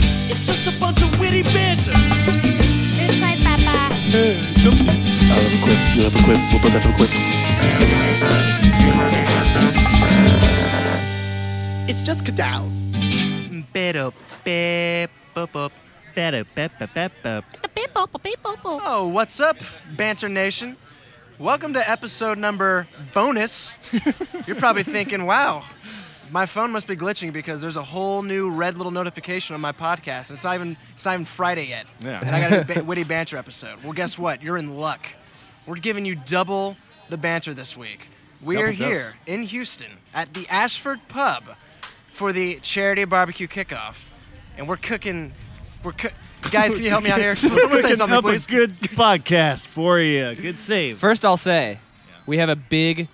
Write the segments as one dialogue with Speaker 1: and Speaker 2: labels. Speaker 1: uh,
Speaker 2: You have a quip. We'll both have a quip.
Speaker 3: It's just cadals. Better, beep, bup, bup. Oh, what's up, Banter Nation? Welcome to episode number bonus. You're probably thinking, wow, my phone must be glitching because there's a whole new red little notification on my podcast. It's not even, it's not even Friday yet.
Speaker 4: Yeah.
Speaker 3: And I got a ba- witty banter episode. Well, guess what? You're in luck. We're giving you double the banter this week. We are
Speaker 4: Double dose.
Speaker 3: here in Houston at the Ashford Pub for the charity barbecue kickoff. And we're cooking. We're coo- Guys, can you help me out here? Someone say
Speaker 4: Cooking
Speaker 3: something,
Speaker 4: up
Speaker 3: please.
Speaker 4: A good podcast for you. Good save.
Speaker 1: First, I'll say we have a big,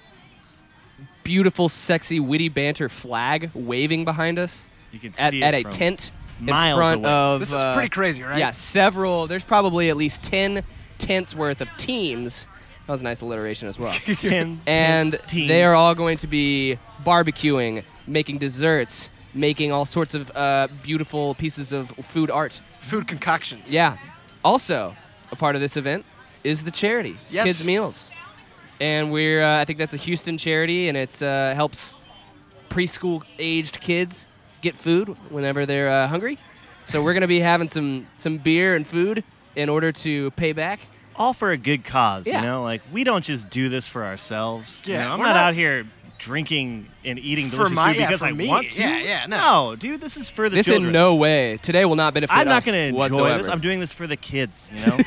Speaker 1: beautiful, sexy, witty banter flag waving behind us
Speaker 4: You can
Speaker 1: at,
Speaker 4: see
Speaker 1: at
Speaker 4: it
Speaker 1: a
Speaker 4: from
Speaker 1: tent in
Speaker 4: miles
Speaker 1: front
Speaker 4: away.
Speaker 1: of.
Speaker 3: This is
Speaker 1: uh,
Speaker 3: pretty crazy, right?
Speaker 1: Yeah, several. There's probably at least 10 tents worth of teams. That was a nice alliteration as well.
Speaker 4: Ten,
Speaker 1: and
Speaker 4: teams.
Speaker 1: they are all going to be barbecuing, making desserts, making all sorts of uh, beautiful pieces of food art.
Speaker 3: Food concoctions.
Speaker 1: Yeah. Also, a part of this event is the charity,
Speaker 3: Yes.
Speaker 1: Kids Meals. And we're, uh, I think that's a Houston charity, and it uh, helps preschool aged kids get food whenever they're uh, hungry. So we're going to be having some, some beer and food in order to pay back.
Speaker 4: all for a good cause.
Speaker 1: Yeah.
Speaker 4: You know, like we don't just do this for ourselves. You
Speaker 3: Yeah,
Speaker 4: know, I'm
Speaker 3: we're
Speaker 4: not,
Speaker 3: not-
Speaker 4: out here drinking and eating
Speaker 3: For
Speaker 4: delicious
Speaker 3: my-
Speaker 4: food
Speaker 3: yeah,
Speaker 4: because
Speaker 3: for
Speaker 4: I
Speaker 3: me.
Speaker 4: want to.
Speaker 3: Yeah, yeah, no.
Speaker 4: dude, this is for the
Speaker 1: This
Speaker 4: children.
Speaker 1: in no way, today will not benefit
Speaker 4: I'm not
Speaker 1: us
Speaker 4: going to enjoy
Speaker 1: whatsoever.
Speaker 4: this. I'm doing this for the kids. You know,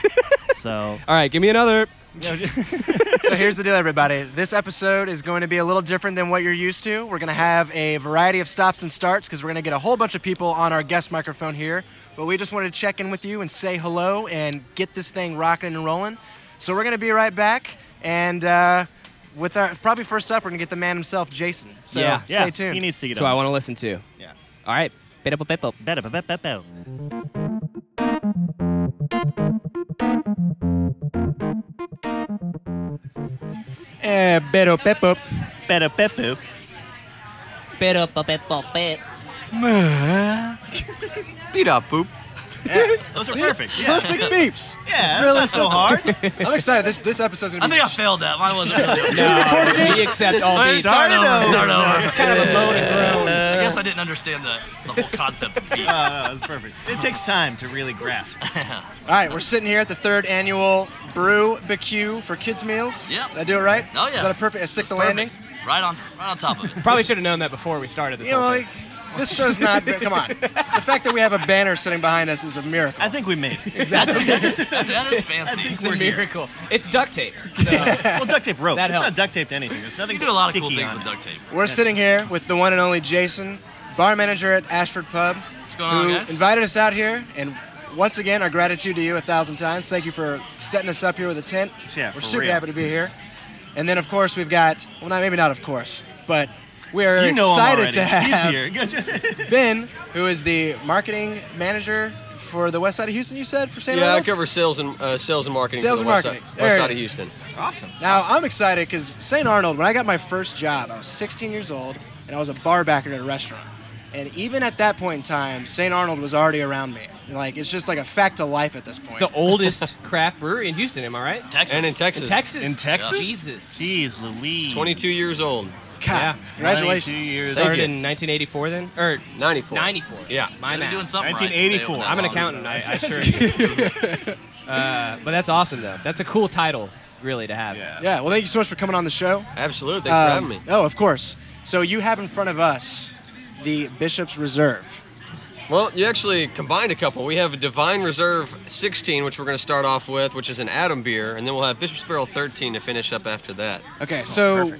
Speaker 4: so
Speaker 1: All right, give me another.
Speaker 4: you know,
Speaker 3: So here's the deal, everybody. This episode is going to be a little different than what you're used to. We're going to have a variety of stops and starts because we're going to get a whole bunch of people on our guest microphone here. But we just wanted to check in with you and say hello and get this thing rocking and rolling. So we're going to be right back. And uh, with our probably first up, we're going to get the man himself, Jason. So
Speaker 1: Yeah.
Speaker 3: stay
Speaker 4: yeah,
Speaker 3: tuned.
Speaker 4: He needs to get
Speaker 1: So I
Speaker 4: on.
Speaker 1: want to listen to. All
Speaker 4: Yeah.
Speaker 1: right. Bit up a bit up.
Speaker 4: Better, better, better, better.
Speaker 3: Eh, pero Pepo.
Speaker 4: Better, better.
Speaker 1: Bit up a bit up bit.
Speaker 3: Beat up, poop.
Speaker 4: Those are perfect. Yeah,
Speaker 3: Perfect beeps.
Speaker 4: yeah. Really so hard.
Speaker 3: I'm excited. This this episode's going to be.
Speaker 5: failed that. Mine wasn't really.
Speaker 1: We accept all these.
Speaker 5: Start over. Start over.
Speaker 4: It's kind of a moan and groan.
Speaker 5: I guess I didn't understand the, the whole concept of beats.
Speaker 4: Uh, that's perfect. It takes time to really grasp.
Speaker 3: All right, we're sitting here at the third annual Brew BQ for kids meals.
Speaker 5: Yeah.
Speaker 3: Did I do it right?
Speaker 5: Oh, yeah.
Speaker 3: Is that a perfect? I stick the landing.
Speaker 5: Right on, right on top of it.
Speaker 1: Probably should have known that before we started this.
Speaker 3: You know,
Speaker 1: whole thing.
Speaker 3: like, this show's not. come on. The fact that we have a banner sitting behind us is a miracle.
Speaker 4: I think we made it.
Speaker 5: That is fancy.
Speaker 1: It's a miracle. It's duct tape.
Speaker 4: Well, duct tape rope.
Speaker 1: That
Speaker 4: it's
Speaker 1: helps.
Speaker 4: not duct taped to anything. There's nothing
Speaker 5: You can do a lot of cool
Speaker 4: sticky
Speaker 5: things
Speaker 4: on
Speaker 5: with
Speaker 4: it.
Speaker 5: duct tape.
Speaker 3: We're sitting here with the one and only Jason, bar manager at Ashford Pub,
Speaker 5: What's going on,
Speaker 3: who
Speaker 5: guys?
Speaker 3: invited us out here and. Once again, our gratitude to you a thousand times. Thank you for setting us up here with a tent.
Speaker 4: Yeah,
Speaker 3: We're
Speaker 4: for
Speaker 3: super
Speaker 4: real.
Speaker 3: happy to be here. And then, of course, we've got, well, not, maybe not, of course, but we are
Speaker 4: You know
Speaker 3: excited
Speaker 4: him
Speaker 3: to have
Speaker 4: already. He's here.
Speaker 3: Ben, who is the marketing manager for the west side of Houston, you said for St.
Speaker 6: Yeah, I
Speaker 3: Louis.
Speaker 6: cover sales and uh, sales and marketing.
Speaker 3: Sales
Speaker 6: for
Speaker 3: and
Speaker 6: the west
Speaker 3: marketing.
Speaker 6: Side,
Speaker 3: There
Speaker 6: west
Speaker 3: it
Speaker 6: side of
Speaker 3: is.
Speaker 6: Houston.
Speaker 4: awesome.
Speaker 3: Now I'm excited because St. Arnold. When I got my first job, I was 16 years old, and I was a bar backer at a restaurant. And even at that point in time, St. Arnold was already around me. Like it's just like a fact of life at this point.
Speaker 1: It's the oldest craft brewery in Houston. Am I right?
Speaker 5: Texas.
Speaker 6: And in Texas.
Speaker 1: In Texas.
Speaker 4: In Texas?
Speaker 1: Jesus.
Speaker 4: Jeez, Louise.
Speaker 6: 22 years old.
Speaker 3: God,
Speaker 1: yeah.
Speaker 3: congratulations.
Speaker 4: 22 years
Speaker 1: Started
Speaker 6: you.
Speaker 1: in 1984 then, or
Speaker 6: 94.
Speaker 1: 94.
Speaker 6: Yeah.
Speaker 1: My
Speaker 5: They're
Speaker 1: math.
Speaker 5: doing something right to stay
Speaker 4: 1984.
Speaker 5: over that
Speaker 1: I'm an
Speaker 5: long.
Speaker 1: accountant. I, I sure. am. uh, but that's awesome though. That's a cool title, really, to have.
Speaker 4: Yeah.
Speaker 3: Yeah. Well, thank you so much for coming on the show.
Speaker 6: Absolutely. Thanks for
Speaker 3: Um,
Speaker 6: having me.
Speaker 3: Oh, of course. So you have in front of us the Bishop's Reserve.
Speaker 6: Well, you actually combined a couple. We have a Divine Reserve 16, which we're going to start off with, which is an Adam beer, and then we'll have Bishop's Barrel 13 to finish up after that.
Speaker 3: Okay, so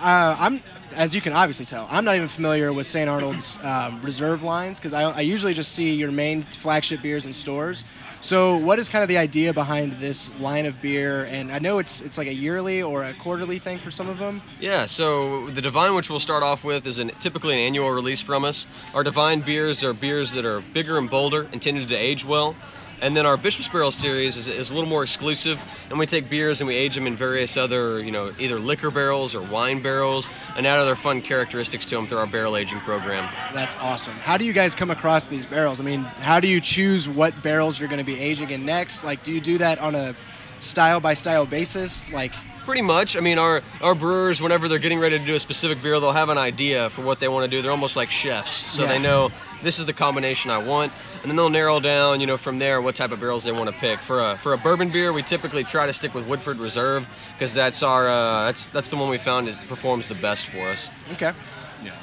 Speaker 3: uh, I'm, as you can obviously tell, I'm not even familiar with St. Arnold's um, reserve lines because I, I usually just see your main flagship beers in stores. So, what is kind of the idea behind this line of beer? And I know it's it's like a yearly or a quarterly thing for some of them.
Speaker 6: Yeah, so the Divine, which we'll start off with, is an, typically an annual release from us. Our Divine beers are beers that are bigger and bolder, intended to age well. And then our Bishop's Barrel series is, is a little more exclusive, and we take beers and we age them in various other, you know, either liquor barrels or wine barrels, and add other fun characteristics to them through our barrel aging program.
Speaker 3: That's awesome. How do you guys come across these barrels? I mean, how do you choose what barrels you're going to be aging in next? Like, do you do that on a style by style basis? Like,
Speaker 6: Pretty much. I mean, our our brewers, whenever they're getting ready to do a specific beer, they'll have an idea for what they want to do. They're almost like chefs, so
Speaker 7: Yeah.
Speaker 6: they know this is the combination I want, and then they'll narrow down, you know, from there what type of barrels they want to pick. For a for a bourbon beer, we typically try to stick with Woodford Reserve because that's our uh, that's that's the one we found is, performs the best for us.
Speaker 7: Okay.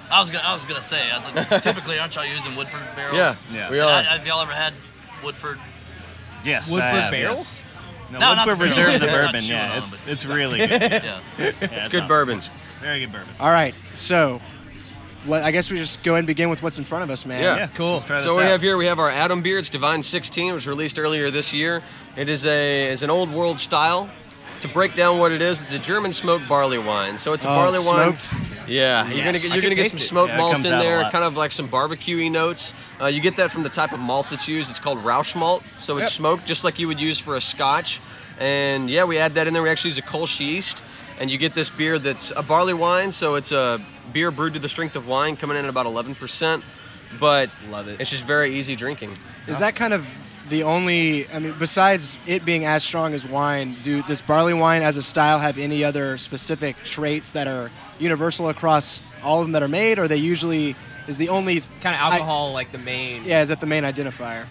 Speaker 5: I was gonna, I was gonna say, I was like, typically aren't y'all using Woodford barrels?
Speaker 6: Yeah,
Speaker 4: Yeah.
Speaker 6: we
Speaker 5: And
Speaker 6: are.
Speaker 5: I- have y'all ever had Woodford?
Speaker 4: Yes. I
Speaker 1: Woodford
Speaker 4: have,
Speaker 1: barrels?
Speaker 4: yes. No,
Speaker 5: No, not
Speaker 4: Woodford
Speaker 5: the barrels.
Speaker 4: Reserve the
Speaker 5: They're not
Speaker 4: bourbon.
Speaker 5: chewing
Speaker 4: Yeah,
Speaker 5: on
Speaker 4: it's
Speaker 5: them,
Speaker 4: it's really good. Yeah,
Speaker 5: Yeah.
Speaker 6: it's good bourbon.
Speaker 4: Very good bourbon.
Speaker 7: All right. So, let, I guess we just go ahead and begin with what's in front of us, man.
Speaker 6: Yeah.
Speaker 4: Yeah,
Speaker 1: Cool.
Speaker 4: let's try
Speaker 6: So
Speaker 4: this
Speaker 6: what we
Speaker 4: out.
Speaker 6: have here we have our Adam beer. It's Divine 16. It was released earlier this year. It is a is an old world style. To break down what it is, it's a German smoked barley wine. So it's a
Speaker 7: Oh,
Speaker 6: barley
Speaker 7: smoked?
Speaker 6: wine. Yeah, you're gonna
Speaker 4: Yes.
Speaker 6: get
Speaker 4: I
Speaker 6: you're
Speaker 4: can
Speaker 6: gonna get
Speaker 1: taste
Speaker 6: some
Speaker 1: it.
Speaker 6: smoked
Speaker 4: Yeah, it
Speaker 6: malt
Speaker 4: comes
Speaker 6: in
Speaker 4: out a
Speaker 6: there,
Speaker 4: lot.
Speaker 6: kind of like some barbecuey notes. Uh, you get that from the type of malt that's used. It's called Rausch malt, so it's
Speaker 7: Yep.
Speaker 6: smoked just like you would use for a Scotch. And yeah, we add that in there. We actually use a Kolsch yeast, and you get this beer that's a barley wine. So it's a beer brewed to the strength of wine, coming in at about 11%. But
Speaker 1: Love it.
Speaker 6: it's just very easy drinking.
Speaker 7: Is that kind of the only? I mean, besides it being as strong as wine, do does barley wine as a style have any other specific traits that are universal across all of them that are made, or they usually is the only
Speaker 1: Kind of alcohol, like the main.
Speaker 7: I, yeah, is that the main identifier?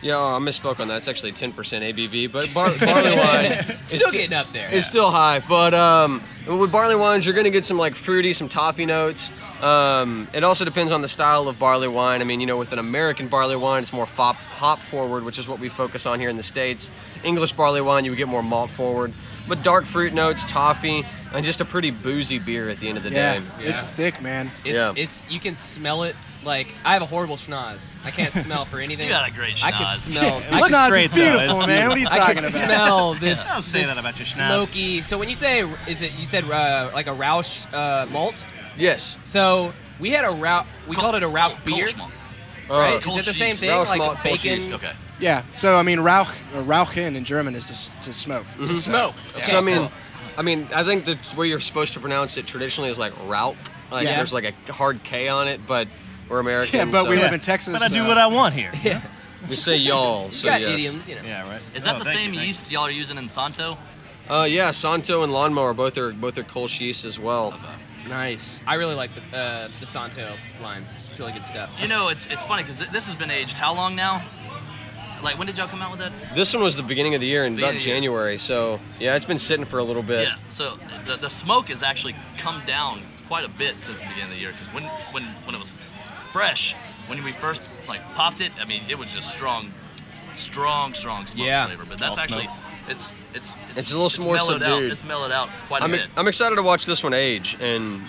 Speaker 6: Yeah, oh, I misspoke on that. It's actually 10% ABV, but bar- barley wine is
Speaker 1: Still
Speaker 6: t-
Speaker 1: getting up there.
Speaker 6: It's still high, but um, with barley wines, you're gonna get some like fruity, some toffee notes. Um, it also depends on the style of barley wine. I mean, you know, with an American barley wine, it's more fop, hop forward, which is what we focus on here in the states. English barley wine, you would get more malt forward, but dark fruit notes, toffee, and just a pretty boozy beer at the end of the
Speaker 7: Yeah,
Speaker 6: day.
Speaker 7: it's thick, man.
Speaker 1: It's,
Speaker 6: Yeah.
Speaker 1: it's you can smell it. Like I have a horrible schnoz. I can't smell for anything.
Speaker 5: You got a great
Speaker 1: I can
Speaker 5: schnoz.
Speaker 1: smell.
Speaker 4: It's
Speaker 1: I can,
Speaker 7: Schnozz is
Speaker 4: great, though. It's
Speaker 7: beautiful, man. What are you
Speaker 1: I
Speaker 7: talking
Speaker 1: can
Speaker 7: about?
Speaker 1: smell this,
Speaker 4: Don't say
Speaker 1: this
Speaker 4: that about your schnoz.
Speaker 1: smoky. So when you say, is it you said uh, like a Rausch uh, malt?
Speaker 6: Yes.
Speaker 1: So we had a route. We called it a route beer.
Speaker 5: Kolsch malt.
Speaker 6: Uh,
Speaker 1: Right?
Speaker 5: Kolsch
Speaker 1: Is it the same
Speaker 5: yeast.
Speaker 1: thing?
Speaker 6: Rausch
Speaker 1: like
Speaker 6: malt, Kolsch
Speaker 1: bacon.
Speaker 6: yeast,
Speaker 5: Okay.
Speaker 7: Yeah. So I mean, Rauch or Rauchen in German is to s- to smoke.
Speaker 5: Mm-hmm.
Speaker 1: To smoke. Okay,
Speaker 6: Mm-hmm. so I mean,
Speaker 1: cool.
Speaker 6: I mean, I think the way you're supposed to pronounce it traditionally is like Rauk. Like
Speaker 1: Yeah.
Speaker 6: there's like a hard K on it, but we're American.
Speaker 7: Yeah, but
Speaker 6: so
Speaker 7: we
Speaker 4: Yeah.
Speaker 7: live in Texas,
Speaker 4: But I do
Speaker 7: so-
Speaker 4: what I want here.
Speaker 1: yeah.
Speaker 6: we say y'all. So
Speaker 1: you got
Speaker 6: yes.
Speaker 1: idioms, you know.
Speaker 4: Yeah, right.
Speaker 5: Is that
Speaker 4: Oh,
Speaker 5: the
Speaker 4: thank you,
Speaker 5: same
Speaker 4: thank you.
Speaker 5: yeast y'all are using in Santo?
Speaker 6: Uh, yeah, Santo and Lawnmower both are both are Kolsch yeast as well.
Speaker 1: Nice. I really like the uh, the Santo line. It's really good stuff.
Speaker 5: You know, it's it's funny because this has been aged how long now? Like, when did y'all come out with that?
Speaker 6: This one was the beginning of the year in about
Speaker 5: Beginning of the year.
Speaker 6: January, so yeah, it's been sitting for a little bit.
Speaker 5: Yeah. So the, the smoke has actually come down quite a bit since the beginning of the year because when when when it was fresh, when we first like popped it, I mean, it was just strong, strong, strong smoke
Speaker 1: Yeah.
Speaker 5: flavor. But that's
Speaker 4: All
Speaker 5: actually
Speaker 4: smoke.
Speaker 5: it's it's
Speaker 6: It's a little more
Speaker 5: mellowed
Speaker 6: subdued.
Speaker 5: out. It's mellowed out quite a
Speaker 6: I'm, e-
Speaker 5: bit.
Speaker 6: I'm excited to watch this one age, and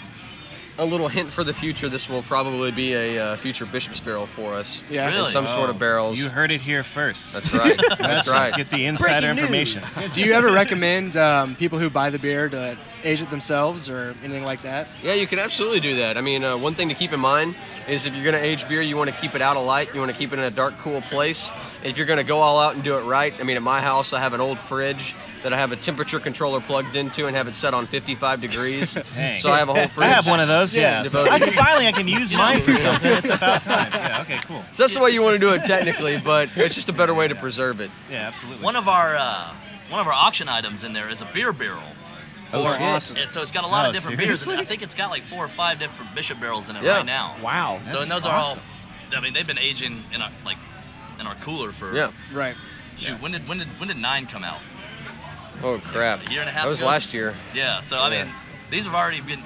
Speaker 6: a little hint for the future: this will probably be a uh, future Bishop's barrel for us.
Speaker 7: Yeah.
Speaker 6: in
Speaker 5: Really?
Speaker 6: some sort
Speaker 4: Oh,
Speaker 6: of barrels.
Speaker 4: You heard it here first.
Speaker 6: That's right. That's right.
Speaker 4: Get the insider
Speaker 1: Breaking
Speaker 4: information.
Speaker 1: news.
Speaker 7: Do you ever recommend um, people who buy the beer to age it themselves or anything like that?
Speaker 6: Yeah, you can absolutely do that. I mean, uh, one thing to keep in mind is if you're going to age beer, you want to keep it out of light. You want to keep it in a dark, cool place. If you're going to go all out and do it right, I mean, at my house, I have an old fridge that I have a temperature controller plugged into and have it set on 55 degrees.
Speaker 4: Dang.
Speaker 6: so I have a whole
Speaker 4: I
Speaker 6: fridge.
Speaker 4: have one of those. Yeah.
Speaker 6: Yeah,
Speaker 4: So I can finally I can use mine for something. It's about time. Yeah. Okay. Cool.
Speaker 6: So that's the way you want to do it technically, but it's just a better way to preserve it.
Speaker 4: Yeah. Absolutely.
Speaker 5: one of our uh, one of our auction items in there is a beer barrel.
Speaker 7: Oh,
Speaker 5: For-
Speaker 7: shit. awesome.
Speaker 5: and so it's got a lot
Speaker 4: Oh,
Speaker 5: of different beers. And I
Speaker 4: seriously?
Speaker 5: think it's got like four or five different Bishop barrels in it
Speaker 6: Yeah.
Speaker 5: right now.
Speaker 1: Wow.
Speaker 5: so
Speaker 4: That's
Speaker 5: and those
Speaker 4: awesome.
Speaker 5: are all. I mean, they've been aging in our like in our cooler for
Speaker 6: Yeah.
Speaker 7: Right.
Speaker 5: Shoot, when did when did when did nine come out?
Speaker 6: Oh, crap.
Speaker 5: A year and a half
Speaker 6: That was
Speaker 5: ago?
Speaker 6: last year.
Speaker 5: Yeah, so I
Speaker 6: Yeah.
Speaker 5: mean, these have already been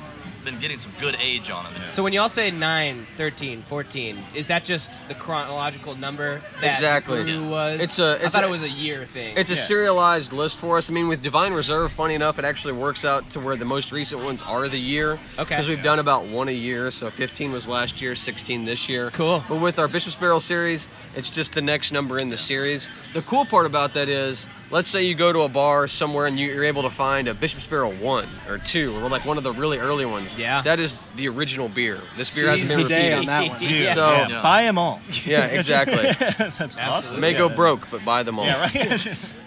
Speaker 5: been getting some good age on them.
Speaker 1: So when y'all say 9, 13, 14, is that just the chronological number that
Speaker 6: Exactly.
Speaker 1: brew
Speaker 6: Yeah.
Speaker 1: was?
Speaker 6: It's a-
Speaker 1: I
Speaker 6: it's
Speaker 1: thought
Speaker 6: a-
Speaker 1: it was a year thing.
Speaker 6: It's a
Speaker 4: Yeah.
Speaker 6: serialized list for us. I mean, with Divine Reserve, funny enough, it actually works out to where the most recent ones are the year.
Speaker 1: Okay.
Speaker 6: Because we've done about one a year. So 15 was last year, 16 this year.
Speaker 1: Cool.
Speaker 6: But with our Bishop's Barrel series, it's just the next number in the series. The cool part about that is, let's say you go to a bar somewhere and you- you're able to find a Bishop's Barrel 1 or 2 or like one of the really early ones.
Speaker 1: Yeah.
Speaker 6: That is the original beer. This beer
Speaker 7: Seize the
Speaker 6: hasn't been
Speaker 7: day on
Speaker 6: repeated.
Speaker 7: that one.
Speaker 4: Dude,
Speaker 1: Yeah.
Speaker 6: So-
Speaker 4: yeah,
Speaker 5: Yeah.
Speaker 4: buy them all.
Speaker 6: Yeah, exactly.
Speaker 4: That's
Speaker 1: Absolutely.
Speaker 4: awesome.
Speaker 6: May go
Speaker 4: Yeah,
Speaker 6: broke, but buy them all.
Speaker 4: Yeah. Right.
Speaker 5: I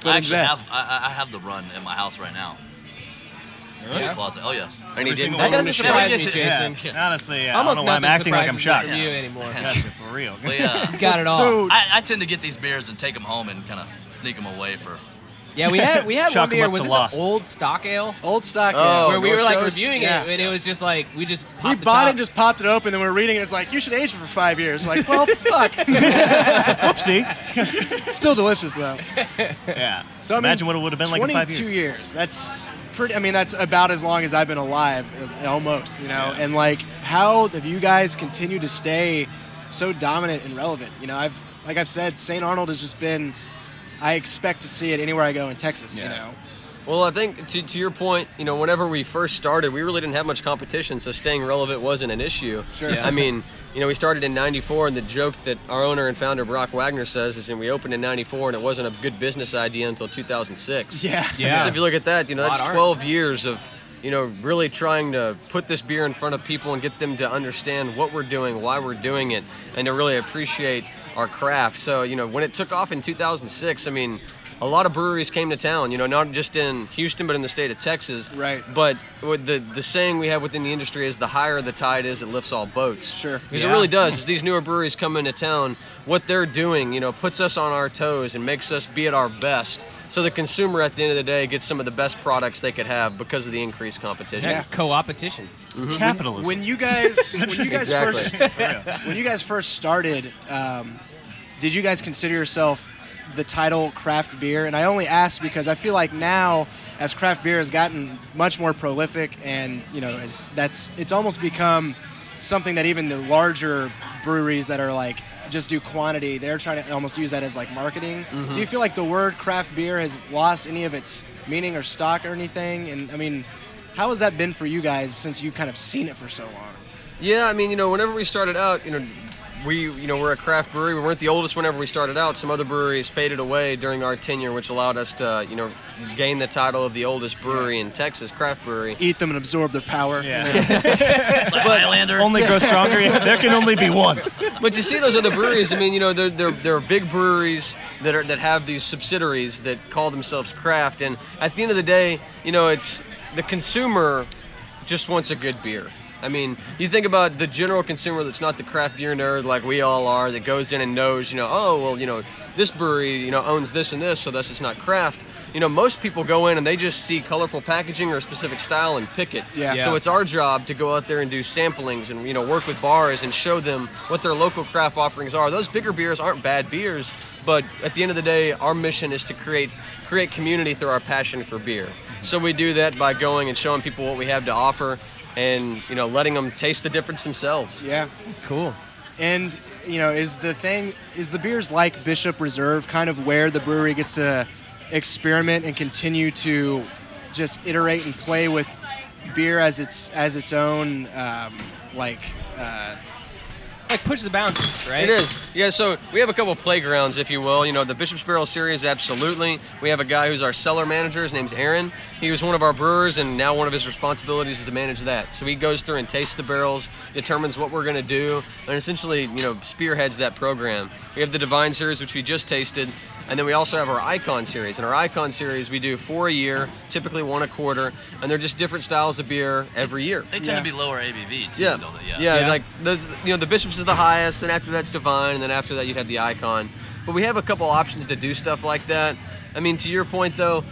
Speaker 5: actually
Speaker 7: invest.
Speaker 5: have I, I- I have the run in my house right now. In the
Speaker 1: Yeah.
Speaker 5: closet. Oh yeah.
Speaker 6: And he
Speaker 4: Every
Speaker 6: didn't
Speaker 4: single
Speaker 6: want
Speaker 4: one
Speaker 6: to
Speaker 4: of
Speaker 1: That
Speaker 6: miss
Speaker 1: doesn't
Speaker 6: one.
Speaker 1: surprise me,
Speaker 5: Yeah.
Speaker 1: Jason.
Speaker 4: Yeah. Honestly, yeah.
Speaker 1: Almost
Speaker 4: I don't know why I'm
Speaker 1: nothing
Speaker 4: acting like I'm
Speaker 1: surprises
Speaker 4: shocked.
Speaker 1: me from you anymore.
Speaker 4: Yeah, for real.
Speaker 5: But yeah.
Speaker 1: He's got it all.
Speaker 7: So-
Speaker 5: I, I tend to get these beers and take them home and kind of sneak them away for
Speaker 1: Yeah, we had we had
Speaker 4: Chalk
Speaker 1: one
Speaker 4: 'em
Speaker 1: beer.
Speaker 4: up
Speaker 1: Was
Speaker 4: to
Speaker 1: it
Speaker 4: Lost.
Speaker 1: the old stock ale?
Speaker 3: Old stock.
Speaker 6: Oh,
Speaker 3: yeah.
Speaker 1: where we
Speaker 6: North
Speaker 1: were like
Speaker 6: Coast?
Speaker 1: reviewing
Speaker 3: Yeah.
Speaker 1: it, and it was just like we just
Speaker 3: We
Speaker 1: popped the
Speaker 3: bought
Speaker 1: top.
Speaker 3: it, just popped it open, and we were reading it. It's like you should age it for five years. Like, well, fuck.
Speaker 4: Whoopsie.
Speaker 3: Still delicious though.
Speaker 4: Yeah.
Speaker 3: So I mean,
Speaker 4: imagine what it would have been like in five
Speaker 3: Twenty-two
Speaker 4: years.
Speaker 3: years. That's pretty. I mean, that's about as long as I've been alive, uh, almost. You know, and like, how have you guys continued to stay so dominant and relevant? You know, I've like I've said, St. Arnold has just been. I expect to see it anywhere I go in Texas. You
Speaker 4: Yeah.
Speaker 3: know,
Speaker 6: Well, I think to, to your point, you know, whenever we first started, we really didn't have much competition, so staying relevant wasn't an issue.
Speaker 3: Sure. Yeah.
Speaker 6: I mean, you know, we started in 94, and the joke that our owner and founder, Brock Wagner, says is, and we opened in 94, and it wasn't a good business idea until 2006.
Speaker 3: yeah.
Speaker 4: Yeah.
Speaker 6: So if you look at that, you know,
Speaker 1: A lot
Speaker 6: that's
Speaker 1: aren't.
Speaker 6: 12 years of, you know, really trying to put this beer in front of people and get them to understand what we're doing, why we're doing it, and to really appreciate our craft. So, you know, when it took off in 2006, I mean, a lot of breweries came to town, you know, not just in Houston, but in the state of Texas.
Speaker 3: Right.
Speaker 6: But with the, the saying we have within the industry is the higher the tide is, it lifts all boats.
Speaker 3: Sure.
Speaker 6: Because
Speaker 1: Yeah.
Speaker 6: it really does. Is these newer breweries come into town, what they're doing, you know, puts us on our toes and makes us be at our best. So the consumer at the end of the day gets some of the best products they could have because of the increased competition. Mm-hmm.
Speaker 3: Yeah.
Speaker 1: co-opetition.
Speaker 4: Capitalism.
Speaker 3: Mm-hmm. When you guys, when you guys
Speaker 6: Exactly. Oh,
Speaker 3: first when you guys first started, um, did you guys consider yourself the title craft beer? And I only ask because I feel like now, as craft beer has gotten much more prolific, and you know, it's, that's it's almost become something that even the larger breweries that are like just do quantity, they're trying to almost use that as like marketing. Do you feel like the word craft beer has lost any of its meaning or stock or anything? And I mean, how has that been for you guys since you've kind of seen it for so long?
Speaker 6: Yeah, I mean, you know, whenever we started out, you know, we, you know, we're a craft brewery. We weren't the oldest whenever we started out. Some other breweries faded away during our tenure, which allowed us to, you know, gain the title of the oldest brewery in Texas, craft brewery.
Speaker 3: Eat them and absorb their power.
Speaker 4: Yeah.
Speaker 5: Like Highlander.
Speaker 4: only grow stronger. There can only be one.
Speaker 6: But you see those other breweries. I mean, you know, they're, they're, they're big breweries that are that have these subsidiaries that call themselves craft. And at the end of the day, you know, it's the consumer just wants a good beer. I mean, you think about the general consumer that's not the craft beer nerd like we all are, that goes in and knows, you know, oh well, you know, this brewery, you know, owns this and this, so thus it's not craft. You know, most people go in and they just see colorful packaging or a specific style and pick it.
Speaker 3: Yeah.
Speaker 6: So
Speaker 3: Yeah.
Speaker 6: it's our job to go out there and do samplings and you know work with bars and show them what their local craft offerings are. Those bigger beers aren't bad beers, but at the end of the day, our mission is to create create community through our passion for beer. So we do that by going and showing people what we have to offer, and you know letting them taste the difference themselves.
Speaker 3: Yeah.
Speaker 1: Cool.
Speaker 3: And you know, is the thing is the beers like Bishop Reserve kind of where the brewery gets to experiment and continue to just iterate and play with beer as its as its own um, like uh,
Speaker 1: Like push the boundaries, right?
Speaker 6: It is. Yeah, so we have a couple playgrounds, if you will. You know, the Bishop's Barrel Series, absolutely. We have a guy who's our cellar manager. His name's Aaron. He was one of our brewers, and now one of his responsibilities is to manage that. So he goes through and tastes the barrels, determines what we're going to do, and essentially, you know, spearheads that program. We have the Divine Series, which we just tasted. And then we also have our Icon series. In our Icon series, we do four a year, typically one a quarter, and they're just different styles of beer every year.
Speaker 5: They tend
Speaker 3: Yeah.
Speaker 5: to be lower ABV too,
Speaker 6: Yeah.
Speaker 5: don't they?
Speaker 6: yeah,
Speaker 5: Yeah.
Speaker 1: Yeah.
Speaker 6: like the, you know, the bishops is the highest, and after that's divine, and then after that you'd have the icon. But we have a couple options to do stuff like that. I mean, to your point though,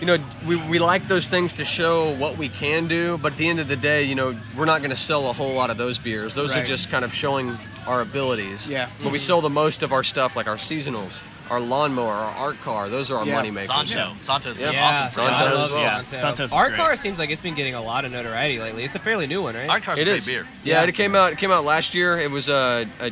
Speaker 6: you know, we, we like those things to show what we can do, but at the end of the day, you know, we're not going to sell a whole lot of those beers. Those
Speaker 3: Right.
Speaker 6: are just kind of showing our abilities.
Speaker 3: Yeah. Mm-hmm.
Speaker 6: But we sell the most of our stuff, like our seasonals, our lawnmower, our art car. Those are our
Speaker 3: Yeah.
Speaker 6: money makers.
Speaker 5: Sancho. Sancho's been
Speaker 1: Yeah,
Speaker 5: awesome for
Speaker 6: Sancho.
Speaker 5: us.
Speaker 1: I
Speaker 6: Santos
Speaker 1: love
Speaker 6: as well.
Speaker 1: Santos.
Speaker 4: Yeah, Santos is
Speaker 1: Our
Speaker 4: great.
Speaker 1: car seems like it's been getting a lot of notoriety lately. It's a fairly new one, right?
Speaker 5: Our car's
Speaker 6: It
Speaker 5: great
Speaker 6: is.
Speaker 5: beer.
Speaker 6: Yeah,
Speaker 1: Yeah.
Speaker 6: it came out. It came out last year. It was uh, a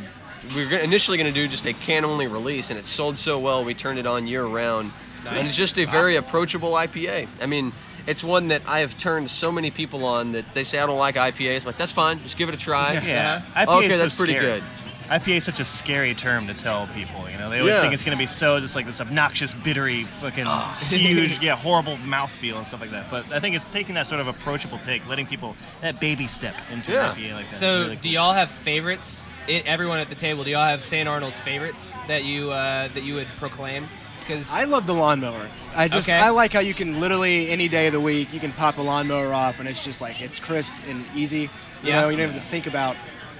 Speaker 6: we were gonna- initially going to do just a can only release, and it sold so well we turned it on year round. And it's
Speaker 1: Nice.
Speaker 6: just a very approachable IPA. I mean, it's one that I have turned so many people on that they say I don't like IPAs. I'm like that's fine, just give it a try.
Speaker 4: Yeah. IPA
Speaker 6: Okay,
Speaker 4: is so
Speaker 6: that's pretty
Speaker 4: scary.
Speaker 6: good.
Speaker 4: IPA is such a scary term to tell people. You know, they always
Speaker 6: Yeah.
Speaker 4: think it's going to be so just like this obnoxious, bittery, fucking huge, yeah, horrible mouthfeel and stuff like that. But I think it's taking that sort of approachable take, letting people that baby step into
Speaker 6: Yeah.
Speaker 4: an IPA like that. is
Speaker 1: So,
Speaker 4: really
Speaker 1: do
Speaker 4: cool.
Speaker 1: y'all have favorites? It, everyone at the table, do y'all have St. Arnold's favorites that you uh, that you would proclaim? Because
Speaker 3: I love the lawnmower. I just
Speaker 1: Okay.
Speaker 3: I like how you can literally any day of the week you can pop a lawnmower off and it's just like it's crisp and easy. You
Speaker 1: Yeah.
Speaker 3: know, you don't have to think about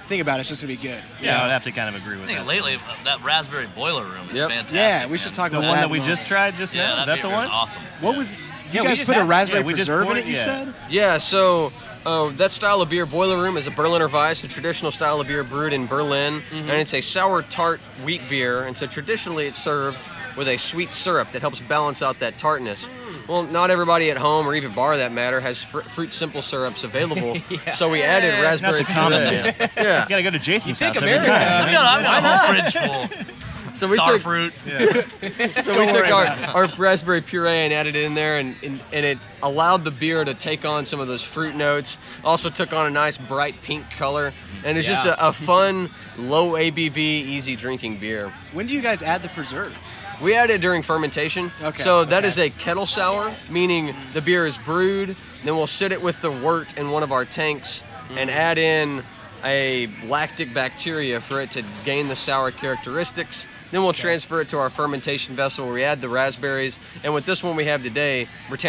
Speaker 3: think about it, it's just gonna be good.
Speaker 4: Yeah, I would have to kind of agree
Speaker 5: I
Speaker 4: with
Speaker 5: think
Speaker 4: that.
Speaker 5: lately uh, that raspberry boiler room is
Speaker 6: Yep.
Speaker 5: fantastic.
Speaker 3: Yeah, we
Speaker 5: man.
Speaker 3: should talk
Speaker 4: The
Speaker 3: about
Speaker 4: one
Speaker 3: that
Speaker 4: that we
Speaker 3: more.
Speaker 4: just tried just
Speaker 5: Yeah,
Speaker 4: now?
Speaker 5: that,
Speaker 4: Is that the
Speaker 5: beer
Speaker 4: one?
Speaker 5: is awesome.
Speaker 3: What was you
Speaker 8: Yeah, we
Speaker 3: guys
Speaker 8: just
Speaker 3: put a
Speaker 8: had-
Speaker 3: raspberry
Speaker 4: yeah, we just
Speaker 3: preserve
Speaker 4: poured-
Speaker 3: in it? You
Speaker 4: yeah.
Speaker 3: said.
Speaker 6: Yeah, so uh, that style of beer, Boiler Room, is a Berliner Weiss, a traditional style of beer brewed in Berlin,
Speaker 3: Mm-hmm.
Speaker 6: and it's a sour tart wheat beer. And so traditionally, it's served with a sweet syrup that helps balance out that tartness.
Speaker 3: Mm.
Speaker 6: Well, not everybody at home or even bar that matter has fr- fruit simple syrups available, so we added raspberry
Speaker 4: not the common
Speaker 6: puree. yeah,
Speaker 4: You gotta go to Jason's
Speaker 8: think
Speaker 4: house every
Speaker 8: America-
Speaker 4: time.
Speaker 5: I've got, I've got a whole fridge full.
Speaker 6: so we
Speaker 5: Star
Speaker 6: took
Speaker 5: fruit.
Speaker 6: So we took our, our raspberry puree and added it in there, and, and, and it allowed the beer to take on some of those fruit notes. Also took on a nice bright pink color, and it's just
Speaker 4: Yeah.
Speaker 6: a, a fun, low ABV, easy drinking beer.
Speaker 3: When do you guys add the preserve?
Speaker 6: We add it during fermentation.
Speaker 3: Okay,
Speaker 6: So that
Speaker 3: okay.
Speaker 6: is a kettle sour, meaning the beer is brewed, then we'll sit it with the wort in one of our tanks and add in a lactic bacteria for it to gain the sour characteristics. Then we'll transfer it to our fermentation vessel where we add the raspberries. And with this one we have today,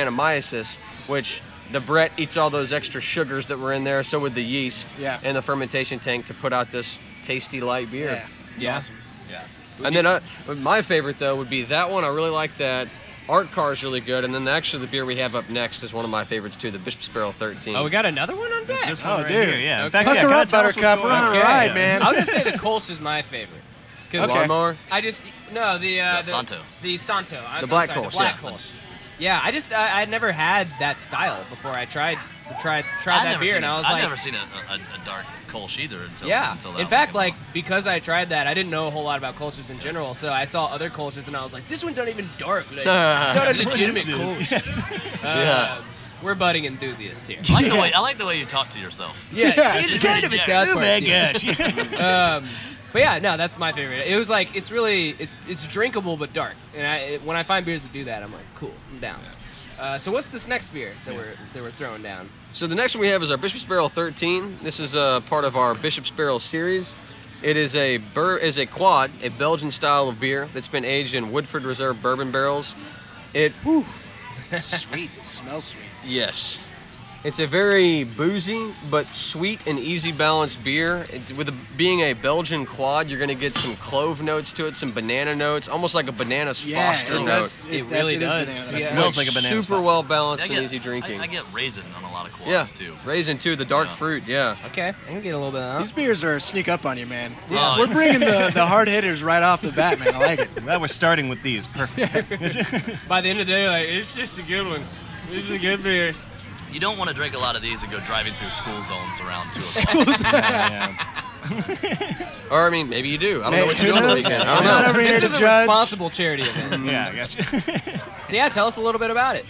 Speaker 6: Britannomyces, which the Brett eats all those extra sugars that were in there, so would the yeast
Speaker 3: Yeah.
Speaker 6: and the fermentation tank to put out this tasty light beer.
Speaker 3: Yeah, it's
Speaker 6: Yeah.
Speaker 3: awesome.
Speaker 6: And then uh, my favorite though would be that one. I really like that. Art car is really good, and then actually the beer we have up next is one of my favorites too, the Bishop's Barrel 13.
Speaker 8: Oh, we got another one on deck.
Speaker 4: This one
Speaker 3: Oh,
Speaker 4: right
Speaker 3: dude.
Speaker 4: here, yeah. In fact,
Speaker 3: Pucker
Speaker 4: yeah, kinda
Speaker 3: up,
Speaker 4: tell us what's
Speaker 3: Buttercup. We're
Speaker 4: going
Speaker 3: on a
Speaker 4: Yeah,
Speaker 3: ride,
Speaker 4: yeah.
Speaker 3: man.
Speaker 1: I was gonna say the Kolsch is my favorite. Cause
Speaker 3: Okay.
Speaker 6: Lawnmower.
Speaker 1: I just no the uh,
Speaker 5: The
Speaker 1: the
Speaker 5: Santo.
Speaker 1: the Santo, I'm,
Speaker 6: The
Speaker 1: I'm
Speaker 6: black
Speaker 1: sorry,
Speaker 6: Kolsch,
Speaker 1: the black
Speaker 6: yeah.
Speaker 1: Kolsch. Yeah, I just I, I'd never had that style before. I tried tried tried
Speaker 5: I've
Speaker 1: that
Speaker 5: never
Speaker 1: beer
Speaker 5: seen
Speaker 1: and
Speaker 5: a-
Speaker 1: I was
Speaker 5: I've
Speaker 1: like,
Speaker 5: never seen a, a, a dark Kolsch either until
Speaker 1: yeah.
Speaker 5: Until that
Speaker 1: In
Speaker 5: one
Speaker 1: fact,
Speaker 5: came
Speaker 1: like
Speaker 5: along.
Speaker 1: because I tried that, I didn't know a whole lot about cultures in general. So I saw other cultures and I was like, this one's not even dark. Like, it's not a legitimate
Speaker 4: this?
Speaker 1: Kolsch. Uh, We're budding enthusiasts here.
Speaker 5: I like the way I like the way you talk to yourself.
Speaker 1: Yeah,
Speaker 3: Yeah.
Speaker 1: it's kind of a South
Speaker 4: Oh
Speaker 1: Park.
Speaker 4: my
Speaker 1: dude.
Speaker 4: gosh. Yeah.
Speaker 1: Um, But yeah, no, that's my favorite. It was like it's really it's it's drinkable but dark. And I it, when I find beers that do that, I'm like, cool, I'm down. Uh, so what's this next beer that we're that we're throwing down?
Speaker 6: So the next one we have is our Bishop's Barrel 13. This is a part of our Bishop's Barrel series. It is a bur- is a quad, a Belgian style of beer that's been aged in Woodford Reserve bourbon barrels. It
Speaker 3: sweet, smells sweet.
Speaker 6: Yes. It's a very boozy but sweet and easy balanced beer. It, with a, being a Belgian quad, you're going to get some clove notes to it, some banana notes, almost like a banana's
Speaker 3: Yeah,
Speaker 6: foster
Speaker 3: it
Speaker 6: note.
Speaker 3: does. It,
Speaker 1: It
Speaker 3: that-
Speaker 1: really
Speaker 3: it is
Speaker 1: does.
Speaker 3: banana.
Speaker 1: Yeah.
Speaker 3: That's
Speaker 4: Smells like a banana's
Speaker 6: super
Speaker 4: foster.
Speaker 6: well
Speaker 5: I
Speaker 6: balanced
Speaker 5: get,
Speaker 6: and easy drinking.
Speaker 5: I, I get raisin on a lot of quads
Speaker 6: yeah,
Speaker 5: too.
Speaker 6: raisin too. The dark
Speaker 5: Yeah.
Speaker 6: fruit. Yeah.
Speaker 1: Okay, I can get a little bit of
Speaker 3: These
Speaker 1: that.
Speaker 3: beers are sneak up on you, man.
Speaker 4: Oh,
Speaker 3: We're,
Speaker 5: Yeah.
Speaker 3: we're bringing the, the hard hitters right off the bat, man. I like it.
Speaker 4: Glad we're starting with these. Perfect.
Speaker 1: By the end of the day, like it's just a good one. This is a good beer.
Speaker 5: You don't want to drink a lot of these and go driving through school zones around two o'clock.
Speaker 4: Yeah.
Speaker 6: Or I mean, maybe you do. I don't know what you do
Speaker 3: Who
Speaker 6: on the
Speaker 3: knows?
Speaker 6: weekend. I
Speaker 3: I'm
Speaker 6: don't
Speaker 3: not
Speaker 6: know.
Speaker 3: over here
Speaker 1: This
Speaker 3: to
Speaker 1: is a
Speaker 3: judge.
Speaker 1: responsible charity event.
Speaker 4: Yeah, I got you.
Speaker 1: so yeah, tell us a little bit about it.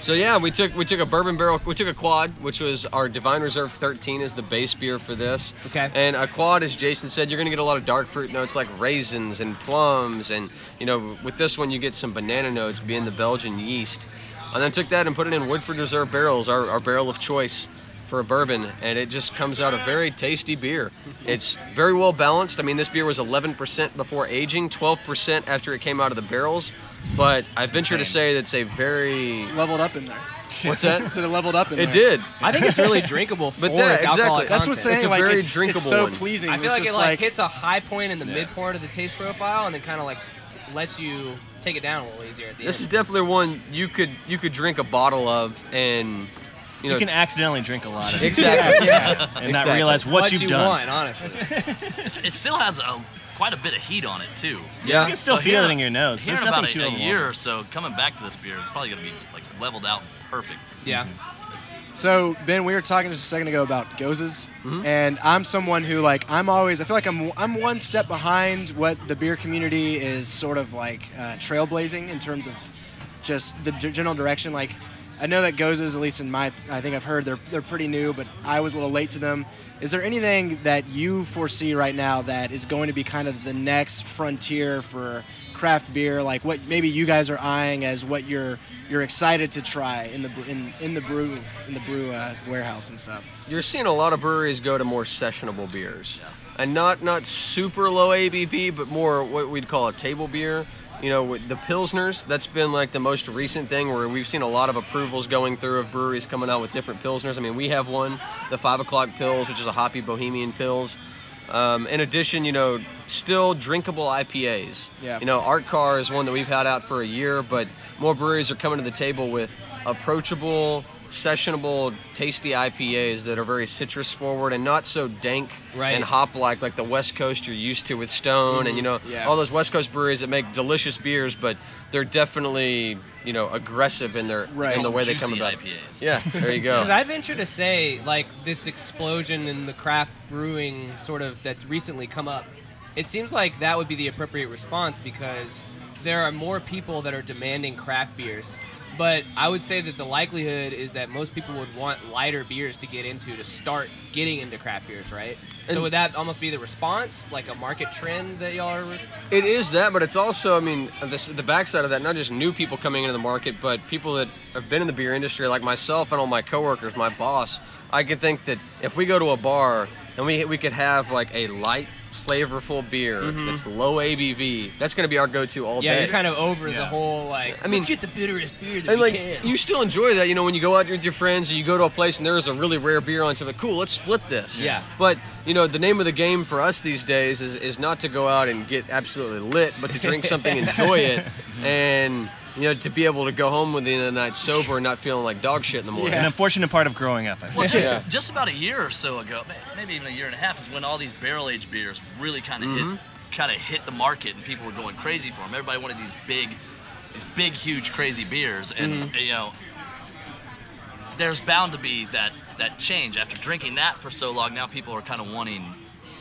Speaker 6: So yeah, we took we took a bourbon barrel, we took a quad, which was our Divine Reserve 13 is the base beer for this.
Speaker 1: Okay.
Speaker 6: And a quad, as Jason said, you're gonna get a lot of dark fruit notes like raisins and plums, and you know with this one you get some banana notes being the Belgian yeast. And then took that and put it in Woodford Reserve barrels, our, our barrel of choice for a bourbon, and it just comes out a very tasty beer. It's very well balanced. I mean, this beer was 11% before aging, 12% after it came out of the barrels, but I venture to
Speaker 4: insane.
Speaker 6: say that's a very
Speaker 3: Leveled up in there.
Speaker 6: What's
Speaker 3: I
Speaker 6: that?
Speaker 3: said it leveled up in there.
Speaker 6: It did.
Speaker 1: I think it's really drinkable for
Speaker 6: But that-
Speaker 1: its alcoholic
Speaker 6: exactly.
Speaker 3: That's
Speaker 1: content.
Speaker 3: what's saying.
Speaker 6: It's a
Speaker 3: like
Speaker 6: very
Speaker 3: it's, it's
Speaker 6: drinkable
Speaker 3: so
Speaker 6: one.
Speaker 3: pleasing.
Speaker 1: I feel
Speaker 3: It's
Speaker 1: like it
Speaker 3: just
Speaker 1: like, hits a high point in the mid part of the taste profile, and then kind of like lets you take it down a little easier at the
Speaker 6: This is
Speaker 1: end.
Speaker 6: definitely one you could you could drink a bottle of and you know
Speaker 4: You can accidentally drink a lot of it
Speaker 6: exactly.
Speaker 4: and
Speaker 6: exactly.
Speaker 4: not realize what,
Speaker 1: what
Speaker 4: you've
Speaker 1: you
Speaker 4: done.
Speaker 1: want, honestly.
Speaker 5: It still has a quite a bit of heat on it too.
Speaker 4: You
Speaker 6: Yeah.
Speaker 4: can still
Speaker 5: So
Speaker 4: feel
Speaker 5: here-
Speaker 4: it in your nose.
Speaker 5: Here
Speaker 4: There's
Speaker 5: in
Speaker 4: nothing
Speaker 5: about
Speaker 4: too
Speaker 5: a, a
Speaker 4: overwhelming.
Speaker 5: year or so, coming back to this beer, it's probably gonna be like leveled out and perfect.
Speaker 1: Yeah.
Speaker 3: So Ben, we were talking just a second ago about gozes, and I'm someone who like I'm always I feel like I'm I'm one step behind what the beer community is sort of like uh, trailblazing in terms of just the g- general direction. Like I know that gozes, at least in my I think I've heard they're they're pretty new, but I was a little late to them. Is there anything that you foresee right now that is going to be kind of the next frontier for craft beer? Like what maybe you guys are eyeing as what you're you're excited to try in the br- in, in the brew in the brew uh, warehouse and stuff.
Speaker 6: You're seeing a lot of breweries go to more sessionable beers. And not not super low ABV, but more what we'd call a table beer You know, with the Pilsners, that's been like the most recent thing where we've seen a lot of approvals going through of breweries coming out with different Pilsners. I mean, we have one, the 5 o'clock Pils, which is a hoppy Bohemian Pils. Um, in addition, you know, still drinkable IPAs.
Speaker 3: Yeah.
Speaker 6: You know, Art Car is one that we've had out for a year, but more breweries are coming to the table with approachable, sessionable, tasty IPAs that are very citrus forward and not so dank
Speaker 1: Right.
Speaker 6: and hop like like the West Coast you're used to with Stone and you know
Speaker 3: Mm-hmm. yeah.
Speaker 6: all those West Coast breweries that make delicious beers, but they're definitely you know aggressive in their
Speaker 3: Right.
Speaker 1: Oh,
Speaker 6: in the way they come
Speaker 5: Juicy
Speaker 6: about. it.
Speaker 5: IPAs.
Speaker 6: Yeah, there you go.
Speaker 1: Because I venture to say, like this explosion in the craft brewing sort of that's recently come up, it seems like that would be the appropriate response because there are more people that are demanding craft beers. But I would say that the likelihood is that most people would want lighter beers to get into to start getting into craft beers, right? so
Speaker 6: And-
Speaker 1: would that almost be the response, like a market trend that y'all are?
Speaker 6: It is that, but it's also, I mean, this, the backside of that, not just new people coming into the market, but people that have been in the beer industry, like myself and all my coworkers, my boss. I could think that if we go to a bar and we, we could have like a light, flavorful beer that's low ABV, that's going to be our go to all
Speaker 1: Mm-hmm. Yeah,
Speaker 6: day.
Speaker 1: you're kind of over the
Speaker 4: Yeah.
Speaker 1: whole like.
Speaker 6: I mean-
Speaker 1: let's get the bitterest beer that
Speaker 6: and
Speaker 1: we
Speaker 6: like
Speaker 1: can.
Speaker 6: you still enjoy that, you know, when you go out with your friends and you go to a place and there is a really rare beer on, so like, cool, let's split this.
Speaker 1: Yeah.
Speaker 6: But you know, the name of the game for us these days is is not to go out and get absolutely lit, but to drink something, enjoy it, and you know, to be able to go home with the end of the night sober and not feeling like dog shit in the morning.
Speaker 4: An unfortunate part of growing up, I think.
Speaker 5: Well, just,
Speaker 6: Yeah.
Speaker 5: just about a year or so ago, ma- maybe even a year and a half, is when all these barrel aged beers really kind of hit, kind of hit the market, and people were going crazy for them. Everybody wanted these big, these big, huge, crazy beers, and you know, there's bound to be that that change after drinking that for so long. Now people are kind of wanting,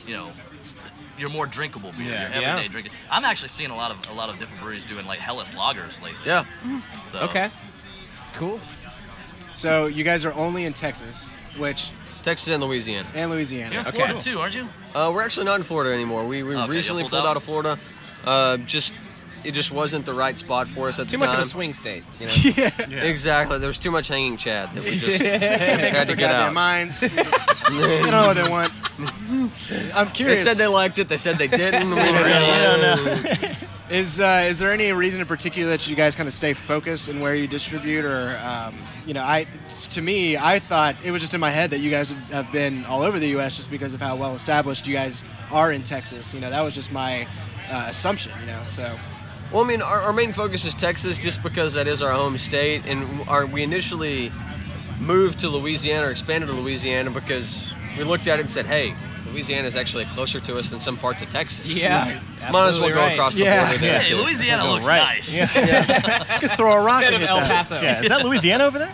Speaker 5: you know. s- Your more drinkable beer,
Speaker 4: Yeah.
Speaker 5: your everyday
Speaker 1: Yeah.
Speaker 5: drinking. I'm actually seeing a lot of a lot of different breweries doing like Hellas lagers lately.
Speaker 6: Yeah.
Speaker 5: So.
Speaker 1: okay, cool.
Speaker 3: So you guys are only in Texas, which
Speaker 6: It's Texas and Louisiana.
Speaker 3: and Louisiana.
Speaker 5: You're in
Speaker 1: Okay.
Speaker 5: Florida too, aren't you?
Speaker 6: Uh, we're actually not in Florida anymore. We, we
Speaker 5: Okay, you
Speaker 6: recently
Speaker 5: pulled
Speaker 6: pulled
Speaker 5: out.
Speaker 6: out of Florida. Uh, just it just wasn't the right spot for us at
Speaker 1: Too
Speaker 6: the
Speaker 1: much
Speaker 6: time.
Speaker 1: of a swing state, you know.
Speaker 4: Yeah.
Speaker 6: Exactly. There was too much hanging Chad that we just, we just had to
Speaker 3: Their
Speaker 6: get
Speaker 3: goddamn
Speaker 6: out.
Speaker 3: minds. They don't know what they want. I'm
Speaker 6: They
Speaker 3: curious.
Speaker 6: said they liked it. They said they didn't. We were-
Speaker 3: Is uh, is there any reason in particular that you guys kind of stay focused in where you distribute, or um, you know, I to me, I thought it was just in my head that you guys have been all over the U.S. just because of how well established you guys are in Texas. You know, that was just my uh, assumption. You know, so
Speaker 6: Well, I mean, our, our main focus is Texas, just because that is our home state, and our, we initially moved to Louisiana, or expanded to Louisiana, because we looked at it and said, "Hey, Louisiana is actually closer to us than some parts of Texas.
Speaker 1: Yeah,
Speaker 6: might as well
Speaker 1: absolutely
Speaker 6: go
Speaker 1: right.
Speaker 6: across the
Speaker 3: Yeah.
Speaker 6: border." There.
Speaker 5: Hey, Louisiana
Speaker 4: Go
Speaker 5: looks
Speaker 4: right.
Speaker 5: nice.
Speaker 4: Yeah.
Speaker 3: you could throw a rock
Speaker 1: Instead
Speaker 3: and
Speaker 1: of
Speaker 3: hit
Speaker 1: El
Speaker 3: that.
Speaker 1: Paso.
Speaker 4: Yeah, is that Louisiana over there?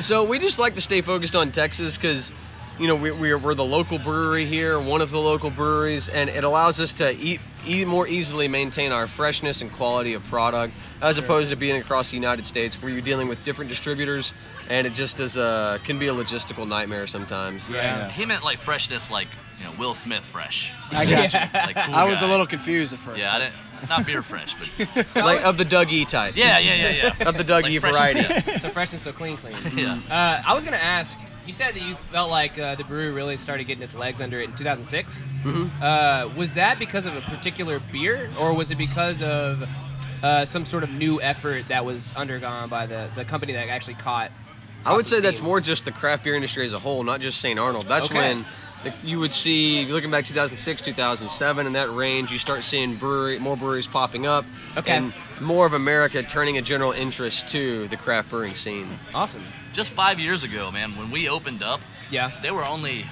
Speaker 6: So we just like to stay focused on Texas because, you know, we, we're, we're the local brewery here, one of the local breweries, and it allows us to eat, eat more easily maintain our freshness and quality of product as opposed to being across the United States where you're dealing with different distributors and it just is a, can be a logistical nightmare sometimes.
Speaker 4: Yeah.
Speaker 5: He meant like freshness, like you know Will Smith fresh.
Speaker 3: I got you.
Speaker 5: Like, cool
Speaker 3: I was a
Speaker 5: guy.
Speaker 3: little confused at first.
Speaker 5: Yeah, I didn't. Not beer fresh, but
Speaker 6: Like of the Doug E type.
Speaker 5: yeah, yeah, yeah, yeah.
Speaker 6: Of the Doug
Speaker 5: Like
Speaker 6: E
Speaker 5: fresh- Mm-hmm.
Speaker 6: variety.
Speaker 1: so fresh and so clean, clean.
Speaker 5: Yeah.
Speaker 1: Uh, I was gonna ask. You said that you felt like uh, the brewery really started getting its legs under it in 2006. Mm-hmm. Uh, was that because of a particular beer, or was it because of uh, some sort of new effort that was undergone by the, the company that actually caught?
Speaker 6: I would say that's
Speaker 1: Steam.
Speaker 6: more just the craft beer industry as a whole, not just St. Arnold. That's
Speaker 1: Okay.
Speaker 6: when the, you would see, if you're looking back 2006, 2007, in that range, you start seeing brewery, more breweries popping up,
Speaker 1: Okay.
Speaker 6: and more of America turning a general interest to the craft brewing scene.
Speaker 1: Awesome.
Speaker 5: Just five years ago, man, when we opened up,
Speaker 1: Yeah.
Speaker 5: they were only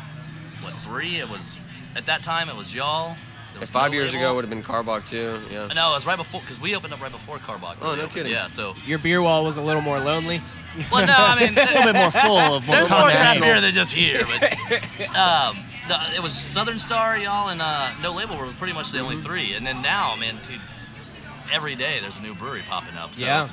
Speaker 5: what three? It was at that time it was y'all. there was
Speaker 6: Five
Speaker 5: no
Speaker 6: years
Speaker 5: label.
Speaker 6: ago would have been Carbach too. Yeah.
Speaker 5: No, it was right before because we opened up right before Carbach.
Speaker 6: Oh, no
Speaker 5: opened.
Speaker 6: kidding.
Speaker 5: Yeah, so
Speaker 1: Your beer wall was a little more lonely.
Speaker 5: well, no, I mean,
Speaker 4: A little bit more full of more
Speaker 5: There's more
Speaker 4: common
Speaker 5: craft
Speaker 4: national-
Speaker 5: beer than just here. But, um, the, it was Southern Star, y'all, and uh, No Label were pretty much the
Speaker 4: Mm-hmm.
Speaker 5: only three. And then now, man, dude, every day there's a new brewery popping up. So,
Speaker 1: Yeah.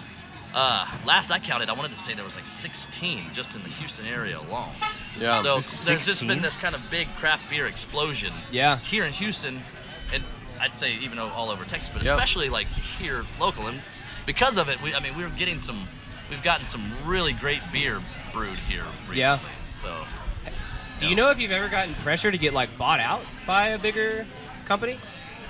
Speaker 5: Uh, last I counted, I wanted to say there was like 16 just in the Houston area alone.
Speaker 6: Yeah.
Speaker 5: So there's just
Speaker 4: 16?
Speaker 5: been this kind of big craft beer explosion.
Speaker 1: Yeah.
Speaker 5: Here in Houston, and I'd say even o- all over Texas, but
Speaker 6: Yeah.
Speaker 5: especially like here local, and because of it, we I mean we were getting some, we've gotten some really great beer brewed here recently.
Speaker 1: Yeah.
Speaker 5: So
Speaker 1: Do you know if you've ever gotten pressure to get like bought out by a bigger company?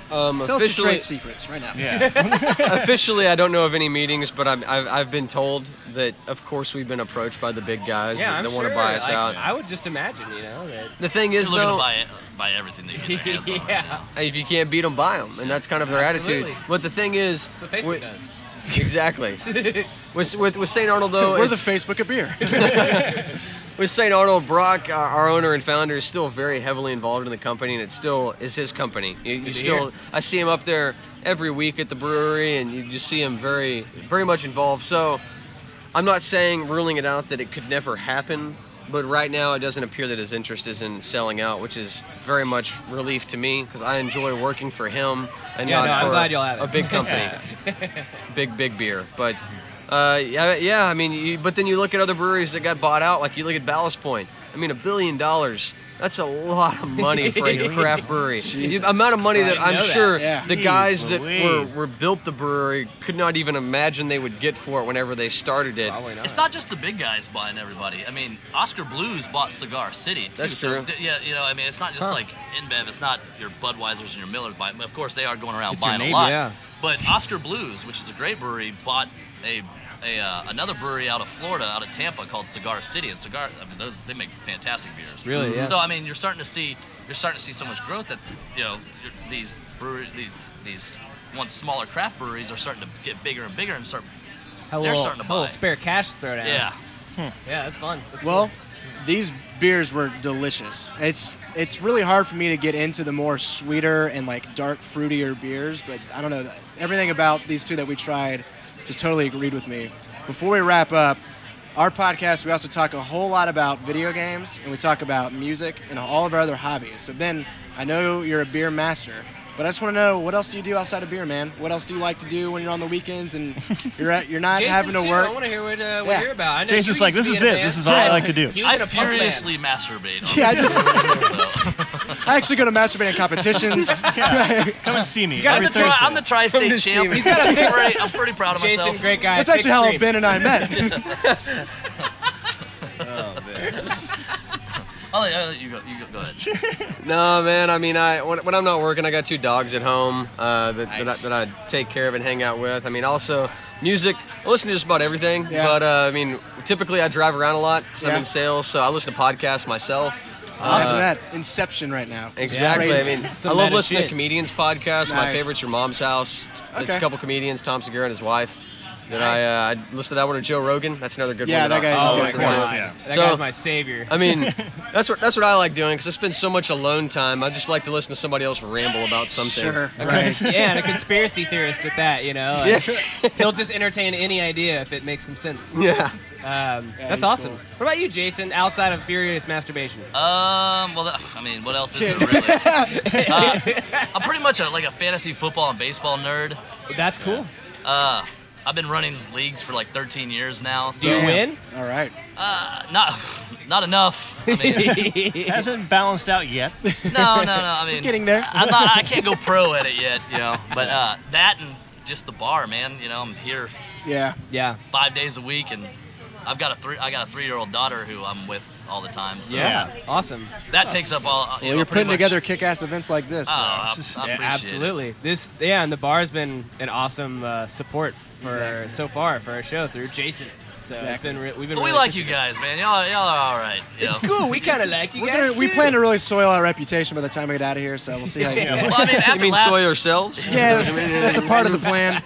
Speaker 6: Um,
Speaker 3: Tell us your
Speaker 6: officially,
Speaker 3: trade secrets right now.
Speaker 4: Yeah.
Speaker 6: officially, I don't know of any meetings, but I'm, I've, I've been told that, of course, we've been approached by the big guys
Speaker 1: yeah,
Speaker 6: that,
Speaker 1: I'm
Speaker 6: that
Speaker 1: sure.
Speaker 6: want to buy us
Speaker 1: like,
Speaker 6: out.
Speaker 1: I would just imagine, you know, that
Speaker 6: the thing
Speaker 5: They're
Speaker 6: is,
Speaker 5: looking to
Speaker 6: though,
Speaker 5: buy, it- buy everything they can get their hands on.
Speaker 1: yeah.
Speaker 6: if you can't beat them, buy them, and that's kind of their attitude.
Speaker 1: Absolutely.
Speaker 6: But the thing is,
Speaker 1: That's what Facebook
Speaker 6: with-
Speaker 1: does.
Speaker 6: exactly. with with, with St. Arnold though,
Speaker 3: We're the
Speaker 6: it's-
Speaker 3: Facebook of beer.
Speaker 6: With St. Arnold, Brock, our, our owner and founder, is still very heavily involved in the company, and it still is his company. You, you
Speaker 1: to
Speaker 6: still,
Speaker 1: hear.
Speaker 6: I see him up there every week at the brewery, and you, you see him very, very much involved. So, I'm not saying ruling it out that it could never happen, but right now it doesn't appear that his interest is in selling out, which is very much relief to me because I enjoy working for him and
Speaker 1: Yeah,
Speaker 6: not
Speaker 1: no, I'm
Speaker 6: for
Speaker 1: glad y'all have
Speaker 6: a
Speaker 1: it.
Speaker 6: big company, big big beer, but. Uh, yeah, yeah. I mean, you, but then you look at other breweries that got bought out. Like you look at Ballast Point. I mean, a billion dollars. That's a lot of money for a craft brewery.
Speaker 3: Jesus
Speaker 6: the amount of money that
Speaker 1: Christ.
Speaker 6: I'm
Speaker 1: Know that.
Speaker 6: sure
Speaker 3: Yeah.
Speaker 6: the
Speaker 4: Jeez
Speaker 6: guys that
Speaker 4: Louise.
Speaker 6: were, were built the brewery could not even imagine they would get for it whenever they started it.
Speaker 1: Probably not.
Speaker 5: It's not just the big guys buying everybody. I mean, Oscar Blues bought Cigar City too.
Speaker 6: That's
Speaker 5: so
Speaker 6: true.
Speaker 5: d- yeah, you know, I mean, it's not just like InBev. It's not your Budweisers and your Millers buying. Of course, they are going around
Speaker 4: It's your
Speaker 5: buying
Speaker 4: neighbor,
Speaker 5: a lot.
Speaker 9: yeah.
Speaker 5: But Oscar Blues, which is a great brewery, bought a, a uh, another brewery out of Florida, out of Tampa, called Cigar City. And Cigar, I mean, those they make fantastic beers.
Speaker 9: Really,
Speaker 1: Mm-hmm.
Speaker 9: yeah.
Speaker 5: So I mean, you're starting to see you're starting to see so much growth that you know you're- these brewery these these once smaller craft breweries are starting to get bigger and bigger and start.
Speaker 1: a
Speaker 5: They're
Speaker 1: little,
Speaker 5: starting to
Speaker 1: a little
Speaker 5: buy.
Speaker 1: spare cash throw down.
Speaker 5: Yeah.
Speaker 1: yeah, that's fun. That's
Speaker 3: Well, these beers were delicious. It's it's really hard for me to get into the more sweeter and like dark fruitier beers, but I don't know everything about these two that we tried just totally agreed with me. Before we wrap up, our podcast we also talk a whole lot about video games and we talk about music and all of our other hobbies. So Ben, I know you're a beer master. But I just want to know what else do you do outside of beer, man? What else do you like to do when you're on the weekends and you're at, you're not
Speaker 1: Jason,
Speaker 3: having to
Speaker 1: too,
Speaker 3: work?
Speaker 1: I want to hear what, uh, what
Speaker 3: Yeah.
Speaker 1: you're about. I know
Speaker 4: Jason's
Speaker 1: you
Speaker 4: like,
Speaker 1: used to
Speaker 4: "This
Speaker 1: be in
Speaker 4: is
Speaker 1: a
Speaker 4: it.
Speaker 1: band."
Speaker 4: This is all I like to do."
Speaker 1: He was
Speaker 5: I
Speaker 1: in a punk band.
Speaker 5: furiously masturbate. On
Speaker 3: Yeah, I
Speaker 5: the-
Speaker 3: just
Speaker 5: so.
Speaker 3: I actually go to masturbating competitions.
Speaker 4: Come and see me.
Speaker 1: got
Speaker 5: I'm
Speaker 4: every
Speaker 5: the, tri- I'm the
Speaker 1: From
Speaker 5: tri-state
Speaker 1: the
Speaker 5: champ.
Speaker 1: semen. He's
Speaker 5: I'm pretty, I'm pretty proud of myself.
Speaker 1: Jason, great guy.
Speaker 3: That's actually
Speaker 1: Big
Speaker 3: how
Speaker 1: stream.
Speaker 3: Ben and I met.
Speaker 5: I'll let- I'll let Oh, you go. You go, go ahead.
Speaker 6: No, man. I mean, I when, when I'm not working, I got two dogs at home uh, that,
Speaker 3: Nice.
Speaker 6: that, I, that I take care of and hang out with. I mean, also music. I listen to just about everything.
Speaker 3: Yeah.
Speaker 6: But uh, I mean, typically I drive around a lot because I'm
Speaker 3: Yeah.
Speaker 6: in sales, so I listen to podcasts myself. Uh,
Speaker 3: Listen to that Inception right now.
Speaker 6: Exactly. I
Speaker 3: Crazy.
Speaker 6: mean,
Speaker 1: Some
Speaker 6: I love
Speaker 1: meta
Speaker 6: listening to
Speaker 1: shit.
Speaker 6: comedians' podcasts. My
Speaker 3: Nice.
Speaker 6: favorite's Your Mom's House. It's, it's
Speaker 3: Okay.
Speaker 6: a couple comedians, Tom Segura and his wife. Then I, uh, I listen to that one with Joe Rogan. That's another good
Speaker 3: Yeah,
Speaker 6: one.
Speaker 3: that guy
Speaker 6: I,
Speaker 3: is
Speaker 6: I
Speaker 4: Oh,
Speaker 3: good.
Speaker 4: of
Speaker 6: listen
Speaker 4: course,
Speaker 6: to.
Speaker 4: yeah.
Speaker 1: That
Speaker 6: So-
Speaker 1: guy's my savior.
Speaker 6: I mean, that's what that's what I like doing because I spend so much alone time. I just like to listen to somebody else ramble about something.
Speaker 3: Sure.
Speaker 6: I
Speaker 3: Right.
Speaker 1: yeah, and a conspiracy theorist at that, you know. Like, He'll just entertain any idea if it makes some sense. Um,
Speaker 6: Yeah.
Speaker 1: that's
Speaker 3: he's
Speaker 1: awesome.
Speaker 3: cool.
Speaker 1: What about you, Jason, outside of furious masturbation?
Speaker 5: Um, well, that- I mean, what else is there really? Uh, I'm pretty much a, like a fantasy football and baseball nerd. Uh,
Speaker 1: that's cool.
Speaker 5: I've been running leagues for like 13 years now. So Uh,
Speaker 1: Do
Speaker 3: Damn.
Speaker 1: you win?
Speaker 3: All right.
Speaker 5: not, not enough. I mean,
Speaker 4: It hasn't balanced out yet.
Speaker 5: no, no, no. I mean,
Speaker 3: Getting there.
Speaker 5: I'm not, I can't go pro at it yet, you know. But uh, that and just the bar, man. You know, I'm here
Speaker 3: Yeah.
Speaker 1: yeah.
Speaker 5: five days a week, and I've got a three. I got a three-year-old daughter who I'm with all the time. So
Speaker 1: Yeah.
Speaker 4: Yeah.
Speaker 1: Awesome.
Speaker 5: that takes up all. you
Speaker 3: Well,
Speaker 5: know,
Speaker 3: you're
Speaker 5: pretty
Speaker 3: putting
Speaker 5: much-
Speaker 3: together kick-ass events like this.
Speaker 5: Oh,
Speaker 3: so.
Speaker 5: I, I
Speaker 4: just-
Speaker 5: appreciate it.
Speaker 1: Absolutely. This yeah, and the bar's been an awesome uh, support for
Speaker 3: Exactly.
Speaker 1: so far for our show through Jason. So it's
Speaker 3: Exactly.
Speaker 1: been re- we've been
Speaker 5: But we
Speaker 1: really
Speaker 5: like you guys, man. Y'all, y'all are all right. You know?
Speaker 1: appreciative. Cool. We kind of like you
Speaker 3: We're
Speaker 1: guys.
Speaker 3: gonna, we
Speaker 1: too.
Speaker 3: plan to really soil our reputation by the time we get out of here, so we'll see how you
Speaker 4: Yeah.
Speaker 3: go.
Speaker 5: Well, I mean,
Speaker 6: You
Speaker 5: after,
Speaker 6: mean
Speaker 5: last,
Speaker 6: soy ourselves?
Speaker 3: Yeah, that's a part of the plan.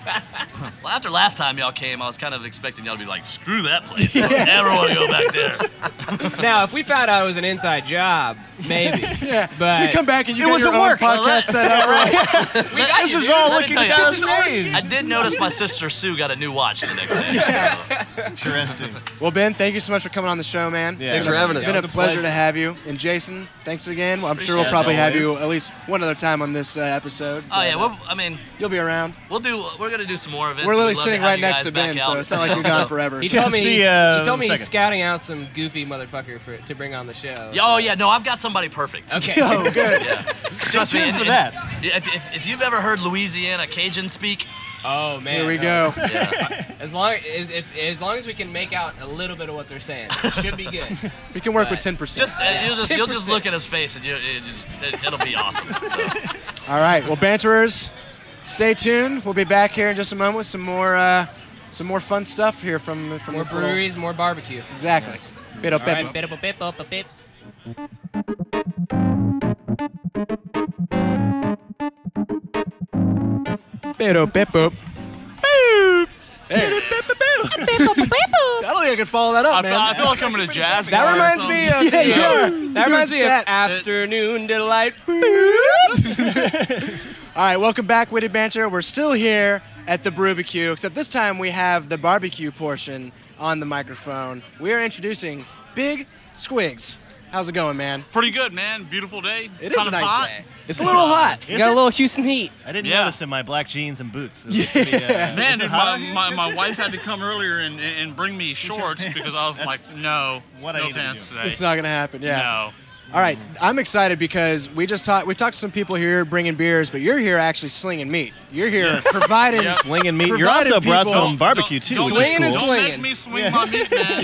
Speaker 5: well, after last time y'all came, I was kind of expecting y'all to be like, screw that place. I don't ever want to go back there.
Speaker 1: Now, if we found out it was an inside job, maybe.
Speaker 3: Yeah,
Speaker 1: But-
Speaker 3: you come back and you got
Speaker 6: wasn't
Speaker 3: your own
Speaker 6: working.
Speaker 3: podcast set up. Right?
Speaker 5: We got
Speaker 4: This
Speaker 5: you,
Speaker 4: is
Speaker 5: dude.
Speaker 4: all
Speaker 5: Let me
Speaker 4: looking
Speaker 5: tell you,
Speaker 4: down
Speaker 5: I-
Speaker 4: stream.
Speaker 5: I did notice my sister Sue got a new watch the next day.
Speaker 4: Interesting.
Speaker 3: Well, Ben, thank you so much for coming on the show, man. It's
Speaker 6: Thanks
Speaker 3: been
Speaker 6: for
Speaker 3: a-
Speaker 6: having us.
Speaker 3: It's been
Speaker 6: That
Speaker 3: a
Speaker 6: was a
Speaker 3: pleasure to have you. And Jason, thanks again. Well, I'm sure we'll
Speaker 5: Appreciate it,
Speaker 3: probably
Speaker 4: as
Speaker 3: have
Speaker 4: always.
Speaker 3: you at least one other time on this uh, episode.
Speaker 5: Oh yeah,
Speaker 3: but, uh,
Speaker 5: well, I mean,
Speaker 3: you'll be around.
Speaker 5: we'll do. We're gonna do some more events.
Speaker 3: We're
Speaker 5: We'd
Speaker 3: literally
Speaker 5: love
Speaker 3: sitting
Speaker 5: have
Speaker 3: right
Speaker 5: you
Speaker 3: next
Speaker 5: guys
Speaker 3: to Ben,
Speaker 5: back
Speaker 3: so
Speaker 5: out.
Speaker 3: it's not like you're gone forever.
Speaker 1: He told me
Speaker 4: See,
Speaker 1: he's,
Speaker 4: uh,
Speaker 1: he told me
Speaker 4: in a
Speaker 1: he's
Speaker 4: second.
Speaker 1: scouting out some goofy motherfucker for to bring on the show.
Speaker 5: Oh yeah, no, I've got somebody perfect.
Speaker 1: Okay.
Speaker 3: Oh, good.
Speaker 5: Trust
Speaker 4: tuned
Speaker 5: and-
Speaker 4: for
Speaker 5: and-
Speaker 4: that.
Speaker 5: If, if, if you've ever heard Louisiana Cajun speak,
Speaker 1: Oh man.
Speaker 3: Here we
Speaker 1: no.
Speaker 3: go.
Speaker 1: As long as if, as long as we can make out a little bit of what they're saying, it should be good.
Speaker 3: We can work with
Speaker 1: Right.
Speaker 3: ten percent.
Speaker 5: just uh, you'll just you'll just look at his face and you, it just, it, it'll be awesome. So.
Speaker 3: All right. Well, banterers, stay tuned. We'll be back here in just a moment with some more, uh, some more fun stuff here from from
Speaker 10: More
Speaker 3: this little-
Speaker 10: breweries, more barbecue.
Speaker 3: Exactly. Pero
Speaker 10: All
Speaker 3: Pepo.
Speaker 10: right, bip, bip, bip, bip, bip.
Speaker 3: Pero Pepo. Boop. There it is. I don't think I can follow that
Speaker 11: I
Speaker 3: up,
Speaker 11: feel, I
Speaker 3: man.
Speaker 11: feel like I'm in a jazz.
Speaker 1: That reminds me of
Speaker 3: Yeah, you are.
Speaker 1: that reminds me of
Speaker 3: scat.
Speaker 1: afternoon delight.
Speaker 3: All right, welcome back, Witty Banter. We're still here at the Brewbecue, except this time we have the barbecue portion on the microphone. We are introducing Big Squigs. How's it going, man?
Speaker 11: Pretty good, man. Beautiful day.
Speaker 3: It is
Speaker 11: Kinda
Speaker 3: a nice
Speaker 11: hot.
Speaker 3: day.
Speaker 1: It's a little hot. You
Speaker 4: Is
Speaker 1: got a
Speaker 4: it?
Speaker 1: little Houston heat.
Speaker 4: I didn't
Speaker 11: Yeah.
Speaker 4: notice in my black jeans and boots. It was pretty, uh,
Speaker 11: Man,
Speaker 4: is it
Speaker 11: dude,
Speaker 4: hot
Speaker 11: my,
Speaker 4: out here?
Speaker 11: my, my wife had to come earlier and, and bring me shorts because I was like, no,
Speaker 4: what I
Speaker 11: no
Speaker 4: need to
Speaker 11: pants
Speaker 4: do.
Speaker 11: today.
Speaker 3: It's not going to happen, yeah.
Speaker 11: No.
Speaker 3: All right, I'm excited because we just talked. We talked to some people here bringing beers, but you're here actually slinging meat. You're here providing.
Speaker 4: Slinging meat. You're
Speaker 3: Provided
Speaker 4: also brought
Speaker 3: people-
Speaker 4: some barbecue too,
Speaker 11: Don't,
Speaker 4: which is
Speaker 1: Swinging and
Speaker 4: cool.
Speaker 11: don't
Speaker 1: Swinging.
Speaker 11: make me swing my meat, man.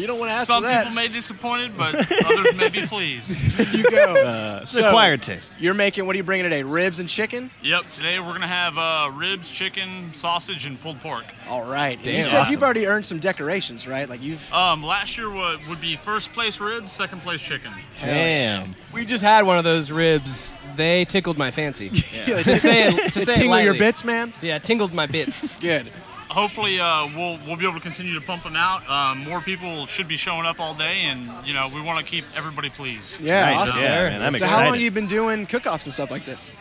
Speaker 3: you don't want to ask
Speaker 11: Some
Speaker 3: for that.
Speaker 11: people may be disappointed, but others may be pleased.
Speaker 3: you go.
Speaker 4: Uh, It's acquired taste.
Speaker 3: You're making. What are you bringing today? Ribs and chicken.
Speaker 11: Yep, today we're gonna have uh, ribs, chicken, sausage, and pulled pork.
Speaker 3: All right.
Speaker 4: Damn.
Speaker 3: you said
Speaker 4: Awesome.
Speaker 3: you've already earned some decorations, right? Like you've.
Speaker 11: Um, last year would, would be first place ribs, second place chicken.
Speaker 4: Damn.
Speaker 1: We just had one of those ribs. They tickled my fancy.
Speaker 3: Yeah.
Speaker 1: to say it, to say it
Speaker 3: tingle your
Speaker 1: lightly.
Speaker 3: bits, man.
Speaker 1: Yeah, tingled my bits.
Speaker 3: Good.
Speaker 11: Hopefully, uh, we'll we'll be able to continue to pump them out. Um, more people should be showing up all day, and you know we want to keep everybody pleased.
Speaker 3: Yeah.
Speaker 4: Nice.
Speaker 3: Awesome.
Speaker 4: Yeah, man, I'm
Speaker 3: so
Speaker 4: excited.
Speaker 3: how long have you been doing cook-offs and stuff like this?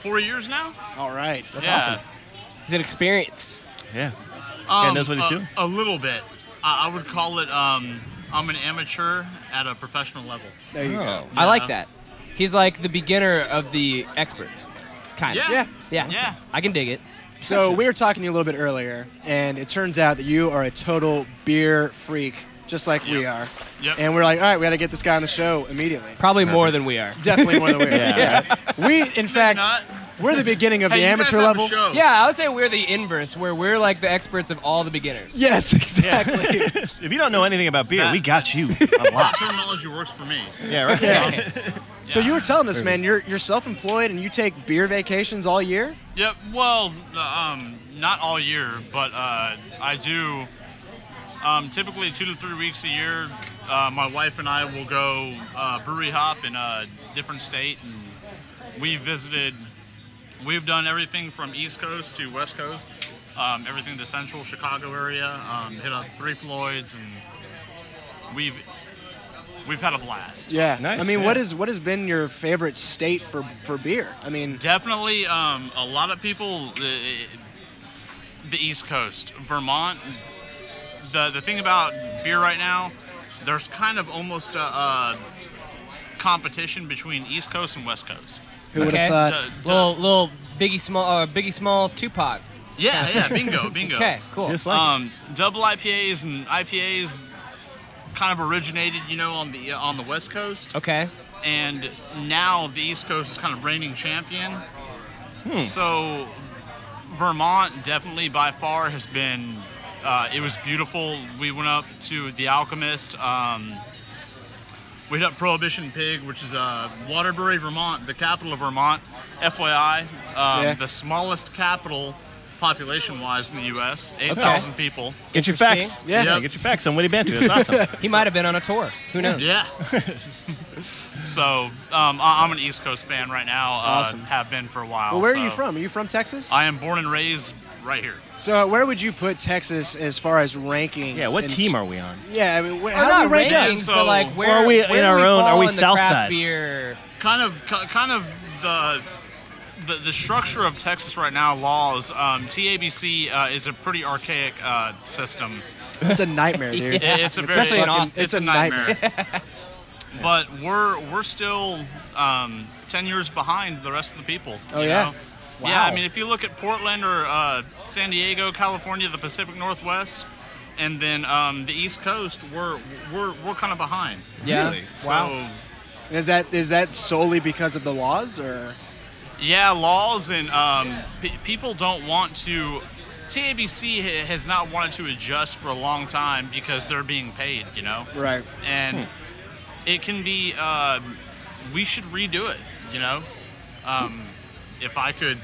Speaker 11: Four years now.
Speaker 3: All right.
Speaker 11: That's yeah. awesome.
Speaker 1: He's inexperienced.
Speaker 4: yeah.
Speaker 11: Um,
Speaker 4: knows what he's
Speaker 11: a,
Speaker 4: doing.
Speaker 11: A little bit. I, I would call it. Um, I'm an amateur at a professional level.
Speaker 3: There you
Speaker 11: Oh.
Speaker 3: go.
Speaker 1: I like that. He's like the beginner of the experts. Kind of.
Speaker 11: Yeah.
Speaker 1: Yeah.
Speaker 11: Yeah.
Speaker 1: I can dig it.
Speaker 3: So we were talking to you a little bit earlier, and it turns out that you are a total beer freak, just like we
Speaker 11: Yep.
Speaker 3: are.
Speaker 11: Yep.
Speaker 3: And we're like, all right, we got to get this guy on the show immediately.
Speaker 1: Probably more than we are.
Speaker 3: Definitely more than we are.
Speaker 4: Yeah.
Speaker 3: Yeah. We, in fact,
Speaker 11: not.
Speaker 3: we're the beginning of the
Speaker 11: you guys
Speaker 3: amateur
Speaker 11: have a
Speaker 3: level.
Speaker 11: show.
Speaker 1: Yeah, I would say we're the inverse, where we're like the experts of all the beginners.
Speaker 3: Yes, exactly.
Speaker 4: If you don't know anything about beer,
Speaker 11: That-
Speaker 4: we got you a lot.
Speaker 11: Terminology works for me.
Speaker 4: yeah, right.
Speaker 3: So you were telling us, man, you're you're self-employed and you take beer vacations all year.
Speaker 11: Yep. Well, um, not all year, but uh, I do. Um, typically, two to three weeks a year, uh, my wife and I will go uh, brewery hop in a different state, and we visited. We've done everything from East Coast to West Coast, um, everything to Central Chicago area. Um, hit up Three Floyds, and we've we've had a blast.
Speaker 3: Yeah.
Speaker 4: Nice,
Speaker 3: I mean, what
Speaker 4: yeah.
Speaker 3: is what has been your favorite state for for beer? I mean,
Speaker 11: Definitely, um, a lot of people, the, the East Coast, Vermont. The the thing about beer right now, there's kind of almost a, a competition between East Coast and West Coast. Uh,
Speaker 3: who would
Speaker 1: Okay.
Speaker 3: have thought?
Speaker 11: The- the-
Speaker 1: Little little Biggie Small or Biggie Smalls Tupac.
Speaker 11: yeah, yeah, bingo, bingo.
Speaker 1: Okay, cool.
Speaker 4: Just like
Speaker 11: Um, double IPAs and IPAs kind of originated, you know, on the uh, on the West Coast.
Speaker 1: Okay.
Speaker 11: and now the East Coast is kind of reigning champion.
Speaker 4: Hmm.
Speaker 11: So Vermont definitely by far has been. Uh, it was beautiful. We went up to the Alchemist. Um, we hit up Prohibition Pig, which is uh, Waterbury, Vermont, the capital of Vermont. FYI, um,
Speaker 3: Yeah.
Speaker 11: the smallest capital population-wise in the U.S. Eight thousand people.
Speaker 4: get your facts.
Speaker 3: Yeah.
Speaker 4: Get your facts on Witty Banter. That's awesome.
Speaker 1: He might have been on a tour. Who knows?
Speaker 11: Yeah. so um, I- I'm an East Coast fan right now. Uh,
Speaker 3: Awesome.
Speaker 11: Have been for a while.
Speaker 3: Well, where are
Speaker 11: so-
Speaker 3: you from? Are you from Texas?
Speaker 11: I am born and raised right here.
Speaker 3: so where would you put Texas as far as rankings?
Speaker 4: Yeah, what
Speaker 3: and-
Speaker 4: team are we on?
Speaker 3: Yeah, I mean, wh-
Speaker 1: Or
Speaker 3: how do
Speaker 1: not
Speaker 3: we rank
Speaker 11: ranked.
Speaker 3: up?
Speaker 1: ratings,
Speaker 11: Yeah,
Speaker 1: but
Speaker 11: so-
Speaker 1: like where,
Speaker 4: Or are we
Speaker 1: where
Speaker 4: in
Speaker 1: do
Speaker 4: our
Speaker 1: we
Speaker 4: own-
Speaker 1: fall
Speaker 4: are we
Speaker 1: in the
Speaker 4: south
Speaker 1: craft
Speaker 4: side?
Speaker 1: Beer.
Speaker 11: Kind of, ki- kind of the. The, the structure of Texas right now laws um, TABC uh, is a pretty archaic uh, system.
Speaker 3: It's a nightmare, dude.
Speaker 11: It- it's a very,
Speaker 1: Especially in
Speaker 11: fucking-
Speaker 1: Austin.
Speaker 11: It's, a nightmare. but we're we're still um, ten years behind the rest of the people.
Speaker 3: Oh,
Speaker 11: you
Speaker 3: yeah?
Speaker 11: know? Yeah, I
Speaker 1: Wow.
Speaker 11: mean, if you look at Portland or uh, San Diego, California, the Pacific Northwest, and then um, the East Coast, we're we're we're kind of behind.
Speaker 1: Yeah.
Speaker 12: Really?
Speaker 1: Wow.
Speaker 11: So,
Speaker 3: Is that is that solely because of the laws, or
Speaker 11: Yeah, laws and um, p- people don't want to. TABC ha- has not wanted to adjust for a long time because they're being paid, you know,
Speaker 3: right?
Speaker 11: and it can be. Uh, we should redo it, you know. Um, if I could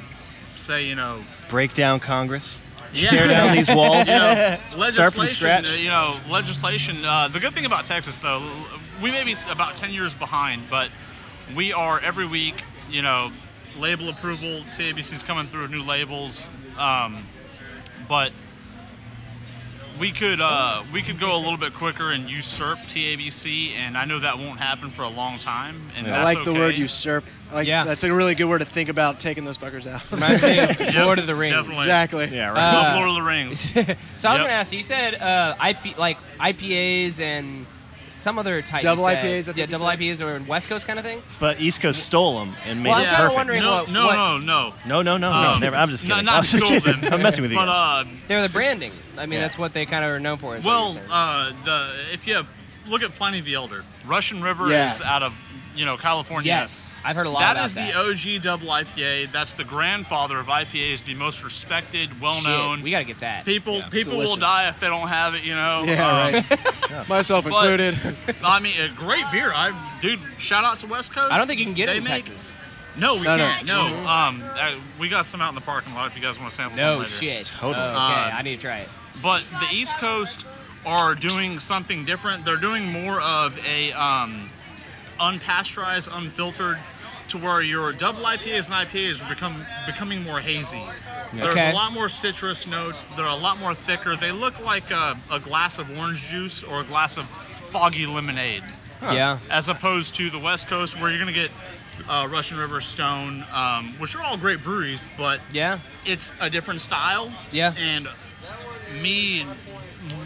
Speaker 11: say, you know,
Speaker 4: Break down Congress.
Speaker 11: yeah,
Speaker 4: Tear down these walls.
Speaker 11: you know,
Speaker 4: Start from
Speaker 11: legislation.
Speaker 4: scratch.
Speaker 11: uh, You know, legislation. Uh, the good thing about Texas, though, l- we may be about ten years behind, but we are every week. You know, label approval. CABC's coming through with new labels, um, but we could uh, we could go a little bit quicker and usurp TABC, and I know that won't happen for a long time. And
Speaker 4: Yeah.
Speaker 3: I
Speaker 11: that's
Speaker 3: like the
Speaker 11: okay.
Speaker 3: word usurp. I Like
Speaker 2: Yeah.
Speaker 3: that's a really good word to think about taking those fuckers out.
Speaker 2: Reminds me of
Speaker 11: Yep,
Speaker 2: Lord of the Rings.
Speaker 11: definitely.
Speaker 3: exactly. Um,
Speaker 4: Yeah, right.
Speaker 11: Love Lord of the Rings.
Speaker 2: Uh, So I was
Speaker 11: Yep.
Speaker 2: gonna ask you. You said uh, IP, like IPAs and some other type. you
Speaker 3: Double
Speaker 2: said.
Speaker 3: IPAs, I think
Speaker 2: yeah,
Speaker 3: you
Speaker 2: double
Speaker 3: said.
Speaker 2: IPAs or West Coast kind of thing.
Speaker 4: But East Coast stole them and made
Speaker 2: Well,
Speaker 4: it
Speaker 2: I'm kinda
Speaker 4: perfect.
Speaker 2: wondering
Speaker 11: no,
Speaker 2: what,
Speaker 11: no,
Speaker 2: what
Speaker 11: no, no.
Speaker 4: No, no, no, no.
Speaker 1: Oh.
Speaker 11: Um,
Speaker 4: Never. I'm just
Speaker 11: no,
Speaker 4: kidding.
Speaker 11: not
Speaker 4: I'm just
Speaker 11: stole
Speaker 4: kidding.
Speaker 11: them.
Speaker 4: I'm messing with you.
Speaker 11: But
Speaker 4: guys.
Speaker 11: uh,
Speaker 2: they're the branding. I mean,
Speaker 4: Yeah.
Speaker 2: that's what they kind of are known for. is what you're
Speaker 11: well,
Speaker 2: saying.
Speaker 11: uh, the if you look at Pliny the Elder, Russian River
Speaker 3: Yeah.
Speaker 11: is out of you know California.
Speaker 2: yes, I've heard a lot
Speaker 11: That
Speaker 2: about
Speaker 11: is
Speaker 2: that.
Speaker 11: the OG double IPA. That's the grandfather of IPAs, the most respected,
Speaker 2: Shit,
Speaker 11: well-known.
Speaker 2: We gotta get that.
Speaker 11: people people will
Speaker 3: delicious.
Speaker 11: die if they don't have it, you know. Um,
Speaker 3: Yeah, right. Myself
Speaker 11: but-
Speaker 3: included.
Speaker 11: I mean, a great beer. I dude, shout out to West Coast.
Speaker 2: I don't think you can get
Speaker 11: They
Speaker 2: it in
Speaker 11: make-
Speaker 2: Texas.
Speaker 11: No, we
Speaker 3: No, no.
Speaker 11: can't. No, um, uh, we got some out in the parking lot. If you guys want to sample some
Speaker 2: No
Speaker 11: later.
Speaker 2: shit.
Speaker 4: Totally.
Speaker 2: Oh, okay,
Speaker 11: Um,
Speaker 2: I need to try it.
Speaker 11: But the East Coast are doing something different. They're doing more of a um, unpasteurized, unfiltered, to where your double IPAs and IPAs are become becoming more hazy. There's
Speaker 2: Okay.
Speaker 11: a lot more citrus notes. They're a lot more thicker. They look like a, a glass of orange juice or a glass of foggy lemonade,
Speaker 2: Yeah.
Speaker 11: as opposed to the West Coast where you're gonna get uh, Russian River Stone, um, which are all great breweries, but
Speaker 2: Yeah.
Speaker 11: it's a different style.
Speaker 2: Yeah.
Speaker 11: And me,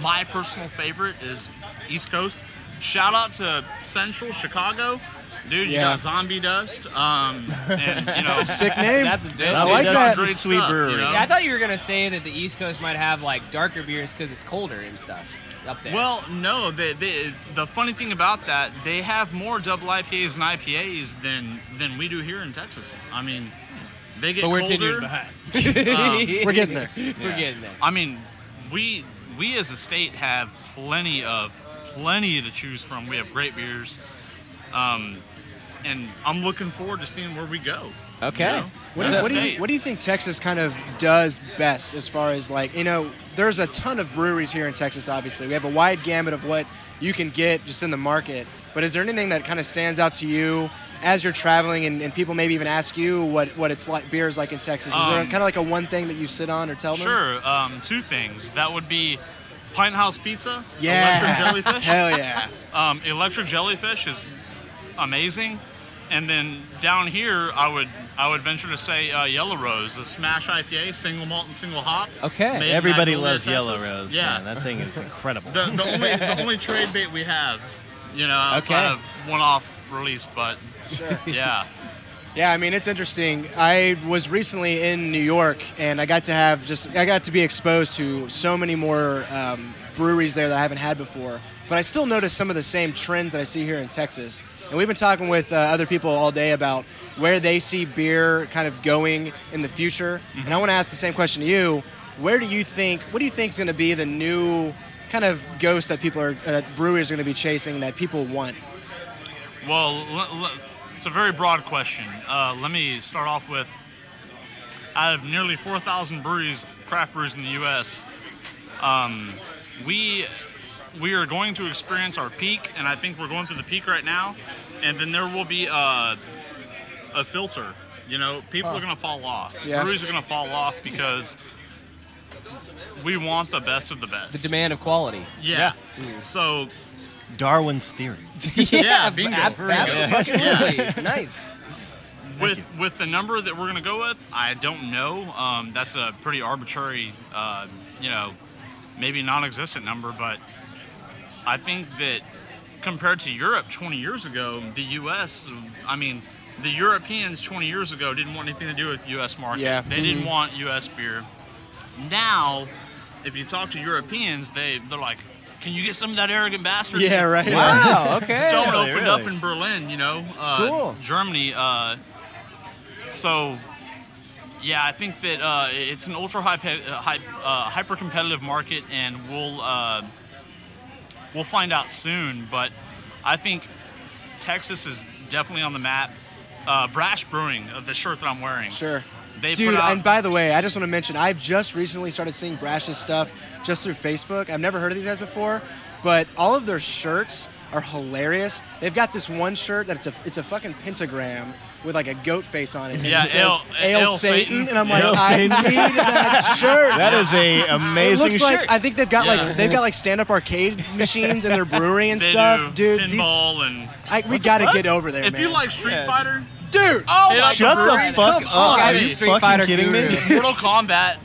Speaker 11: my personal favorite is East Coast. Shout out to Central Chicago, dude. You
Speaker 3: Yeah.
Speaker 11: got Zombie Dust. Um, and you know,
Speaker 3: That's a sick name.
Speaker 2: That's a dope.
Speaker 3: I like
Speaker 4: That's
Speaker 3: that.
Speaker 4: a
Speaker 11: Great
Speaker 4: Sweet
Speaker 11: stuff,
Speaker 4: brewery.
Speaker 11: you know?
Speaker 2: Yeah, I thought you were gonna say that the East Coast might have like darker beers because it's colder and stuff up there.
Speaker 11: well, no. They, they, the funny thing about that, they have more double IPAs and IPAs than than we do here in Texas. I mean, they get
Speaker 2: but we're
Speaker 11: colder. Um,
Speaker 2: ten years behind.
Speaker 3: We're getting there.
Speaker 2: We're getting there.
Speaker 11: I mean, we we as a state have plenty of plenty to choose from. We have great beers, um, and I'm looking forward to seeing where we go.
Speaker 2: Okay.
Speaker 11: you know?
Speaker 3: What
Speaker 11: As a
Speaker 3: do, you, what, do you,
Speaker 11: state.
Speaker 3: what do you think Texas kind of does best as far as like, you know, there's a ton of breweries here in Texas, obviously. We have a wide gamut of what you can get just in the market. But is there anything that kind of stands out to you as you're traveling and, and people maybe even ask you what, what it's like, beer is like in Texas? Is there
Speaker 11: Um,
Speaker 3: kind of like a one thing that you sit on or tell them?
Speaker 11: Sure. Um, two things. That would be Pint House Pizza.
Speaker 3: Yeah.
Speaker 11: Electric Jellyfish.
Speaker 3: Hell yeah.
Speaker 11: Um, electric jellyfish is amazing, and then down here, I would I would venture to say uh, Yellow Rose, the Smash IPA, single malt and single hop.
Speaker 2: Okay.
Speaker 11: made in
Speaker 4: Everybody
Speaker 11: Magnolia,
Speaker 4: loves Yellow
Speaker 11: Texas.
Speaker 4: Rose.
Speaker 11: Yeah,
Speaker 4: Man. That thing is incredible.
Speaker 11: the, the only the only trade bait we have, you know, outside
Speaker 2: Okay.
Speaker 11: of one off release, but yeah,
Speaker 3: Yeah, I mean it's interesting. I was recently in New York, and I got to have just I got to be exposed to so many more um, breweries there that I haven't had before. But I still notice some of the same trends that I see here in Texas. And we've been talking with uh, other people all day about where they see beer kind of going in the future. And I want to ask the same question to you: Where do you think? What do you think is going to be the new kind of ghost that people are that breweries are going to be chasing that people want?
Speaker 11: well, l- l- it's a very broad question. Uh, let me start off with out of nearly 4,000 breweries, craft breweries in the U.S., um, we we are going to experience our peak, and I think we're going through the peak right now. And then there will be a, a filter. You know, people are going to fall off.
Speaker 3: Yeah.
Speaker 11: Breweries are going to fall off because we want the best of the best.
Speaker 2: The demand of quality.
Speaker 11: Yeah. So
Speaker 4: Darwin's theory.
Speaker 2: yeah,
Speaker 11: bingo.
Speaker 2: ab-
Speaker 11: Bingo.
Speaker 2: absolutely. nice.
Speaker 11: with with the number that we're gonna go with, I don't know. Um, that's a pretty arbitrary, uh, you know, maybe non-existent number. But I think that compared to Europe 20 years ago, the U.S. I mean, the Europeans 20 years ago didn't want anything to do with U.S. market.
Speaker 3: Yeah.
Speaker 11: They
Speaker 2: Mm-hmm.
Speaker 11: didn't want U.S. beer. Now, if you talk to Europeans, they they're like, "Can you get some of that arrogant bastard?"
Speaker 3: Yeah, right.
Speaker 2: Wow. Okay.
Speaker 11: Stone
Speaker 4: Really,
Speaker 11: opened
Speaker 4: really.
Speaker 11: up in Berlin, you know, uh,
Speaker 2: Cool.
Speaker 11: Germany. Uh, so, yeah, I think that uh, it's an ultra high, pe- uh, high uh, hyper competitive market, and we'll uh, we'll find out soon. But I think Texas is definitely on the map. uh, Brash Brewing, uh, the shirt that I'm wearing.
Speaker 3: Sure.
Speaker 11: They
Speaker 3: Dude,
Speaker 11: put out.
Speaker 3: and by the way, I just want to mention I've just recently started seeing Brash's stuff just through Facebook. I've never heard of these guys before, but all of their shirts are hilarious. They've got this one shirt that it's a it's a fucking pentagram with like a goat face on it. And
Speaker 11: Yeah,
Speaker 3: it says,
Speaker 11: Ale-
Speaker 3: "Ale
Speaker 11: Ale
Speaker 3: Satan,"
Speaker 11: Satan.
Speaker 3: and I'm like,
Speaker 4: Ale
Speaker 3: I
Speaker 4: Satan.
Speaker 3: need that shirt.
Speaker 4: That is a amazing
Speaker 3: it looks
Speaker 4: shirt.
Speaker 3: like I think they've got
Speaker 11: Yeah.
Speaker 3: like they've got like stand up arcade machines in their brewery and
Speaker 11: they
Speaker 3: stuff,
Speaker 11: do
Speaker 3: dude. These,
Speaker 11: pinball and
Speaker 3: I, we got to
Speaker 4: fuck?
Speaker 3: get over there,
Speaker 11: if
Speaker 3: man.
Speaker 11: you like Street
Speaker 4: Yeah.
Speaker 11: Fighter,
Speaker 3: dude,
Speaker 11: oh my
Speaker 4: Shut the fuck up! Are you
Speaker 1: Street
Speaker 4: fucking
Speaker 1: Fighter
Speaker 4: kidding
Speaker 1: guru.
Speaker 4: me,
Speaker 5: Mortal Kombat.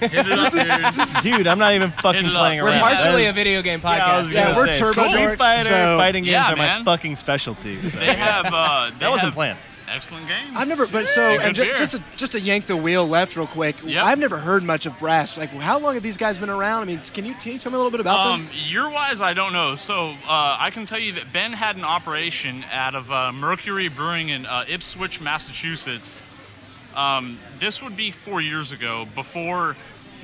Speaker 5: Hit it up, dude.
Speaker 4: dude? I'm not even fucking
Speaker 11: Hit it up.
Speaker 4: playing
Speaker 11: We're
Speaker 4: around.
Speaker 1: We're partially a
Speaker 4: That is-
Speaker 1: video game
Speaker 4: Yeah, I
Speaker 1: podcast.
Speaker 4: was
Speaker 3: Yeah,
Speaker 4: gonna
Speaker 3: we're
Speaker 4: say,
Speaker 3: turbo dorks,
Speaker 4: Street Fighter
Speaker 3: so-
Speaker 4: fighting games
Speaker 11: Yeah,
Speaker 4: are my
Speaker 11: man.
Speaker 4: fucking specialty. so-
Speaker 11: They have. Uh, they
Speaker 4: that wasn't
Speaker 11: have
Speaker 4: planned.
Speaker 11: Excellent game.
Speaker 3: I've never, but so
Speaker 11: Yeah, good
Speaker 3: and just
Speaker 11: beer.
Speaker 3: just to, just to yank the wheel left real quick.
Speaker 11: Yep.
Speaker 3: I've never heard much of Brash. Like, how long have these guys been around? I mean, can you, can you tell me a little bit about
Speaker 11: Um,
Speaker 3: them?
Speaker 11: year wise, I don't know. So uh, I can tell you that Ben had an operation out of uh, Mercury Brewing in uh, Ipswich, Massachusetts. Um, this would be four years ago, before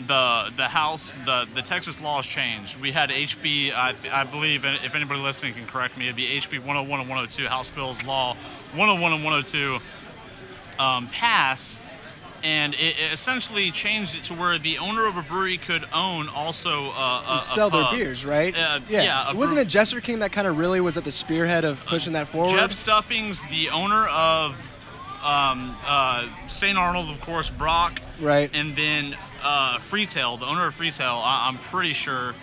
Speaker 11: the the house the the Texas laws changed. We had HB, I, I believe, and if anybody listening can correct me, it'd be HB 101 and 102, House Bills Law 101 and 102 um, pass and it, it essentially changed it to where the owner of a brewery could own also uh, a, a
Speaker 3: Sell their
Speaker 11: pub.
Speaker 3: beers, right?
Speaker 11: Uh, yeah, a
Speaker 3: Wasn't
Speaker 11: brew-
Speaker 3: it Jester King that kind of really was at the spearhead of pushing that forward?
Speaker 11: Jeff Stuffings, the owner of um, uh, St. Arnold, of course, Brock,
Speaker 3: Right.
Speaker 11: and then uh, Freetail, the owner of Freetail, I- I'm pretty sure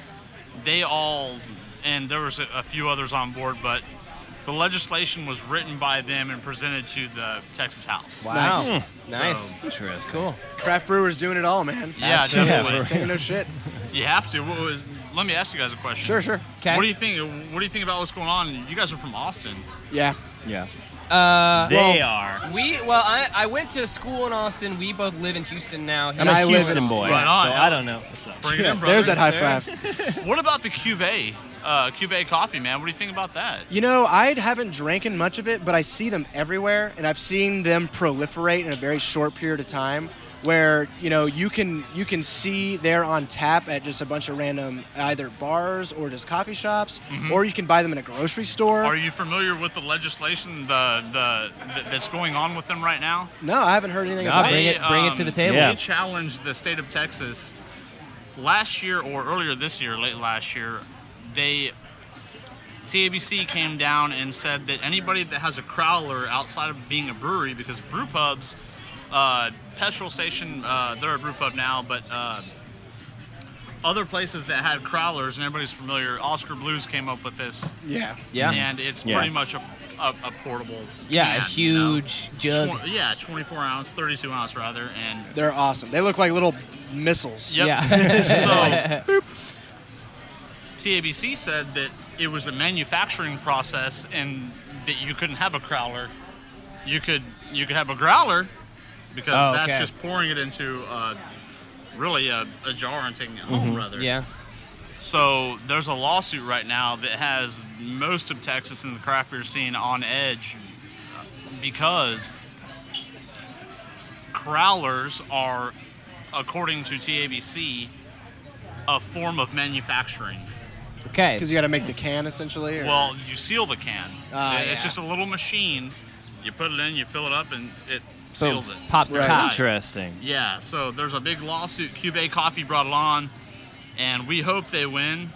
Speaker 11: they all, and there was a, a few others on board, but the legislation was written by them and presented to the Texas House.
Speaker 3: Nice.
Speaker 1: Wow. Hmm. Nice.
Speaker 4: Interesting.
Speaker 1: Cool.
Speaker 3: Craft brewers doing it all, man.
Speaker 11: Yeah, definitely.
Speaker 3: Taking no shit.
Speaker 11: You have to. What was, let me ask you guys a question.
Speaker 3: Sure, sure.
Speaker 1: Okay.
Speaker 11: What do you think? What do you think about what's going on? You guys are from Austin.
Speaker 3: Yeah.
Speaker 4: Yeah.
Speaker 1: Uh,
Speaker 4: They are.
Speaker 1: we
Speaker 2: Well, I, I went to school in Austin. We both live in Houston now.
Speaker 4: I'm
Speaker 3: And I
Speaker 4: a
Speaker 3: live
Speaker 4: Houston
Speaker 3: in-
Speaker 4: boy,
Speaker 11: Right on.
Speaker 4: so I don't know. Oh, What's up?
Speaker 11: Bring it in, brothers.
Speaker 3: There's that high five.
Speaker 11: What about the Cuvée? Uh, Cuvée coffee, man. What do you think about that?
Speaker 3: You know, I haven't drank in much of it, but I see them everywhere, and I've seen them proliferate in a very short period of time. Where you know you can you can see they're on tap at just a bunch of random either bars or just coffee shops, or you can buy them in a grocery store.
Speaker 11: Mm-hmm. Are you familiar with the legislation the, the th- that's going on with them right now?
Speaker 3: no, I haven't heard anything
Speaker 1: Nah,
Speaker 3: about
Speaker 1: bring
Speaker 3: it.
Speaker 1: it- bring it to the table.
Speaker 4: Yeah.
Speaker 11: They Um, challenged the state of Texas last year or earlier this year, late last year. They TABC came down and said that anybody that has a crowler outside of being a brewery, because brew pubs, uh, petrol station, uh, they're a brew pub now, but uh, other places that had crowlers, and everybody's familiar. Oscar Blues came up with this,
Speaker 3: Yeah,
Speaker 1: Yeah.
Speaker 11: and it's
Speaker 4: Yeah.
Speaker 11: pretty much a, a, a portable.
Speaker 1: yeah, a
Speaker 11: can, you know?
Speaker 1: huge jug.
Speaker 11: Twen- yeah, 24 ounce, 32 ounce rather, and
Speaker 3: they're awesome. They look like little missiles.
Speaker 11: Yep.
Speaker 1: Yeah.
Speaker 11: so TABC said that it was a manufacturing process and that you couldn't have a crowler. You could you could have a growler because
Speaker 1: Oh,
Speaker 11: that's
Speaker 1: okay.
Speaker 11: just pouring it into uh, really a, a jar and taking it
Speaker 2: Oh, Mm-hmm.
Speaker 11: home rather.
Speaker 1: Mm-hmm. yeah.
Speaker 11: So there's a lawsuit right now that has most of Texas and the craft beer scene on edge because crowlers are, according to TABC, a form of manufacturing.
Speaker 1: Okay.
Speaker 3: because you got to make the can essentially. Or,
Speaker 11: Well, you seal the can.
Speaker 3: Ah,
Speaker 11: it's
Speaker 3: yeah.
Speaker 11: just a little machine. You put it in, you fill it up, and it
Speaker 1: Boom.
Speaker 11: seals it.
Speaker 1: Pops the
Speaker 3: Right.
Speaker 1: top.
Speaker 4: Interesting.
Speaker 11: Yeah, so there's a big lawsuit Cube Coffee brought it on, and we hope they win.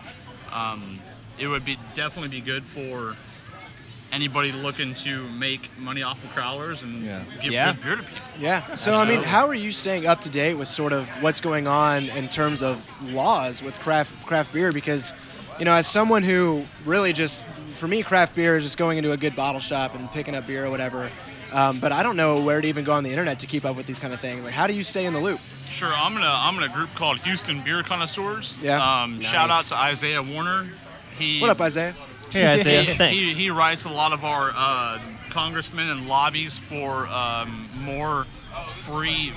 Speaker 11: Um, it would be definitely be good for anybody looking to make money off of crowlers and
Speaker 4: Yeah.
Speaker 11: give
Speaker 1: Yeah.
Speaker 11: good beer to people.
Speaker 3: yeah. So I mean,
Speaker 11: Absolutely.
Speaker 3: how are you staying up to date with sort of what's going on in terms of laws with craft craft beer? Because you know, as someone who really just for me, craft beer is just going into a good bottle shop and picking up beer or whatever. Um, but I don't know where to even go on the internet to keep up with these kind of things. Like, how do you stay in the loop?
Speaker 11: Sure, I'm in a I'm in a group called Houston Beer Connoisseurs.
Speaker 3: Yeah.
Speaker 11: Um, Shout out
Speaker 1: Nice.
Speaker 11: to Isaiah Warner. He
Speaker 3: What up, Isaiah?
Speaker 4: Hey Isaiah,
Speaker 11: he,
Speaker 4: thanks.
Speaker 11: He, he writes a lot of our uh, congressmen and lobbies for um, more free,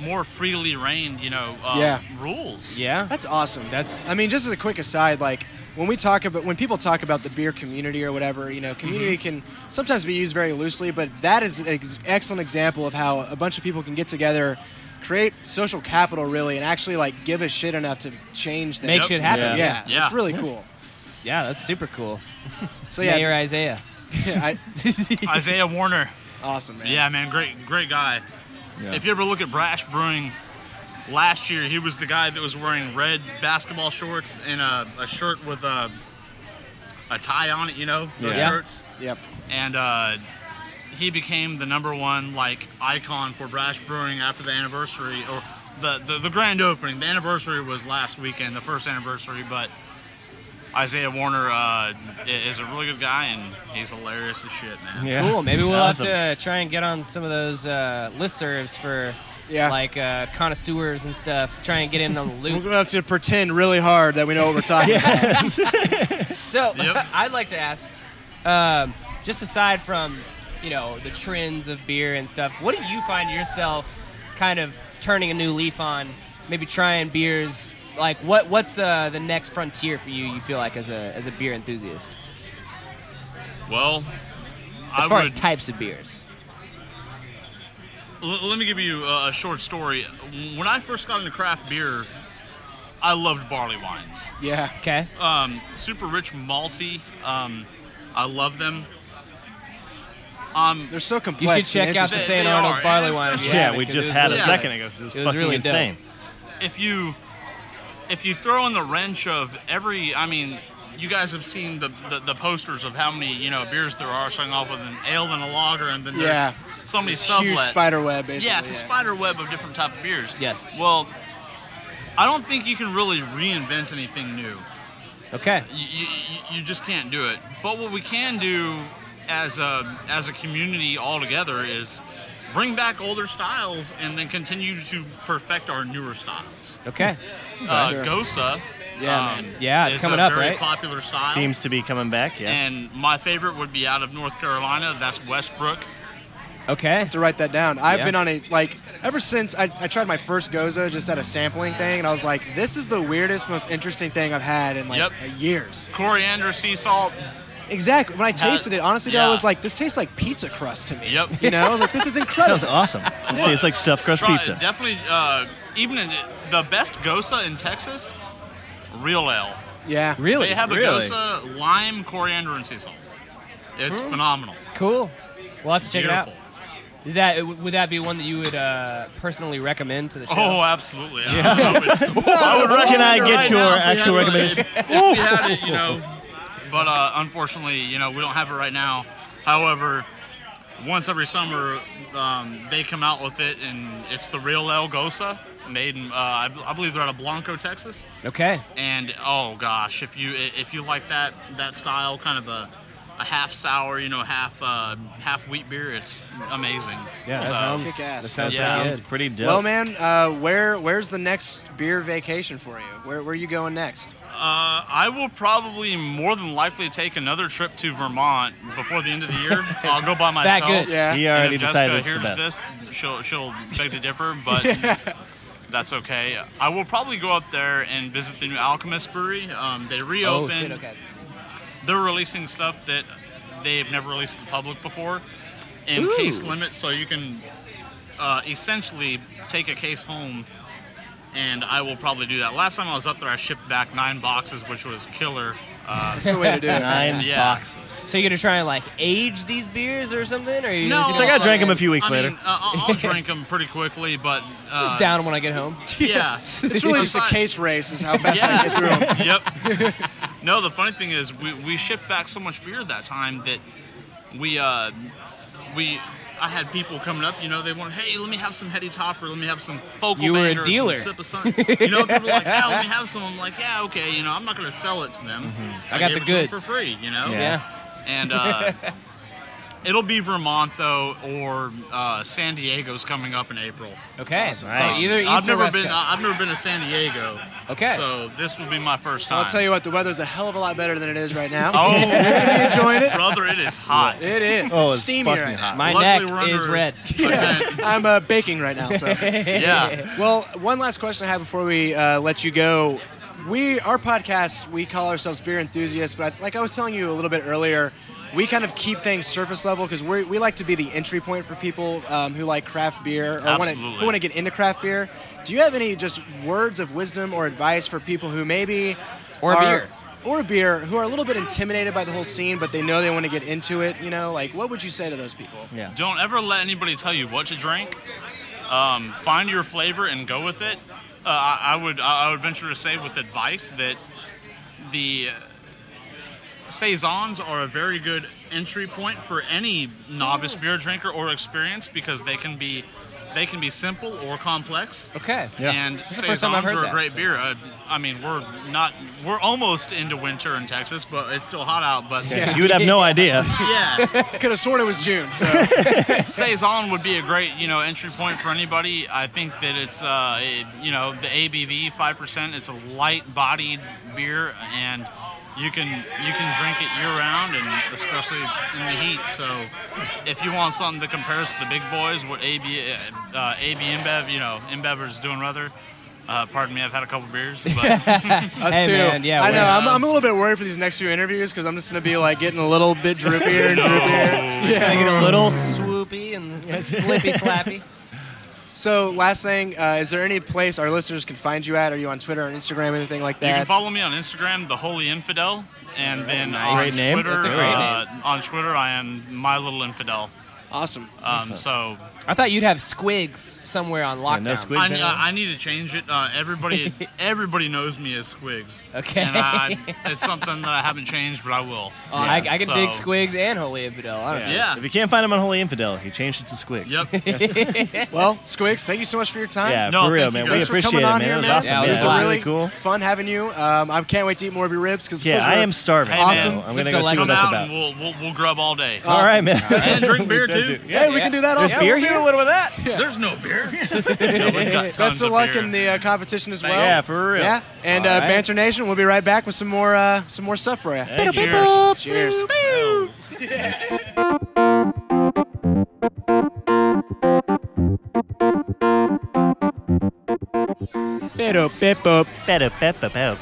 Speaker 11: more freely reigned, you know, uh,
Speaker 3: Yeah.
Speaker 11: rules.
Speaker 1: Yeah.
Speaker 3: That's awesome.
Speaker 1: That's-
Speaker 3: I mean, just as a quick aside, like when we talk about when people talk about the beer community or whatever, you know, community
Speaker 2: Mm-hmm.
Speaker 3: can sometimes be used very loosely, but that is an ex- excellent example of how a bunch of people can get together, create social capital really, and actually like give a shit enough to change things.
Speaker 1: Make shit happen.
Speaker 3: Yeah,
Speaker 1: Yeah.
Speaker 3: yeah,
Speaker 11: Yeah.
Speaker 3: it's really cool.
Speaker 1: Yeah, that's super cool.
Speaker 3: So
Speaker 1: Mayor
Speaker 3: yeah,
Speaker 1: Isaiah.
Speaker 3: I,
Speaker 11: Isaiah Warner.
Speaker 3: Awesome, man.
Speaker 11: Yeah, man, great, great guy.
Speaker 4: Yeah.
Speaker 11: If you ever look at Brash Brewing, last year he was the guy that was wearing red basketball shorts and a, a shirt with a a tie on it. You know those
Speaker 4: Yeah.
Speaker 11: shirts.
Speaker 3: Yep.
Speaker 11: And uh, he became the number one like icon for Brash Brewing after the anniversary or the, the the grand opening. The anniversary was last weekend, the first anniversary, but. Isaiah Warner uh, i- is a really good guy, and he's hilarious as shit, man.
Speaker 4: Yeah.
Speaker 2: Cool. Maybe we'll
Speaker 4: Awesome.
Speaker 2: have to try and get on some of those uh, listservs for
Speaker 3: Yeah.
Speaker 2: like uh, connoisseurs and stuff. Try and get in on the
Speaker 3: We're
Speaker 2: loop.
Speaker 3: gonna have to pretend really hard that we know what we're talking about.
Speaker 2: so
Speaker 11: Yep.
Speaker 2: I'd like to ask, um, just aside from you know the trends of beer and stuff, what do you find yourself kind of turning a new leaf on? Maybe trying beers. Like what? What's uh, the next frontier for you? You feel like as a as a beer enthusiast,
Speaker 11: Well,
Speaker 2: as
Speaker 11: I
Speaker 2: far as
Speaker 11: would,
Speaker 2: types of beers.
Speaker 11: L- let me give you a, a short story. When I first got into craft beer, I loved barley wines.
Speaker 3: yeah.
Speaker 2: Okay.
Speaker 11: Um, super rich malty. Um, I love them.
Speaker 3: They're so
Speaker 2: Um, You
Speaker 3: complex.
Speaker 2: should
Speaker 3: and
Speaker 2: check out the
Speaker 11: They-
Speaker 3: interesting.
Speaker 2: St.
Speaker 11: they are,
Speaker 2: Arnold's
Speaker 11: and
Speaker 2: barley
Speaker 11: it's
Speaker 2: wine. if you
Speaker 4: Yeah,
Speaker 2: haven't,
Speaker 4: we
Speaker 2: 'cause
Speaker 4: just
Speaker 2: it
Speaker 4: had
Speaker 2: was-
Speaker 4: a
Speaker 11: yeah.
Speaker 4: second ago. It was,
Speaker 2: was
Speaker 4: fucking
Speaker 2: really dope.
Speaker 4: insane.
Speaker 11: If you if you throw in the wrench of every, I mean, you guys have seen the, the, the posters of how many you know beers there are, starting off with an ale and a lager, and then
Speaker 3: Yeah.
Speaker 11: there's so many
Speaker 3: It's a
Speaker 11: sublets.
Speaker 3: huge spider web, basically.
Speaker 11: Yeah, it's a spider web of different type of beers.
Speaker 2: Yes.
Speaker 11: Well, I don't think you can really reinvent anything new.
Speaker 2: Okay.
Speaker 11: You, you, you just can't do it. But what we can do as a as a community all together is bring back older styles and then continue to perfect our newer styles.
Speaker 2: Okay.
Speaker 11: Uh,
Speaker 3: Sure.
Speaker 11: Gosa.
Speaker 3: Yeah,
Speaker 11: um,
Speaker 3: man.
Speaker 2: Yeah, it's
Speaker 11: is
Speaker 2: coming
Speaker 11: a
Speaker 2: up,
Speaker 11: very
Speaker 2: right?
Speaker 11: Popular style.
Speaker 4: Seems to be coming back. Yeah.
Speaker 11: And my favorite would be out of North Carolina. That's Westbrook.
Speaker 2: Okay.
Speaker 3: to write that down. I've
Speaker 2: Yeah.
Speaker 3: been on a like ever since I, I tried my first Goza just at a sampling thing, and I was like, this is the weirdest, most interesting thing I've had in like
Speaker 11: Yep.
Speaker 3: years.
Speaker 11: Coriander sea salt.
Speaker 3: Exactly. When I tasted it, honestly, dude, I
Speaker 11: yeah.
Speaker 3: was like, this tastes like pizza crust to me.
Speaker 11: Yep.
Speaker 3: You know, I was like, this is incredible.
Speaker 4: Sounds awesome. It's, it's like stuffed crust
Speaker 11: Try-
Speaker 4: pizza.
Speaker 11: Definitely, uh, even in the best gosa in Texas, real ale.
Speaker 3: yeah.
Speaker 2: Really?
Speaker 11: They have
Speaker 4: Really?
Speaker 11: a gosa, lime, coriander, and sea salt. It's phenomenal.
Speaker 2: Cool. We'll have to check
Speaker 11: Beautiful.
Speaker 2: it out. Is that would that be one that you would uh, personally recommend to the show?
Speaker 11: Oh, absolutely. I would,
Speaker 4: I would reckon I get your actual recommendation.
Speaker 11: If we had it, you know. But uh, unfortunately, you know, we don't have it right now. However, once every summer, um, they come out with it, and it's the real El Gosa, made in, uh, I, I believe they're out of Blanco, Texas.
Speaker 2: Okay.
Speaker 11: and oh gosh, if you if you like that that style, kind of a, a half sour, you know, half uh, half wheat beer, it's amazing.
Speaker 4: Yeah, that
Speaker 11: So,
Speaker 3: Kick ass.
Speaker 11: Yeah.
Speaker 4: It's pretty dope.
Speaker 3: Well, man, uh, where where's the next beer vacation for you? Where, where are you going next?
Speaker 11: uh, I will probably more than likely take another trip to Vermont before the end of the year. I'll go by myself.
Speaker 2: that good.
Speaker 3: Yeah.
Speaker 4: he
Speaker 11: And
Speaker 4: already
Speaker 11: if
Speaker 4: decided it's
Speaker 11: Jessica
Speaker 4: the
Speaker 11: hears
Speaker 4: best.
Speaker 11: this, she'll she'll beg to differ, but that's okay. I will probably go up there and visit the new Alchemist Brewery. Um, they
Speaker 2: Oh
Speaker 11: reopened.
Speaker 2: shit. Okay.
Speaker 11: they're releasing stuff that they've never released to the public before in
Speaker 2: Ooh.
Speaker 11: case limits so you can uh, essentially take a case home and i will probably do that last time i was up there i shipped back nine boxes which was killer uh,
Speaker 3: That's the way to do it. man.
Speaker 4: Nine
Speaker 11: Yeah.
Speaker 4: boxes.
Speaker 2: So you're gonna try and like age these beers or something, or you
Speaker 11: No.
Speaker 2: just,
Speaker 4: It's like I drank them a few weeks
Speaker 11: I mean,
Speaker 4: later.
Speaker 11: uh, I'll I'll drink them pretty quickly, but uh,
Speaker 2: just down when I get home?
Speaker 11: Yeah,
Speaker 3: It's really just a case race, is how fast you get through them.
Speaker 11: yep. No, the funny thing is, we, we shipped back so much beer that time that we uh, we I had people coming up. You know, they want, hey, let me have some heady topper, let me have some focal.
Speaker 2: You were a
Speaker 11: Band or some
Speaker 2: dealer.
Speaker 11: Sip of sun. You know, people were like, yeah, let me have some. I'm like, yeah, okay. You know, I'm not gonna sell it to them.
Speaker 2: Mm-hmm. I got
Speaker 11: gave
Speaker 2: the
Speaker 11: it to 'em
Speaker 2: goods.
Speaker 11: for free. You know.
Speaker 4: Yeah.
Speaker 2: Yeah.
Speaker 11: And uh, it'll be Vermont though, or uh, San Diego's coming up in April.
Speaker 2: Okay.
Speaker 4: Nice.
Speaker 2: So either east
Speaker 11: I've
Speaker 2: or
Speaker 11: never
Speaker 2: west
Speaker 11: been.
Speaker 2: coast.
Speaker 11: I've never been to San Diego.
Speaker 2: okay.
Speaker 11: So this will be my first time.
Speaker 3: I'll tell you what, the weather's a hell of a lot better than it is right now.
Speaker 11: Oh,
Speaker 3: Are you enjoying it?
Speaker 11: brother, it is hot.
Speaker 3: It is.
Speaker 4: Oh,
Speaker 3: it's
Speaker 4: it's
Speaker 3: steamy
Speaker 4: fucking
Speaker 3: right
Speaker 4: hot.
Speaker 2: My
Speaker 11: Luckily,
Speaker 2: neck
Speaker 11: we're under-
Speaker 2: is red.
Speaker 3: now. Yeah. I'm uh, baking right now. So,
Speaker 11: Yeah.
Speaker 3: well, one last question I have before we uh, let you go. We, our podcast, we call ourselves beer enthusiasts, but I, like I was telling you a little bit earlier, we kind of keep things surface level because we we like to be the entry point for people um, who like craft beer or want to
Speaker 11: Absolutely.
Speaker 3: who want to get into craft beer. Do you have any just words of wisdom or advice for people who maybe
Speaker 2: Or
Speaker 3: are-
Speaker 2: beer.
Speaker 3: or beer who are a little bit intimidated by the whole scene, but they know they want to get into it. You know, like what would you say to those people?
Speaker 4: Yeah.
Speaker 11: Don't ever let anybody tell you what to drink. Um, find your flavor and go with it. Uh, I, I would I I would venture to say with advice that the uh, saisons are a very good entry point for any novice beer drinker or experience because they can be they can be simple or complex.
Speaker 2: Okay.
Speaker 4: Yeah.
Speaker 11: And
Speaker 2: is the first time I've
Speaker 11: saisons
Speaker 2: heard
Speaker 11: are a
Speaker 2: that,
Speaker 11: great
Speaker 2: so-
Speaker 11: beer. Uh, I mean, we're not we're almost into winter in Texas, but it's still hot out. But
Speaker 4: You would have no idea.
Speaker 11: yeah.
Speaker 3: I could have sworn it was June. So
Speaker 11: saison would be a great you know entry point for anybody. I think that it's uh, it- you know the ABV five percent. It's a light bodied beer and. You can you can drink it year round and especially in the heat. So if you want something that compares to the big boys, what AB uh, AB InBev, you know, InBev is doing rather. Uh, pardon me, I've had a couple beers, but
Speaker 3: us
Speaker 1: Hey,
Speaker 3: too.
Speaker 1: man, yeah,
Speaker 3: I know.
Speaker 1: well-
Speaker 3: I'm, I'm a little bit worried for these next few interviews because I'm just gonna be like getting a little bit drippier and drippier.
Speaker 2: I get a little swoopy and slippy slappy.
Speaker 3: So last thing, uh, is there any place our listeners can find you at? Are you on Twitter or Instagram, anything like
Speaker 11: You can
Speaker 3: that?
Speaker 11: follow me on Instagram, the Holy Infidel, and then
Speaker 4: Great
Speaker 11: on
Speaker 4: name.
Speaker 11: Twitter,
Speaker 1: That's a great
Speaker 11: uh, on Twitter, I am My Little Infidel.
Speaker 3: awesome.
Speaker 11: Um, so
Speaker 2: I thought you'd have squigs somewhere on lockdown.
Speaker 4: no squig-
Speaker 11: I,
Speaker 4: Squigs, anyone?
Speaker 11: I, I need to change it. Uh, everybody, everybody knows me as Squigs.
Speaker 1: Okay.
Speaker 11: And I, it's something that I haven't changed, but I will.
Speaker 1: I, I can
Speaker 11: So-
Speaker 1: dig Squigs and Holy Infidel. Honestly,
Speaker 11: Yeah.
Speaker 4: If you can't find him on Holy Infidel, he changed it to Squigs.
Speaker 11: Yep.
Speaker 3: Well, Squigs, thank you so much for your time.
Speaker 4: Yeah,
Speaker 11: No,
Speaker 4: for real,
Speaker 11: thank you
Speaker 4: man. We
Speaker 11: guys
Speaker 3: Thanks for
Speaker 4: appreciate
Speaker 3: coming
Speaker 4: it,
Speaker 3: on
Speaker 4: man.
Speaker 3: here,
Speaker 4: it was
Speaker 3: man.
Speaker 4: awesome.
Speaker 1: Yeah,
Speaker 3: It
Speaker 4: man.
Speaker 3: was
Speaker 1: a lot.
Speaker 3: really
Speaker 4: cool.
Speaker 3: fun having you. Um, I can't wait to eat more of your ribs because
Speaker 4: Yeah, I am starving.
Speaker 11: Hey, Awesome.
Speaker 4: So I'm
Speaker 2: It's a
Speaker 4: gonna go see
Speaker 2: delight.
Speaker 11: Come
Speaker 4: what that's
Speaker 11: out
Speaker 4: about.
Speaker 11: and we'll, we'll we'll grub all day.
Speaker 4: All right, man.
Speaker 11: And drink beer too.
Speaker 3: Hey, we
Speaker 2: Yeah.
Speaker 3: can do that
Speaker 4: There's
Speaker 3: also.
Speaker 4: beer here. What about that?
Speaker 11: There's no beer. No, we've got tons
Speaker 3: Best of luck
Speaker 11: beer.
Speaker 3: in the uh, competition as well.
Speaker 4: Yeah, for real.
Speaker 3: Yeah, and uh,
Speaker 1: All right.
Speaker 3: Banter Nation, we'll be right back with some more uh, some more stuff for you.
Speaker 4: Hey,
Speaker 11: Cheers.
Speaker 3: Cheers. Pero Peppo.
Speaker 4: Better, better, better.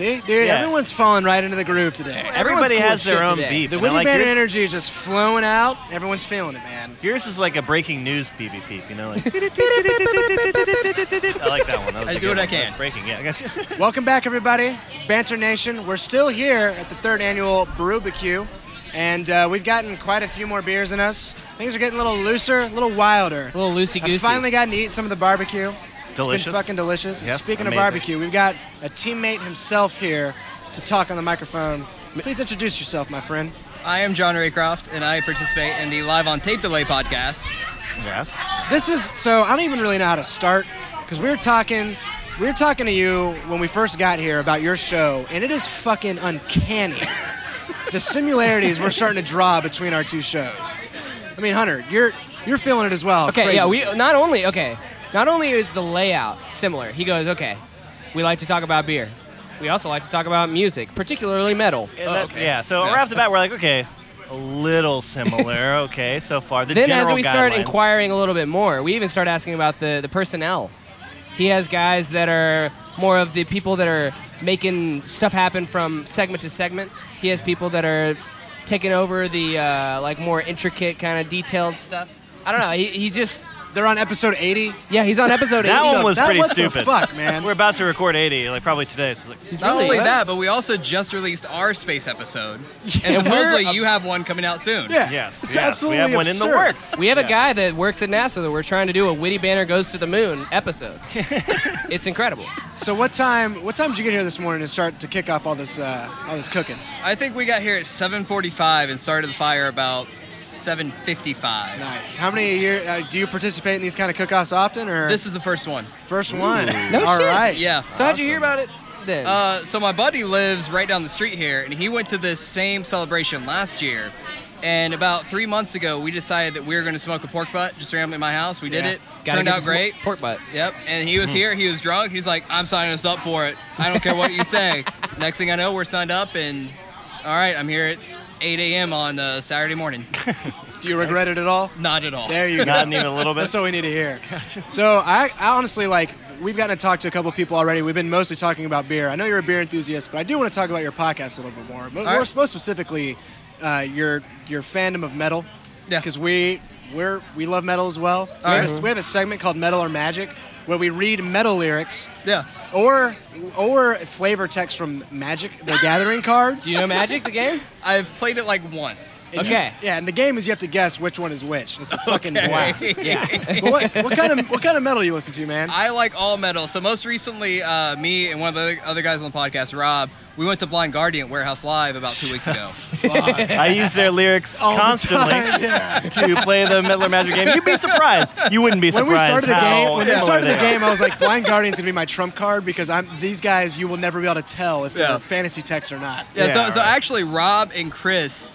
Speaker 3: See, dude,
Speaker 4: Yeah.
Speaker 3: everyone's falling right into the groove today.
Speaker 4: Everybody
Speaker 1: cool
Speaker 4: has
Speaker 1: as
Speaker 4: their
Speaker 1: shit
Speaker 4: own
Speaker 1: today.
Speaker 4: beep.
Speaker 3: The
Speaker 4: and I
Speaker 3: Winnie
Speaker 4: like
Speaker 3: Banner
Speaker 4: yours-
Speaker 3: energy is just flowing out. Everyone's feeling it, man.
Speaker 4: Yours is like a breaking news BBP, you know? Like, I like that one. That was
Speaker 2: I
Speaker 4: a
Speaker 2: do
Speaker 4: good
Speaker 2: what I
Speaker 4: one. That was
Speaker 2: can.
Speaker 4: Breaking, yeah. I got you.
Speaker 3: Welcome back, everybody. Banter Nation, we're still here at the third annual Brewbecue, and uh, we've gotten quite a few more beers in us. Things are getting a little looser, a little wilder.
Speaker 2: A little loosey goosey.
Speaker 3: I've finally gotten to eat some of the barbecue. It's been
Speaker 4: Delicious.
Speaker 3: fucking delicious.
Speaker 4: Yes,
Speaker 3: Speaking
Speaker 4: amazing.
Speaker 3: of barbecue, we've got a teammate himself here to talk on the microphone. Please introduce yourself, my friend.
Speaker 13: I am John Raycroft, and I participate in the Live on Tape Delay podcast.
Speaker 4: Yes.
Speaker 3: This is so I don't even really know how to start because we were talking, we were talking to you when we first got here about your show, and it is fucking uncanny. the similarities we're starting to draw between our two shows. I mean, Hunter, you're you're feeling it as well.
Speaker 2: Okay, yeah, we
Speaker 3: Oh,
Speaker 2: uh,
Speaker 3: Craziness.
Speaker 2: not only okay, not only is the layout similar. He goes, okay, we like to talk about beer. We also like to talk about music, particularly metal.
Speaker 4: And
Speaker 1: Oh,
Speaker 4: that- Oh, Yeah, so right off the bat, we're like, okay, a little similar, okay, so far. The
Speaker 2: then as
Speaker 4: general
Speaker 2: we start
Speaker 4: guidelines.
Speaker 2: inquiring a little bit more, we even start asking about the, the personnel. He has guys that are more of the people that are making stuff happen from segment to segment. He has people that are taking over the uh, like more intricate kind of detailed stuff. I don't know. He, he just
Speaker 3: they're on episode 80.
Speaker 2: yeah, he's on episode
Speaker 4: that
Speaker 2: 80.
Speaker 4: one was
Speaker 3: that
Speaker 4: pretty
Speaker 3: what the
Speaker 4: stupid.
Speaker 3: fuck, man?
Speaker 4: We're about to record 80, like probably today. It's like,
Speaker 2: He's
Speaker 13: Not
Speaker 2: really-
Speaker 13: only that, but we also just released our space episode, and
Speaker 2: we're
Speaker 13: supposedly you have one coming out soon.
Speaker 3: Yeah,
Speaker 4: yes,
Speaker 3: it's
Speaker 4: yes,
Speaker 3: absolutely
Speaker 4: we have one in the
Speaker 3: absurd.
Speaker 4: works.
Speaker 2: We have a
Speaker 4: Yeah.
Speaker 2: guy that works at NASA that we're trying to do a witty banner goes to the moon episode. it's incredible.
Speaker 3: So what time? What time did you get here this morning to start to kick off all this uh, all this cooking?
Speaker 13: I think we got here at 7:45 and started the fire about 7:55.
Speaker 3: Nice. How many a year uh, do you participate in these kind of cook-offs often, or
Speaker 13: This is the first one.
Speaker 3: first one?
Speaker 2: No
Speaker 3: All
Speaker 2: shit.
Speaker 3: right.
Speaker 13: Yeah.
Speaker 2: So how'd you hear about it then?
Speaker 13: Uh, so my buddy lives right down the street here, and he went to this same celebration last year. And about three months ago, we decided that we were going to smoke a pork butt just randomly at my house. We did
Speaker 2: Yeah.
Speaker 13: it.
Speaker 2: Gotta
Speaker 13: Turned
Speaker 2: get
Speaker 13: out
Speaker 2: some
Speaker 13: great.
Speaker 2: Pork butt.
Speaker 13: Yep. And he was here. He was drunk. He's like, I'm signing us up for it. I don't care what you say. Next thing I know, we're signed up, and all right, I'm here. It's 8 a.m. on uh, Saturday morning.
Speaker 3: Do you regret it at all?
Speaker 13: Not at all.
Speaker 3: There you go.
Speaker 4: Not even a little bit.
Speaker 3: That's what we need to hear. So I, I honestly like. We've gotten to talk to a couple people already. We've been mostly talking about beer. I know you're a beer enthusiast, but I do want to talk about your podcast a little bit more. But more,
Speaker 13: right.
Speaker 3: more specifically, uh, your your fandom of metal.
Speaker 13: Yeah.
Speaker 3: Because we we're we love metal as well. We have, a, we have a segment called Metal or Magic where we read metal lyrics
Speaker 13: Yeah.
Speaker 3: or or flavor text from Magic the Gathering cards.
Speaker 1: Do you know Magic the game?
Speaker 13: I've played it like once.
Speaker 3: And you-
Speaker 1: Okay.
Speaker 3: yeah, and the game is you have to guess which one is which. It's a fucking blast.
Speaker 1: Yeah.
Speaker 3: But what, what kind of what kind of metal you listen to, man?
Speaker 13: I like all metal. So most recently, uh, me and one of the other guys on the podcast, Rob, we went to Blind Guardian at Warehouse Live about two weeks ago.
Speaker 4: I use their lyrics
Speaker 3: All the
Speaker 4: constantly
Speaker 3: time, yeah.
Speaker 4: to play the Meddler Magic game. You'd be surprised. You wouldn't be
Speaker 3: When
Speaker 4: surprised
Speaker 3: we started the
Speaker 4: how
Speaker 3: game, when we
Speaker 4: similar
Speaker 3: started
Speaker 4: they
Speaker 3: the
Speaker 4: are.
Speaker 3: game, I was like, "Blind Guardian's gonna be my trump card because I'm these guys. You will never be able to tell if they're
Speaker 13: Yeah.
Speaker 3: fantasy texts or not."
Speaker 13: Yeah, so,
Speaker 4: Yeah,
Speaker 13: so
Speaker 4: right.
Speaker 13: actually, Rob and Chris,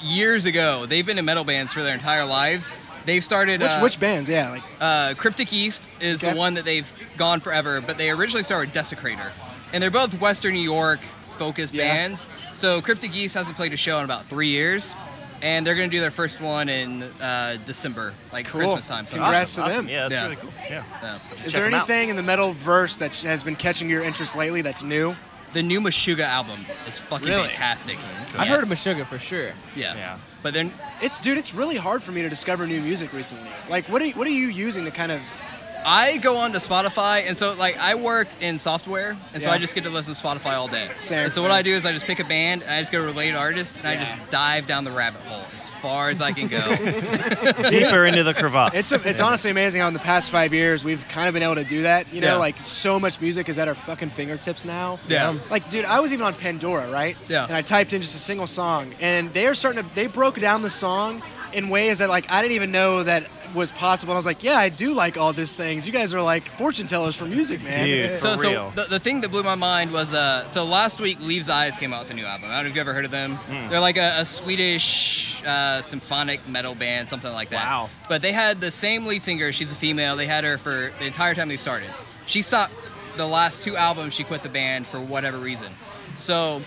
Speaker 13: years ago, they've been in metal bands for their entire lives. They've started.
Speaker 3: Which
Speaker 13: uh,
Speaker 3: which bands? Yeah, like
Speaker 13: uh, Cryptic East is
Speaker 3: Okay.
Speaker 13: the one that they've gone forever, but they originally started with Desecrator. And they're both Western New York focused
Speaker 3: Yeah.
Speaker 13: bands. So Cryptic East hasn't played a show in about three years. And they're going to do their first one in uh, December, like
Speaker 3: Cool.
Speaker 13: Christmas time. So
Speaker 3: Congrats to them.
Speaker 4: Yeah, that's
Speaker 13: Yeah.
Speaker 4: really cool. Yeah.
Speaker 3: Is
Speaker 4: Check
Speaker 3: there
Speaker 4: 'em out.
Speaker 3: anything in the metal verse that has been catching your interest lately that's new?
Speaker 13: The new Meshuga album is fucking
Speaker 3: Really?
Speaker 13: fantastic.
Speaker 1: I've heard of
Speaker 13: Yes.
Speaker 1: Meshuggah for sure.
Speaker 13: Yeah.
Speaker 4: Yeah.
Speaker 13: But then
Speaker 3: It's dude, it's really hard for me to discover new music recently. Like, what are you, what are you using to kind of?
Speaker 13: I go on to Spotify, and so like I work in software, and so
Speaker 3: Yeah.
Speaker 13: I just get to listen to Spotify all day.
Speaker 3: Same.
Speaker 13: And so what I do is I just pick a band, and I just go to related artist, and I
Speaker 3: Yeah.
Speaker 13: just dive down the rabbit hole as far as I can go.
Speaker 4: Deeper into the crevasse.
Speaker 3: It's it's honestly amazing how in the past five years we've kind of been able to do that. You know,
Speaker 13: Yeah.
Speaker 3: like so much music is at our fucking fingertips now.
Speaker 13: Yeah.
Speaker 3: Like, dude, I was even on Pandora, right?
Speaker 13: Yeah.
Speaker 3: And I typed in just a single song, and they are starting to they broke down the song in ways that like I didn't even know that was possible. And I was like, yeah, I do like all these things. You guys are like fortune tellers for music, man.
Speaker 4: Dude, for
Speaker 13: so so
Speaker 4: real.
Speaker 13: the, the thing that blew my mind was uh so last week Leaves Eyes came out with a new album. I don't know if you ever heard of them.
Speaker 4: Hmm.
Speaker 13: They're like a, a Swedish uh, symphonic metal band, something like that.
Speaker 4: Wow.
Speaker 13: But they had the same lead singer. She's a female. They had her for the entire time they started. She stopped the last two albums. She quit the band for whatever reason. So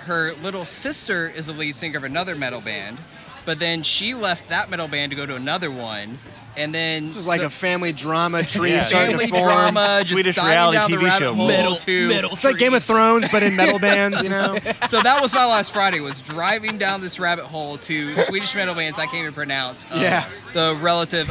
Speaker 13: her little sister is the lead singer of another metal band, but then she left that metal band to go to another one. And then
Speaker 3: This is like
Speaker 13: so-
Speaker 3: a family drama tree
Speaker 4: Yeah.
Speaker 3: starting
Speaker 13: family
Speaker 3: to form.
Speaker 13: drama, just
Speaker 4: Swedish
Speaker 13: diving
Speaker 4: reality
Speaker 13: down the
Speaker 4: TV
Speaker 13: rabbit
Speaker 4: show.
Speaker 13: hole
Speaker 5: Metal,
Speaker 13: to-
Speaker 5: metal
Speaker 3: It's like Game of
Speaker 5: trees.
Speaker 3: Thrones, but in metal bands, you know?
Speaker 13: So that was my last Friday was driving down this rabbit hole to Swedish metal bands I can't even pronounce. of
Speaker 3: Yeah.
Speaker 13: The relative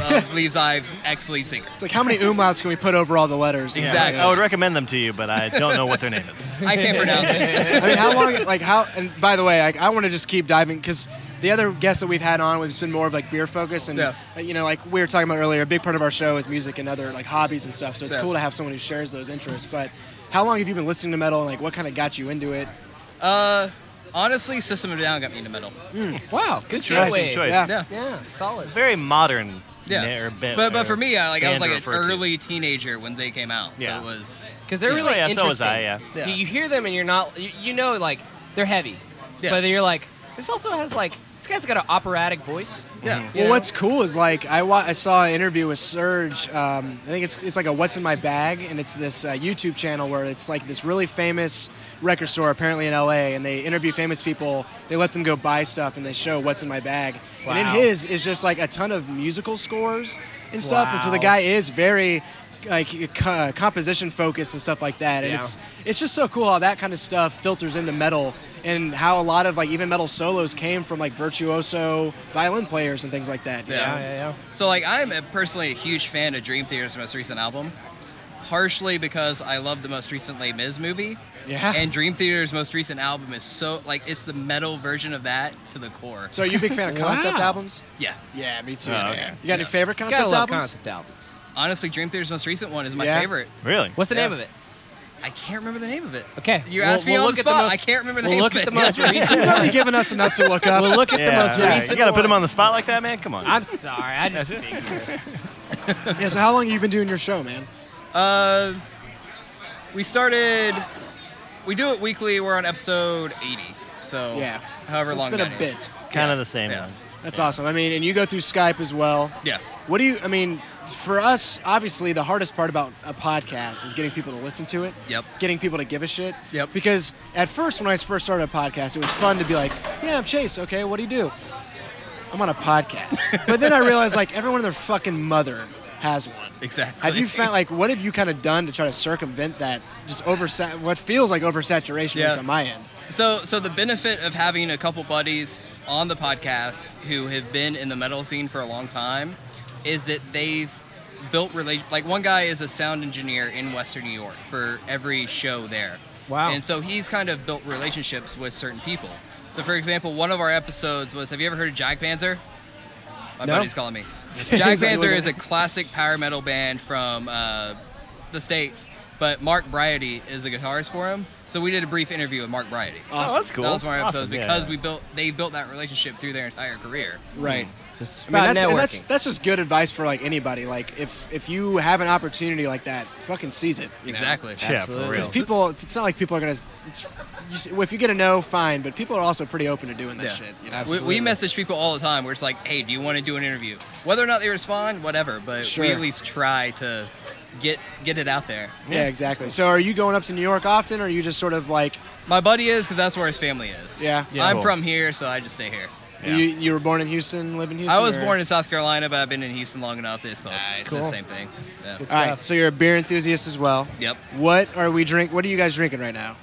Speaker 13: of Leaves Ives ex lead singer.
Speaker 3: It's like, how many umlauts can we put over all the letters?
Speaker 4: Yeah.
Speaker 13: Exactly.
Speaker 4: I would recommend them to you, but I don't know what their name is.
Speaker 13: I can't pronounce it.
Speaker 3: I mean, how long, like, how, and by the way, like, I want to just keep diving because the other guests that we've had on, we've been more of like beer focus. And,
Speaker 13: Yeah.
Speaker 3: uh, you know, like we were talking about earlier, a big part of our show is music and other like hobbies and stuff. So it's
Speaker 13: Yeah.
Speaker 3: cool to have someone who shares those interests. But how long have you been listening to metal and like what kind of got you into it?
Speaker 13: Uh, Honestly, System of a Down got me into metal.
Speaker 1: Wow, good
Speaker 4: Nice
Speaker 1: choice.
Speaker 4: choice.
Speaker 3: Hmm. Yeah.
Speaker 13: Yeah.
Speaker 1: Yeah, solid.
Speaker 4: Very modern.
Speaker 13: Yeah.
Speaker 4: narr- ba-
Speaker 13: but
Speaker 4: or
Speaker 13: but for me, I like I was
Speaker 4: band to
Speaker 13: like an
Speaker 4: refer to.
Speaker 13: early teenager when they came out.
Speaker 4: Yeah.
Speaker 13: So it was
Speaker 1: Because they're
Speaker 13: Yeah.
Speaker 1: really
Speaker 4: Oh, yeah, so
Speaker 1: interesting.
Speaker 4: was I, yeah.
Speaker 13: Yeah.
Speaker 1: You, you hear them and you're not. You, you know, like they're heavy,
Speaker 13: Yeah.
Speaker 1: but you're like, this also has like this guy's got an operatic voice.
Speaker 4: Mm-hmm.
Speaker 13: yeah.
Speaker 1: you
Speaker 3: Well,
Speaker 1: know?
Speaker 3: what's cool is like I, wa- I saw an interview with Serge. Um, I think it's it's like a What's in My Bag, and it's this uh, YouTube channel where it's like this really famous record store apparently in LA, and they interview famous people. They let them go buy stuff, and they show What's in My Bag. And in
Speaker 1: Wow.
Speaker 3: his is just like a ton of musical scores and stuff. And so the
Speaker 1: Wow.
Speaker 3: guy is very like uh, co- composition focused and stuff like that. And
Speaker 1: Yeah.
Speaker 3: it's it's just so cool how that kind of stuff filters into metal and how a lot of like even metal solos came from like virtuoso violin players and things like that. you
Speaker 13: Yeah.
Speaker 3: know?
Speaker 1: yeah,
Speaker 13: So like I'm a- personally a huge fan of Dream Theater's most recent album, partially because I love the most recent Les Mis movie.
Speaker 3: Yeah.
Speaker 13: And Dream Theater's most recent album is so like it's the metal version of that to the core.
Speaker 3: So are you a big fan of concept
Speaker 1: Wow.
Speaker 3: albums?
Speaker 13: yeah.
Speaker 3: Yeah, me too.
Speaker 4: Oh,
Speaker 3: man. You got any favorite
Speaker 1: yeah.
Speaker 3: concept
Speaker 1: Gotta love
Speaker 3: albums?
Speaker 1: concept albums.
Speaker 13: Honestly, Dream Theater's most recent one is my
Speaker 3: Yeah.
Speaker 13: favorite.
Speaker 4: Really?
Speaker 1: What's the
Speaker 13: Yeah.
Speaker 1: name of it?
Speaker 13: I can't remember the name of it.
Speaker 1: Okay,
Speaker 13: You
Speaker 1: we'll-
Speaker 13: asked me
Speaker 1: we'll
Speaker 13: on
Speaker 1: look
Speaker 13: the
Speaker 1: at the
Speaker 13: spot.
Speaker 1: most-
Speaker 13: I can't remember the
Speaker 1: we'll
Speaker 13: name
Speaker 1: look
Speaker 13: of
Speaker 1: at the
Speaker 13: it.
Speaker 1: most recent.
Speaker 3: He's already given us enough to look up.
Speaker 1: We'll look at the
Speaker 4: Yeah,
Speaker 1: most
Speaker 4: right.
Speaker 1: recent.
Speaker 4: You gotta put him on
Speaker 1: one.
Speaker 4: the spot like that, man. Come on.
Speaker 1: I'm sorry. I just figured.
Speaker 3: yeah, so how long have you been doing your show, man?
Speaker 13: Uh, we started. We do it weekly. We're on episode 80. So
Speaker 3: Yeah.
Speaker 13: however
Speaker 3: So
Speaker 13: long
Speaker 3: It's been
Speaker 13: that
Speaker 3: a
Speaker 13: is.
Speaker 3: bit.
Speaker 4: kind of the same
Speaker 13: Yeah.
Speaker 4: one.
Speaker 3: That's awesome. I mean, and you go through Skype as well.
Speaker 13: Yeah.
Speaker 3: What do you? I mean, for us, obviously, the hardest part about a podcast is getting people to listen to it.
Speaker 13: Yep.
Speaker 3: Getting people to give a shit.
Speaker 13: Yep.
Speaker 3: Because at first, when I first started a podcast, it was fun to be like, "Yeah, I'm Chase. Okay, what do you do? I'm on a podcast." but then I realized, like, everyone and their fucking mother has one.
Speaker 13: Exactly.
Speaker 3: Have you found like what have you kind of done to try to circumvent that just oversat what feels like oversaturation at
Speaker 13: Yeah.
Speaker 3: least on my end?
Speaker 13: So, so the benefit of having a couple buddies on the podcast who have been in the metal scene for a long time is that they've built relation. Like one guy is a sound engineer in Western New York for every show there.
Speaker 1: Wow.
Speaker 13: And so he's kind of built relationships with certain people. So for example, one of our episodes was Have you ever heard of Jag Panzer? My
Speaker 1: No.
Speaker 13: buddy's calling me. Jag
Speaker 7: Exactly.
Speaker 13: Panzer is a classic power metal band from uh, the states, but Mark Briety is a guitarist for him. So we did a brief interview with Mark Briety.
Speaker 3: Awesome.
Speaker 4: that's cool.
Speaker 13: That was one of our episodes
Speaker 4: Awesome, yeah,
Speaker 13: because
Speaker 4: yeah.
Speaker 13: we built they built that relationship through their entire career.
Speaker 3: Right.
Speaker 1: Mm. It's just
Speaker 3: I mean,
Speaker 1: about
Speaker 3: that's,
Speaker 1: networking.
Speaker 3: and that's that's just good advice for like anybody. Like if if you have an opportunity like that, fucking seize it. you know?
Speaker 13: Exactly.
Speaker 4: Yeah, for
Speaker 1: Absolutely.
Speaker 4: real.
Speaker 3: Because people, it's not like people are gonna. It's you, see- well, if you get a no, fine. But people are also pretty open to doing that shit. You know?
Speaker 13: We, we message people all the time. We're just like, hey, do you want to do an interview? Whether or not they respond, whatever. But
Speaker 3: Sure.
Speaker 13: we at least try to get get it out there.
Speaker 3: Yeah, exactly. So are you going up to New York often, or are you just sort of like
Speaker 13: My buddy is because that's where his family is.
Speaker 3: Yeah.
Speaker 1: Yeah.
Speaker 13: I'm
Speaker 1: Cool.
Speaker 13: from here, so I just stay here.
Speaker 3: you, you were born in Houston, live in Houston?
Speaker 13: I was
Speaker 3: or-
Speaker 13: born in South Carolina, but I've been in Houston long enough. It's still it's the
Speaker 1: Cool.
Speaker 13: same thing. Yeah.
Speaker 1: Good
Speaker 3: All right,
Speaker 1: stuff.
Speaker 3: so you're a beer enthusiast as well.
Speaker 13: Yep.
Speaker 3: What are we drink? What are you guys drinking right now?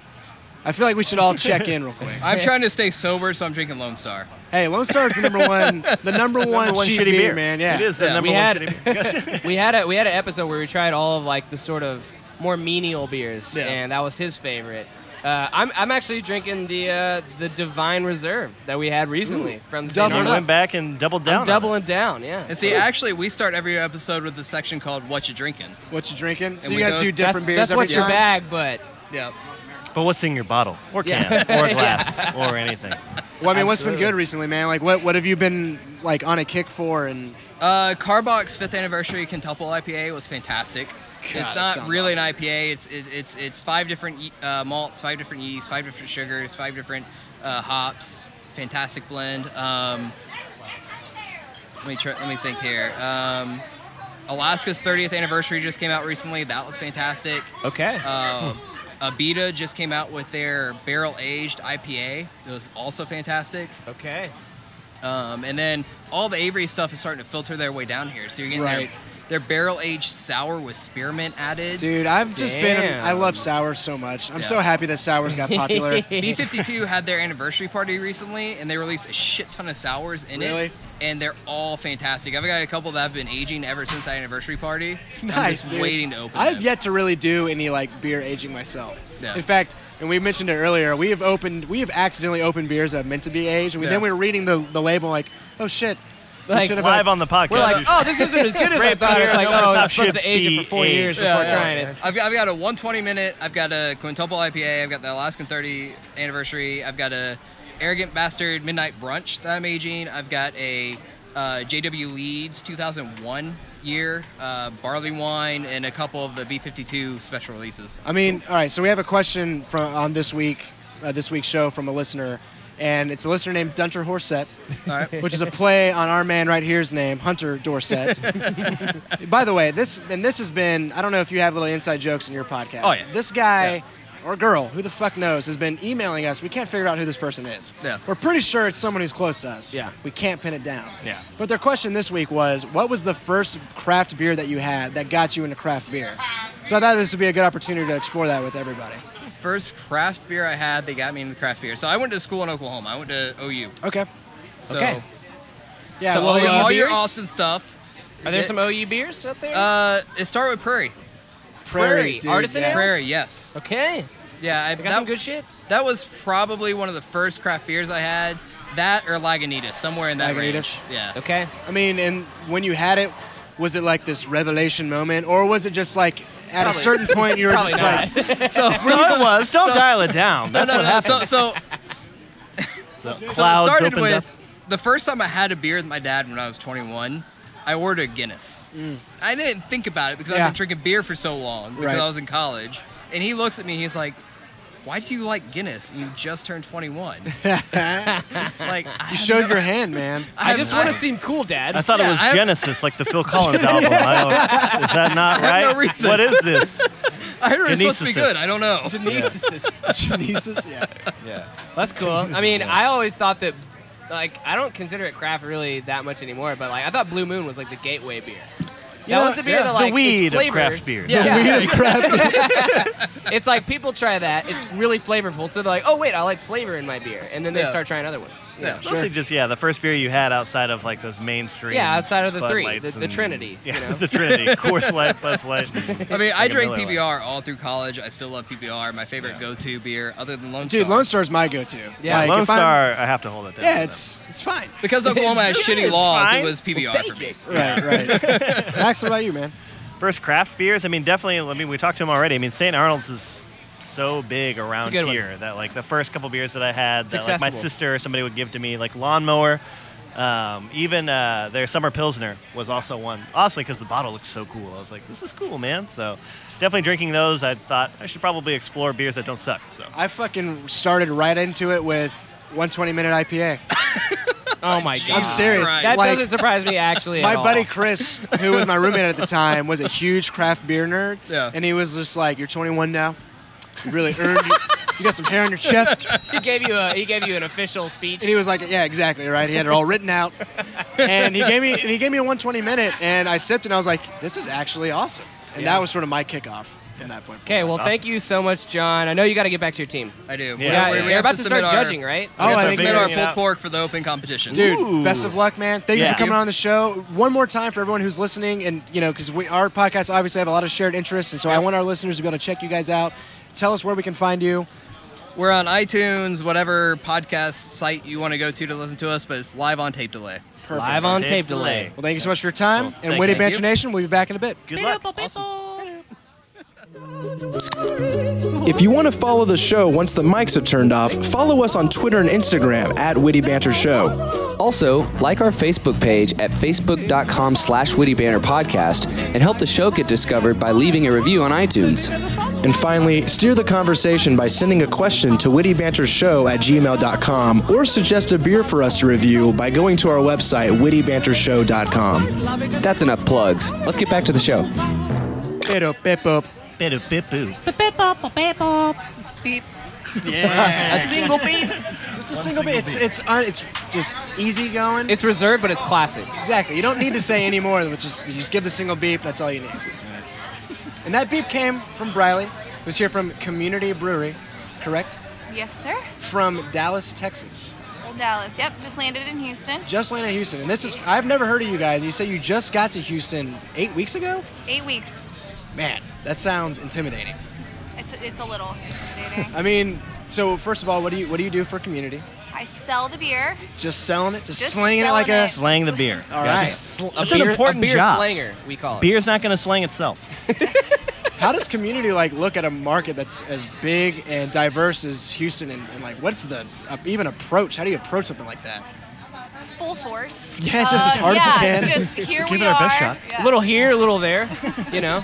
Speaker 3: I feel like we should all check in real quick.
Speaker 13: I'm trying to stay sober, so I'm drinking Lone Star.
Speaker 3: Hey, Lone Star is the number one, the number one,
Speaker 4: Number one
Speaker 3: cheap
Speaker 4: shitty
Speaker 3: beer,
Speaker 4: beer,
Speaker 3: man. Yeah,
Speaker 4: it is the
Speaker 1: Yeah,
Speaker 4: number
Speaker 1: we
Speaker 4: one
Speaker 1: had-
Speaker 4: shitty beer.
Speaker 1: we had a we had an episode where we tried all of like the sort of more menial beers, and that was his favorite. Uh, I'm, I'm actually drinking the uh, the Divine Reserve that we had recently from the St.
Speaker 3: double
Speaker 4: And we
Speaker 1: Arnold's.
Speaker 4: went back and doubled down.
Speaker 1: I'm
Speaker 4: on it.
Speaker 1: doubling down, yeah.
Speaker 13: And see, actually, we start every episode with the section called "What You Drinking."
Speaker 3: What you drinking? So
Speaker 13: And
Speaker 3: you
Speaker 13: we
Speaker 3: guys
Speaker 13: go-
Speaker 3: do different
Speaker 1: that's,
Speaker 3: beers
Speaker 1: that's
Speaker 3: every
Speaker 1: what's your
Speaker 3: time?
Speaker 1: bag, but
Speaker 13: Yep.
Speaker 4: But what's in your bottle or can
Speaker 1: Yeah.
Speaker 4: or glass or anything?
Speaker 3: Well, I mean, what's been
Speaker 1: Absolutely.
Speaker 3: good recently, man? Like, what what have you been like on a kick for? And
Speaker 13: Uh, Carbox fifth anniversary quintuple IPA was fantastic.
Speaker 3: that
Speaker 13: it's not
Speaker 3: sounds
Speaker 13: really
Speaker 3: awesome.
Speaker 13: an IPA. It's it, it's it's five different ye- uh, malts, five different yeasts, five different sugars, five different uh, hops. Fantastic blend. Um, let me try, let me think here. Um, Alaska's 30th anniversary just came out recently. That was fantastic.
Speaker 1: okay.
Speaker 13: Uh, Abita just came out with their barrel aged IPA. It was also fantastic.
Speaker 1: okay.
Speaker 13: Um, and then all the Avery stuff is starting to filter their way down here. So you're getting
Speaker 3: Right.
Speaker 13: their, their barrel aged sour with spearmint added.
Speaker 3: dude, I've just been.
Speaker 1: Damn.
Speaker 3: I love sour so much. I'm
Speaker 13: Yeah.
Speaker 3: so happy that sours got popular.
Speaker 13: B52 had their anniversary party recently, and they released a shit ton of sours in
Speaker 3: Really?
Speaker 13: it. And they're all fantastic. I've got a couple that have been aging ever since that anniversary party. I'm
Speaker 3: nice,
Speaker 13: just
Speaker 3: dude.
Speaker 13: waiting to open.
Speaker 3: I've
Speaker 13: them.
Speaker 3: yet to really do any like beer aging myself.
Speaker 13: Yeah.
Speaker 3: In fact, and we mentioned it earlier, we have opened, we have accidentally opened beers that have meant to be aged. We,
Speaker 13: Yeah.
Speaker 3: Then we were reading the, the label, like, oh shit, we
Speaker 1: Like,
Speaker 3: should have
Speaker 4: Live on the podcast.
Speaker 1: We're like, oh, this isn't as good as I
Speaker 4: Great
Speaker 1: thought.
Speaker 4: beer,
Speaker 1: It's like,
Speaker 4: no
Speaker 1: oh,
Speaker 4: stop
Speaker 1: it's supposed
Speaker 4: should
Speaker 1: to age it
Speaker 4: be
Speaker 1: for four years
Speaker 4: aged.
Speaker 1: before trying it.
Speaker 13: I've, I've got a 120 minute. I've got a quintuple IPA. I've got the Alaskan 30 anniversary. I've got a Arrogant Bastard Midnight Brunch that I'm aging. I've got a uh, JW Leeds 2001 year uh, barley wine and a couple of the B52 special releases.
Speaker 3: I mean, all right. So we have a question from on this week, uh, this week's show from a listener, and it's a listener named Dunter Horsett,
Speaker 13: All right.
Speaker 3: which is a play on our man right here's name, Hunter Dorset. By the way, this and this has been. I don't know if you have little inside jokes in your podcast.
Speaker 13: Oh, yeah.
Speaker 3: This guy. Or girl, who the fuck knows, has been emailing us. We can't figure out who this person is.
Speaker 13: Yeah.
Speaker 3: We're pretty sure it's someone who's close to us.
Speaker 1: Yeah.
Speaker 3: We can't pin it down.
Speaker 4: Yeah.
Speaker 3: But their question this week was, what was the first craft beer that you had that got you into craft beer? So I thought this would be a good opportunity to explore that with everybody.
Speaker 13: First craft beer I had, they got me into craft beer. So I went to school in Oklahoma. I went to OU.
Speaker 3: Okay.
Speaker 13: So
Speaker 1: Okay.
Speaker 3: Yeah.
Speaker 1: So
Speaker 3: well,
Speaker 1: all
Speaker 3: uh,
Speaker 1: your-
Speaker 13: all your
Speaker 1: beers?
Speaker 13: Austin stuff.
Speaker 1: Are there some OU beers out there?
Speaker 13: Uh, it started with Prairie.
Speaker 3: prairie,
Speaker 1: Prairie,
Speaker 3: dude,
Speaker 1: artisan
Speaker 3: yes.
Speaker 13: Prairie, yes.
Speaker 1: okay.
Speaker 13: Yeah, I
Speaker 1: I got
Speaker 13: that-
Speaker 1: some good shit.
Speaker 13: That was probably one of the first craft beers I had. That or Lagunitas, somewhere in that
Speaker 3: Lagunitas?
Speaker 13: range. Yeah.
Speaker 1: Okay.
Speaker 3: I mean, and when you had it, was it like this revelation moment, or was it just like at
Speaker 13: Probably.
Speaker 3: a certain point you were just like,
Speaker 13: So
Speaker 4: it was. Don't dial it down.
Speaker 13: no,
Speaker 4: That's
Speaker 13: no,
Speaker 4: what
Speaker 13: no.
Speaker 4: happened.
Speaker 13: So, so,
Speaker 4: the
Speaker 13: so it
Speaker 4: clouds
Speaker 13: started
Speaker 4: opened
Speaker 13: with
Speaker 4: up.
Speaker 13: the first time I had a beer with my dad when I was 21. I ordered a Guinness. I didn't think about it because
Speaker 3: Mm. Yeah.
Speaker 13: I've been drinking beer for so long because
Speaker 3: Right.
Speaker 13: I was in college. And he looks at me. He's like, "Why do you like Guinness? You just turned 21." like I
Speaker 3: you
Speaker 13: have
Speaker 3: showed
Speaker 13: no-
Speaker 3: your hand, man?
Speaker 1: I,
Speaker 13: have
Speaker 1: just
Speaker 13: no-
Speaker 1: want to seem cool, Dad.
Speaker 4: I thought
Speaker 13: Yeah,
Speaker 4: it was
Speaker 13: I-
Speaker 4: Genesis, like the Phil Collins album. I don't- is that not right?
Speaker 13: no reason.
Speaker 4: What is this?
Speaker 13: I heard it was supposed to be
Speaker 4: Genesis.
Speaker 13: good. I don't know.
Speaker 1: Genesis.
Speaker 3: Jesus. Yeah.
Speaker 4: Yeah.
Speaker 1: That's cool. I mean, I always thought that, like, I don't consider it craft really that much anymore, but like, I thought Blue Moon was like the gateway beer.
Speaker 2: that was the beer that like
Speaker 4: the weed
Speaker 2: it's
Speaker 4: of
Speaker 2: flavored.
Speaker 4: craft beer.
Speaker 2: Yeah.
Speaker 3: crap.
Speaker 1: it's like people try that. It's really flavorful. So they're like, oh wait, I like flavor in my beer, and then they
Speaker 13: Yeah.
Speaker 1: start trying other ones. you
Speaker 13: Yeah.
Speaker 1: know.
Speaker 4: Mostly just yeah, the first beer you had outside of like those mainstream.
Speaker 1: Yeah, outside of the
Speaker 4: Bud
Speaker 1: three,
Speaker 4: Lights
Speaker 1: the- the
Speaker 4: and-
Speaker 1: Trinity,
Speaker 4: Yeah,
Speaker 1: you know?
Speaker 4: the Trinity. Coors Light, Bud Light.
Speaker 13: I mean, I
Speaker 4: Like a
Speaker 13: drank
Speaker 4: Miller Lite.
Speaker 13: PBR all through college. I still love PBR. My favorite go-to beer, other than Lone Star.
Speaker 3: Dude, Lone Star's my go-to.
Speaker 1: Yeah,
Speaker 3: Like,
Speaker 4: Lone
Speaker 3: if I'm-
Speaker 4: Star, I have to hold it down.
Speaker 3: Yeah, it's it's fine.
Speaker 13: because Oklahoma has shitty
Speaker 4: it's
Speaker 13: laws.
Speaker 4: fine.
Speaker 13: It was PBR
Speaker 1: Take
Speaker 13: for me.
Speaker 1: it.
Speaker 3: Right, right. Max, what about you, man?
Speaker 4: first craft beers. I mean, definitely. I mean, we talked to him already. I mean, St. Arnold's is so big around
Speaker 1: good one.
Speaker 4: here that like the first couple beers that I had, that, like my
Speaker 1: accessible.
Speaker 4: sister or somebody would give to me, like lawnmower. Um, even uh, their summer pilsner was also one. Honestly, because the bottle looks so cool, I was like, "This is cool, man." So, definitely drinking those. I thought I should probably explore beers that don't suck. So,
Speaker 3: I fucking started right into it with 120 minute IPA.
Speaker 1: Oh my god,
Speaker 3: I'm serious.
Speaker 13: Christ.
Speaker 1: That
Speaker 3: Like,
Speaker 1: doesn't surprise me actually.
Speaker 3: my
Speaker 1: at all.
Speaker 3: buddy Chris, who was my roommate at the time, was a huge craft beer nerd.
Speaker 13: Yeah.
Speaker 3: And he was just like, "You're 21 now. You really earned. Your, you got some hair on your chest."
Speaker 1: he gave you a he gave you an official speech.
Speaker 3: And he was like, "Yeah, exactly right." He had it all written out, and he gave me and he gave me a 120 minute, and I sipped, and I was like, "This is actually awesome." And that was sort of my kickoff from that point.
Speaker 1: Okay, well, thank you so much, John. I know you got to get back to your team.
Speaker 13: I do.
Speaker 4: Yeah,
Speaker 13: we,
Speaker 1: we
Speaker 13: we
Speaker 1: are
Speaker 13: have
Speaker 1: about
Speaker 13: to
Speaker 1: to
Speaker 13: submit
Speaker 1: start
Speaker 13: our-
Speaker 1: judging, right?
Speaker 3: Oh,
Speaker 13: we have
Speaker 3: I
Speaker 13: to
Speaker 3: think
Speaker 13: submit
Speaker 3: it
Speaker 13: our
Speaker 3: is.
Speaker 13: pulled pork for the open competition.
Speaker 3: dude best of luck man thank you
Speaker 4: Yeah.
Speaker 3: for coming on the show one more time for everyone who's listening and you know because we our podcasts obviously have a lot of shared interests and so i want our listeners to be able to check you guys out tell us where we can find you
Speaker 13: We're on iTunes, whatever podcast site you want to go to to listen to us, but it's live on tape delay.
Speaker 3: perfect
Speaker 1: Live on tape delay.
Speaker 3: well thank you so much for your time and
Speaker 4: thank
Speaker 3: witty
Speaker 4: you.
Speaker 3: banter nation we'll be back in a bit
Speaker 4: Good luck.
Speaker 7: If you want to follow the show once the mics have turned off, follow us on Twitter and Instagram at Witty Banter Show.
Speaker 14: Also, like our Facebook page at facebook.com slash wittybanner podcast and help the show get discovered by leaving a review on iTunes.
Speaker 7: And finally, steer the conversation by sending a question to wittybantershow at gmail.com or suggest a beer for us to review by going to our website, wittybantershow.com.
Speaker 14: That's enough plugs. Let's get back to the show.
Speaker 3: Pero Pepo.
Speaker 4: Better bit boo.
Speaker 1: A single beat.
Speaker 3: just a single bit it's it's un, it's just easy going
Speaker 1: It's reserved, but it's classic.
Speaker 3: exactly you don't need to say any more but just you just give the single beep that's all you need and that beep came from briley who's here from community brewery correct
Speaker 15: Yes, sir.
Speaker 3: from dallas texas
Speaker 15: Old Dallas. Yep, just landed in Houston
Speaker 3: just landed in Houston, and this is I've never heard of you guys. You say you just got to Houston eight weeks ago?
Speaker 15: eight weeks.
Speaker 3: Man, that sounds intimidating.
Speaker 15: It's it's a little intimidating.
Speaker 3: I mean, so first of all, what do you what do you do for community?
Speaker 15: I sell the beer.
Speaker 3: Just selling it, just,
Speaker 15: Just
Speaker 3: slinging it like
Speaker 15: selling
Speaker 3: a.
Speaker 4: Slang the beer.
Speaker 3: All right.
Speaker 1: Sl- a
Speaker 4: That's an
Speaker 1: beer,
Speaker 4: important
Speaker 1: a beer
Speaker 4: job.
Speaker 1: slanger, we call it.
Speaker 4: Beer's not going to slang itself.
Speaker 3: How does community like look at a market that's as big and diverse as Houston, and, and like what's the uh, even approach? How do you approach something like that?
Speaker 15: Full force.
Speaker 3: Yeah, just as hard as we
Speaker 15: Uh, yeah,
Speaker 3: can.
Speaker 15: Just here
Speaker 4: Give
Speaker 15: we
Speaker 4: it our
Speaker 15: are.
Speaker 4: best shot.
Speaker 15: Yeah.
Speaker 1: Little here, a little there. You know.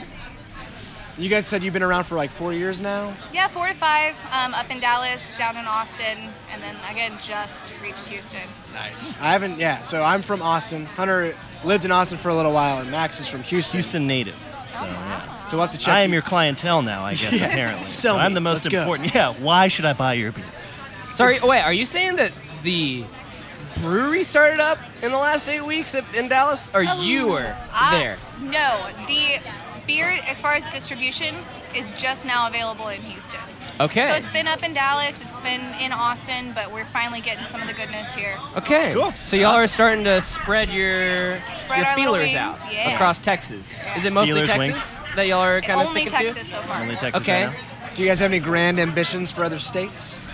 Speaker 3: You guys said you've been around for like four years now.
Speaker 15: Yeah, four to five. Um, up in Dallas, down in Austin, and then again just reached Houston.
Speaker 3: Nice. I haven't. Yeah. So I'm from Austin. Hunter lived in Austin for a little while, and Max is from Houston.
Speaker 4: Houston native. So, yeah.
Speaker 3: So we'll have to check.
Speaker 4: I am
Speaker 3: you-
Speaker 4: your clientele now, I guess, apparently.
Speaker 3: Sell
Speaker 4: so I'm
Speaker 3: me.
Speaker 4: the most
Speaker 3: Let's go.
Speaker 4: important. Yeah, why should I buy your beer?
Speaker 1: Sorry. oh, wait, are you saying that the brewery started up in the last eight weeks at- in Dallas, or you were
Speaker 15: Ah,
Speaker 1: there?
Speaker 15: No, the beer as far as distribution is just now available in Houston. So
Speaker 1: Okay.
Speaker 15: it's been up in Dallas, it's been in Austin, but we're finally getting some of the goodness here.
Speaker 1: Okay.
Speaker 4: Cool.
Speaker 1: So y'all are starting to spread your
Speaker 15: Spread
Speaker 1: your
Speaker 15: our little
Speaker 1: feelers
Speaker 15: wings,
Speaker 1: out
Speaker 15: yeah.
Speaker 1: across Texas. Is it mostly
Speaker 4: Feelers,
Speaker 1: Texas that y'all are kind of
Speaker 15: Only
Speaker 1: sticking
Speaker 15: Texas so far.
Speaker 4: Only
Speaker 1: to?
Speaker 4: Texas
Speaker 1: Okay.
Speaker 4: right now.
Speaker 3: Do you guys have any grand ambitions for other states?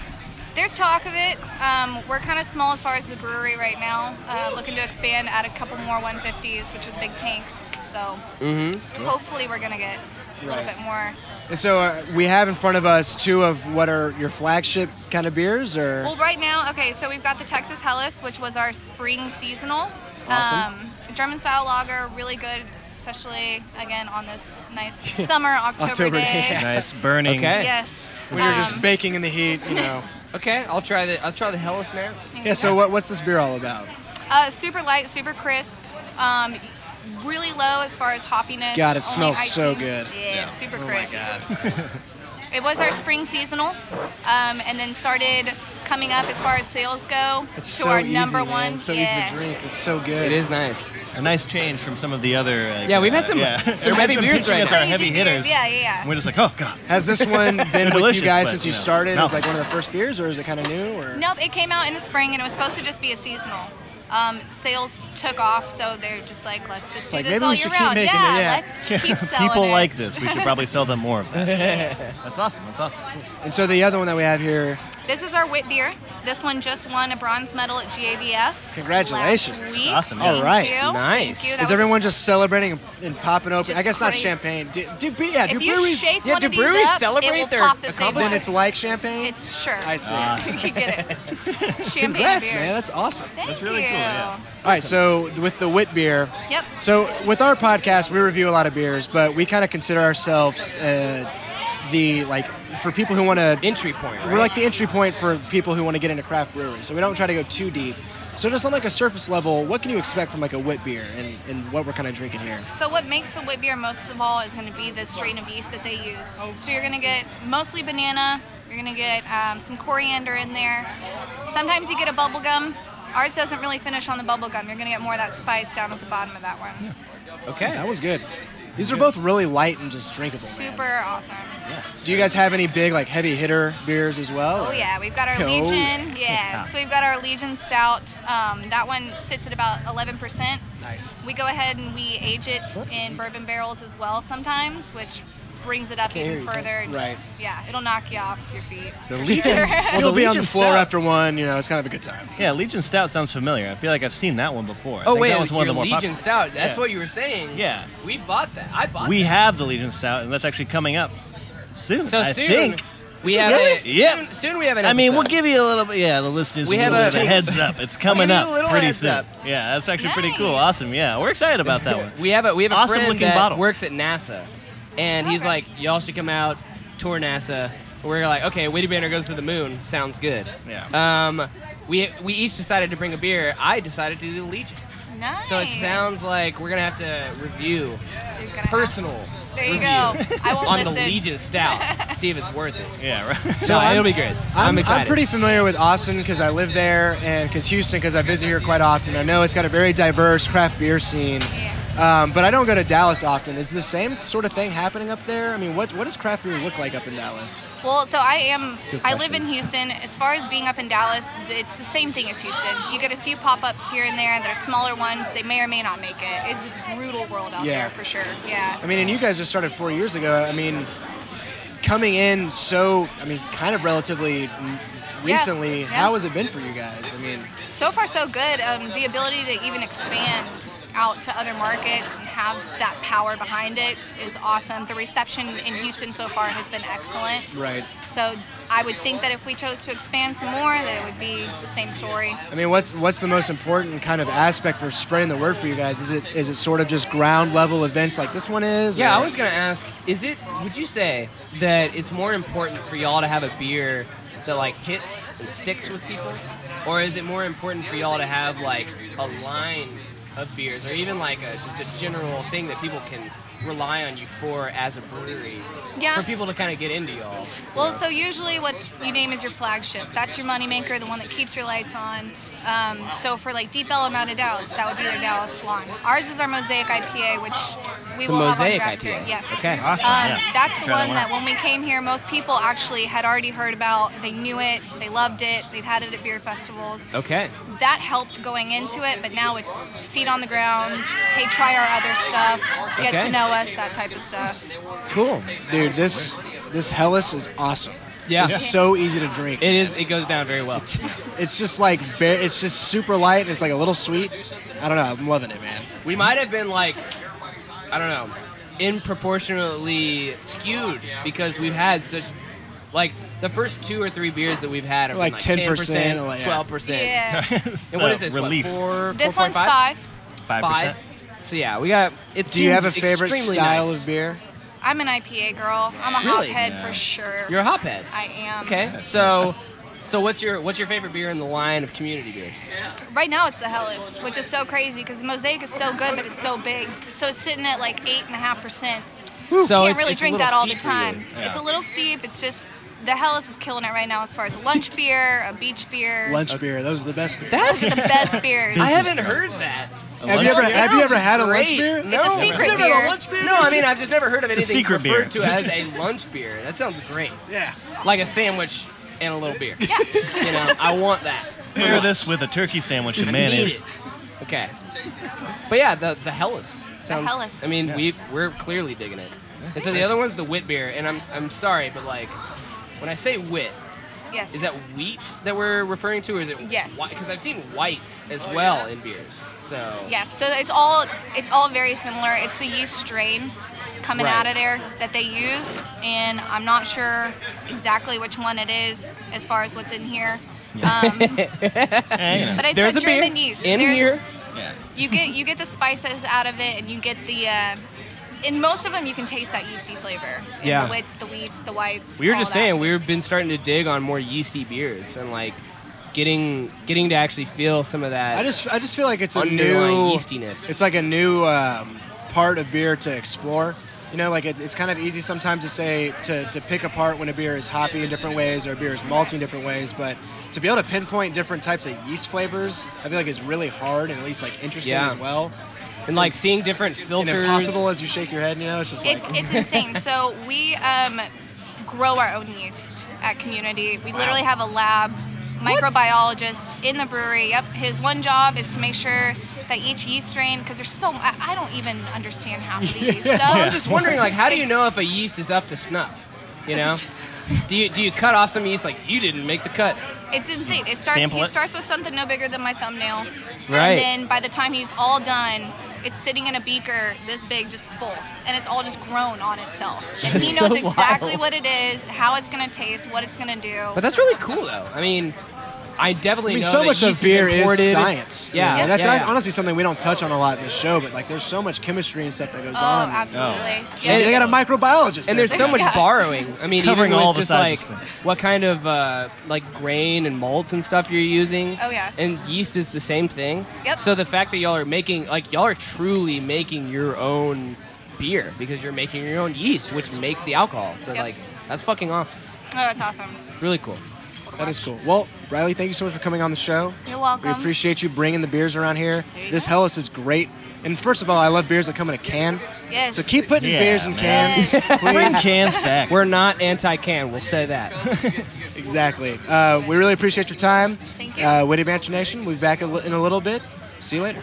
Speaker 15: There's talk of it. Um, we're kind of small as far as the brewery right now. Uh, looking to expand, add a couple more 150s, which are the big tanks. So
Speaker 1: Mm-hmm.
Speaker 15: hopefully we're gonna get a little
Speaker 3: Right.
Speaker 15: bit more.
Speaker 3: And so uh, we have in front of us two of what are your flagship kind of beers, or
Speaker 15: Well, right now, okay. So we've got the Texas Hellas, which was our spring seasonal.
Speaker 3: Awesome.
Speaker 15: Um, German style lager, really good, especially again on this nice summer October,
Speaker 3: October
Speaker 15: day.
Speaker 3: day.
Speaker 4: Nice burning.
Speaker 1: Okay.
Speaker 15: Yes.
Speaker 3: when you're just
Speaker 15: Um,
Speaker 3: baking in the heat, you know?
Speaker 1: Okay. I'll try the I'll try the Hellas now.
Speaker 3: yeah. So what, what's this beer all about?
Speaker 15: Uh, super light, super crisp. Um, really low as far as hoppiness.
Speaker 3: God, it
Speaker 15: only
Speaker 3: smells so
Speaker 15: 18.
Speaker 3: good.
Speaker 15: Yeah,
Speaker 3: Oh
Speaker 15: super crisp. it was our spring seasonal, um, and then started coming up as far as sales go
Speaker 3: It's
Speaker 15: to
Speaker 3: so
Speaker 15: our
Speaker 3: easy,
Speaker 15: number
Speaker 3: man.
Speaker 15: one.
Speaker 3: It's so
Speaker 15: yeah.
Speaker 3: easy to drink. It's so good.
Speaker 1: It is nice.
Speaker 4: A nice change from some of the other. Uh,
Speaker 1: Yeah, we've had some-
Speaker 4: yeah.
Speaker 1: some
Speaker 4: Everybody's
Speaker 1: heavy
Speaker 4: been
Speaker 1: beers
Speaker 4: pitching
Speaker 1: right
Speaker 4: us
Speaker 1: now.
Speaker 4: our heavy
Speaker 15: Easy beers,
Speaker 4: hitters.
Speaker 15: Yeah, yeah, yeah.
Speaker 4: We're just like, oh god.
Speaker 3: Has this one
Speaker 4: They're
Speaker 3: been with you
Speaker 4: delicious,
Speaker 3: guys
Speaker 4: but,
Speaker 3: since you
Speaker 4: know,
Speaker 3: started? It's
Speaker 4: no.
Speaker 3: like one of the first beers, or is it kind of new? Or
Speaker 15: Nope, it came out in the spring and it was supposed to just be a seasonal. Um, sales took off, so they're just like, let's just do
Speaker 3: Like,
Speaker 15: this
Speaker 3: maybe
Speaker 15: all
Speaker 3: we
Speaker 15: year
Speaker 3: should keep
Speaker 15: round.
Speaker 3: making it,
Speaker 15: yeah,
Speaker 3: yeah.
Speaker 15: let's keep selling
Speaker 4: People
Speaker 15: it.
Speaker 4: like this. We should probably sell them more of that. That's awesome. That's awesome.
Speaker 3: and so the other one that we have here,
Speaker 15: This is our wit beer. This one just won a bronze medal at GABF.
Speaker 3: Congratulations.
Speaker 15: last
Speaker 3: That's
Speaker 15: week.
Speaker 4: awesome, man.
Speaker 15: Thank
Speaker 3: All right.
Speaker 15: you.
Speaker 1: Nice.
Speaker 15: Thank you. That
Speaker 3: is
Speaker 15: was-
Speaker 3: everyone just celebrating and, and popping open?
Speaker 15: Just
Speaker 3: I guess
Speaker 15: crazy.
Speaker 3: not champagne. Do, do, be- yeah, do
Speaker 15: If you
Speaker 3: breweries?
Speaker 15: shake
Speaker 1: Yeah,
Speaker 15: one
Speaker 1: do
Speaker 15: of these
Speaker 1: breweries
Speaker 15: up,
Speaker 1: celebrate
Speaker 15: it will
Speaker 1: their
Speaker 15: pop the same
Speaker 3: then
Speaker 15: way.
Speaker 3: it's like champagne.
Speaker 15: It's sure.
Speaker 3: I
Speaker 1: Oh,
Speaker 3: see.
Speaker 15: you get it. Champagne
Speaker 3: Congrats,
Speaker 15: beers.
Speaker 3: man. That's awesome.
Speaker 15: Thank
Speaker 4: That's really
Speaker 15: you.
Speaker 4: cool, yeah.
Speaker 3: All right, so with the wit beer,
Speaker 15: Yep.
Speaker 3: So with our podcast, we review a lot of beers, but we kind of consider ourselves uh, the like for people who want to.
Speaker 1: Entry point.
Speaker 3: We're like the entry point for people who want to get into craft brewery. So we don't try to go too deep. So just on like a surface level, what can you expect from like a wit beer and, and what we're kind of drinking here?
Speaker 15: So what makes the wit beer most of all is going to be the strain of yeast that they use. So you're going to get mostly banana. You're going to get um, some coriander in there. Sometimes you get a bubble gum. Ours doesn't really finish on the bubble gum. You're going to get more of that spice down at the bottom of that one.
Speaker 1: Okay.
Speaker 3: That was good. These are both really light and just drinkable.
Speaker 15: Super
Speaker 3: Man.
Speaker 15: awesome.
Speaker 3: Do you guys have any big like heavy hitter beers as well?
Speaker 15: Oh
Speaker 3: or-
Speaker 15: yeah, we've got our
Speaker 3: Oh,
Speaker 15: Legion. Yeah. So we've got our Legion Stout. Um, that one sits at about 11%.
Speaker 3: Nice.
Speaker 15: We go ahead and we age it in bourbon barrels as well sometimes, which brings it up even further. And just, yeah, it'll knock you off your feet.
Speaker 3: The
Speaker 15: for
Speaker 3: Legion.
Speaker 15: sure.
Speaker 3: You'll be on
Speaker 4: Legion
Speaker 3: the floor
Speaker 4: Stout.
Speaker 3: after one. You know, it's kind of a good time.
Speaker 4: Yeah, Legion Stout sounds familiar. I feel like I've seen that one before. I
Speaker 1: Oh
Speaker 4: think
Speaker 1: wait,
Speaker 4: that was one
Speaker 1: your
Speaker 4: of the more
Speaker 1: Legion
Speaker 4: popular-
Speaker 1: Stout. That's
Speaker 4: Yeah.
Speaker 1: what you were saying.
Speaker 4: Yeah.
Speaker 1: We bought that. I bought.
Speaker 4: We
Speaker 1: that.
Speaker 4: have the Legion Stout, and that's actually coming up soon.
Speaker 1: So
Speaker 4: I
Speaker 1: soon
Speaker 4: think.
Speaker 1: we have
Speaker 4: Really?
Speaker 1: it.
Speaker 4: Yep.
Speaker 1: Soon, soon we have an.
Speaker 4: I mean, we'll
Speaker 1: episode.
Speaker 4: give you a little bit. Yeah, the listeners
Speaker 1: We
Speaker 4: a
Speaker 1: have
Speaker 4: little
Speaker 1: a-
Speaker 4: bit of heads up. It's coming
Speaker 1: you a
Speaker 4: up
Speaker 1: little
Speaker 4: pretty
Speaker 1: heads
Speaker 4: soon.
Speaker 1: up.
Speaker 4: Yeah, that's actually pretty cool.
Speaker 15: Nice.
Speaker 4: Awesome. Yeah, we're excited about that one.
Speaker 1: We have a we have a
Speaker 4: Awesome
Speaker 1: friend
Speaker 4: looking
Speaker 1: that
Speaker 4: bottle.
Speaker 1: works at NASA, and he's
Speaker 15: Okay.
Speaker 1: like, y'all should come out, tour NASA. We're like, okay, Witty Banner goes to the moon. Sounds good.
Speaker 4: Yeah.
Speaker 1: Um, we we each decided to bring a beer. I decided to do the Legion.
Speaker 15: nice.
Speaker 1: So it sounds like we're gonna have to review
Speaker 15: You're gonna have-
Speaker 1: personal
Speaker 15: There you go. I won't
Speaker 1: on the
Speaker 15: listen.
Speaker 1: Legion Stout. See if it's worth it.
Speaker 4: yeah, right.
Speaker 1: So
Speaker 3: I'm-
Speaker 1: it'll be great.
Speaker 3: I'm, I'm
Speaker 1: excited.
Speaker 3: pretty familiar with Austin because I live there, and because Houston because I visit here quite often. I know it's got a very diverse craft beer scene, um, but I don't go to Dallas often. Is the same sort of thing happening up there? I mean, what what does craft beer look like up in Dallas?
Speaker 15: Well, so I am. I live in Houston. As far as being up in Dallas, it's the same thing as Houston. You get a few pop-ups here and there. They're smaller ones. They may or may not make it. It's a brutal world out
Speaker 3: Yeah.
Speaker 15: there for sure. Yeah.
Speaker 3: I mean, and you guys just started four years ago. I mean, coming in so I mean, kind of relatively mm, recently.
Speaker 15: Yeah.
Speaker 3: How has it been for you guys? I mean,
Speaker 15: So far, so good. Um, the ability to even expand out to other markets and have that power behind it is awesome. The reception in Houston so far has been excellent.
Speaker 3: right.
Speaker 15: So I would think that if we chose to expand some more, that it would be the same story.
Speaker 3: I mean, what's what's the most important kind of aspect for spreading the word for you guys? Is it is it sort of just ground level events like this one is?
Speaker 1: Yeah,
Speaker 3: or-
Speaker 1: I was gonna ask. Is it? Would you say that it's more important for y'all to have a beer that like hits and sticks with people, or is it more important for y'all to have like a line of beers, or even like a just a general thing that people can rely on you for as a brewery
Speaker 15: Yeah.
Speaker 1: for people to kind of get into y'all?
Speaker 15: Well, so usually what you name is your flagship. That's your moneymaker, the one that keeps your lights on. Um, so for like Deep Ellum out of Dallas, that would be their Dallas Blonde. Ours is our Mosaic IPA, which we
Speaker 1: The
Speaker 15: will
Speaker 1: Mosaic
Speaker 15: have on draft here.
Speaker 1: IPA.
Speaker 15: Yes.
Speaker 1: Okay.
Speaker 15: Um,
Speaker 1: Awesome,
Speaker 4: yeah.
Speaker 15: That's the one
Speaker 4: Try that one
Speaker 15: that
Speaker 4: out.
Speaker 15: when we came here, most people actually had already heard about. They knew it. They loved it. They'd had it at beer festivals
Speaker 1: Okay.
Speaker 15: that helped going into it, but now it's feet on the ground. Hey, try our other stuff. Get
Speaker 1: Okay.
Speaker 15: to know us, that type of stuff.
Speaker 1: Cool.
Speaker 3: Dude, this this Hellas is awesome.
Speaker 1: Yeah.
Speaker 3: It's so easy to drink.
Speaker 1: It is. It goes down very well.
Speaker 3: It's just like ba- it's just super light and it's like a little sweet. I don't know. I'm loving it, man.
Speaker 1: We might have been like, I don't know, in proportionately skewed because we've had such, like, the first two or three beers that we've had are
Speaker 3: Like
Speaker 1: like
Speaker 3: 10%,
Speaker 1: 10%,
Speaker 3: or like-
Speaker 1: 12%.
Speaker 15: Yeah.
Speaker 1: And what is this?
Speaker 4: Relief.
Speaker 1: What, four,
Speaker 15: This
Speaker 1: 4.5?
Speaker 15: one's five.
Speaker 4: Five
Speaker 1: Five.
Speaker 4: percent.
Speaker 1: So yeah, we got. It
Speaker 3: Do you
Speaker 1: seems
Speaker 3: have a favorite
Speaker 1: extremely
Speaker 3: style
Speaker 1: nice.
Speaker 3: of beer?
Speaker 15: I'm an IPA girl. I'm a
Speaker 1: Really?
Speaker 15: hophead for sure.
Speaker 1: You're a hophead.
Speaker 15: I am.
Speaker 1: Okay. So, so what's your what's your favorite beer in the line of community beers?
Speaker 15: Right now it's the Hellas, which is so crazy because the Mosaic is so good, but it's so big. So it's sitting at like eight and a half percent.
Speaker 1: So
Speaker 15: Can't
Speaker 1: it's,
Speaker 15: really
Speaker 1: it's a
Speaker 15: drink
Speaker 1: little
Speaker 15: that all the
Speaker 1: steep for you.
Speaker 15: time. It's a little steep. It's just the Hellas is killing it right now as far as a lunch beer, a beach beer.
Speaker 3: Lunch beer. Those are the best beers.
Speaker 15: Those are the best beers.
Speaker 1: I haven't heard that.
Speaker 3: Have you ever have you ever had a lunch
Speaker 1: Great.
Speaker 3: beer?
Speaker 15: It's a secret
Speaker 1: Never had
Speaker 15: beer.
Speaker 1: No, I mean I've just never heard of anything
Speaker 4: secret beer.
Speaker 1: referred to as a lunch beer. That sounds great.
Speaker 3: Yeah.
Speaker 1: Like a sandwich and a little beer. You know, I want that.
Speaker 4: Pair this with a turkey sandwich and mayonnaise.
Speaker 1: Okay. But yeah, the the Hellas sounds.
Speaker 15: Hellas.
Speaker 1: I mean, we we're clearly digging it. And so the other one's the wit beer, and I'm I'm sorry, but like when I say wit,
Speaker 15: Yes.
Speaker 1: is that wheat that we're referring to, or is it
Speaker 15: Yes.
Speaker 1: Because I've seen white as well in beers. So
Speaker 15: Yes, so it's all it's all very similar. It's the yeast strain coming
Speaker 1: Right.
Speaker 15: out of there that they use, and I'm not sure exactly which one it is as far as what's in here. Um, but it's
Speaker 1: There's
Speaker 15: a
Speaker 1: a beer
Speaker 15: German yeast.
Speaker 1: in
Speaker 15: There's-
Speaker 1: here.
Speaker 15: You get you get the spices out of it, and you get the. Uh, in most of them, you can taste that yeasty flavor. In
Speaker 1: Yeah.
Speaker 15: The wits, the weeds, the whites.
Speaker 1: We were
Speaker 15: all
Speaker 1: just
Speaker 15: that.
Speaker 1: saying we've been starting to dig on more yeasty beers and like getting getting to actually feel some of that
Speaker 3: I just I just feel like it's a
Speaker 1: underlying
Speaker 3: new
Speaker 1: yeastiness.
Speaker 3: It's like a new um, part of beer to explore. You know, like it, it's kind of easy sometimes to say to, to pick apart when a beer is hoppy in different ways or a beer is malty in different ways, but to be able to pinpoint different types of yeast flavors, I feel like is really hard and at least like interesting
Speaker 1: Yeah.
Speaker 3: as well.
Speaker 1: and like seeing different filters.
Speaker 3: And impossible as you shake your head, you know, it's just like
Speaker 15: It's it's insane. So we um, grow our own yeast at community. We literally have a lab microbiologist in the brewery. Yep, his one job is to make sure that each yeast strain, because there's so I, I don't even understand half of the yeast stuff.
Speaker 1: I'm just wondering, like, how do you
Speaker 15: It's-
Speaker 1: know if a yeast is up to snuff? You know, do you do you cut off some yeast like you didn't make the cut?
Speaker 15: It's insane. It starts.
Speaker 4: Sample
Speaker 15: he
Speaker 4: it.
Speaker 15: starts with something no bigger than my thumbnail.
Speaker 1: Right.
Speaker 15: And then by the time he's all done, it's sitting in a beaker this big, just full, and it's all just grown on itself. And he
Speaker 1: That's so
Speaker 15: knows exactly
Speaker 1: wild.
Speaker 15: what it is, how it's gonna taste, what it's gonna do.
Speaker 1: But that's really cool, though. I mean, I definitely
Speaker 3: I mean,
Speaker 1: know
Speaker 3: so
Speaker 1: that
Speaker 3: much of
Speaker 1: yeast
Speaker 3: beer
Speaker 1: is,
Speaker 3: is,
Speaker 1: imported.
Speaker 3: science. you
Speaker 1: Yeah,
Speaker 3: know, and that's
Speaker 1: yeah, yeah.
Speaker 3: honestly something we don't touch on a lot in this show, but like there's so much chemistry and stuff that goes
Speaker 15: oh,
Speaker 3: on.
Speaker 15: absolutely.
Speaker 3: And they got a microbiologist.
Speaker 1: And there's so much
Speaker 15: Yeah.
Speaker 1: borrowing. I mean,
Speaker 4: Covering
Speaker 1: even with
Speaker 4: all the
Speaker 1: just like
Speaker 4: sides of
Speaker 1: what kind of uh, like grain and malts and stuff you're using.
Speaker 15: Oh, yeah.
Speaker 1: And yeast is the same thing.
Speaker 15: Yep.
Speaker 1: So the fact that y'all are making like y'all are truly making your own beer because you're making your own yeast, which makes the alcohol. So
Speaker 15: Yep.
Speaker 1: like that's fucking awesome.
Speaker 15: Oh, that's awesome.
Speaker 1: Really cool.
Speaker 3: That is cool. Well, Riley, thank you so much for coming on the show.
Speaker 15: You're welcome.
Speaker 3: We appreciate you bringing the beers around here.
Speaker 15: you
Speaker 3: This
Speaker 15: go.
Speaker 3: Hellas is great. And first of all, I love beers that come in a can.
Speaker 15: Yes.
Speaker 3: So keep putting
Speaker 4: Yeah,
Speaker 3: beers in
Speaker 4: man.
Speaker 3: cans.
Speaker 15: Yes.
Speaker 4: Bring
Speaker 3: Please.
Speaker 4: cans back.
Speaker 1: We're not anti-can. We'll say that.
Speaker 3: exactly. Uh, we really appreciate your time.
Speaker 15: Thank you.
Speaker 3: Uh, Witty Banter Nation. We'll be back a li- in a little bit. See you later.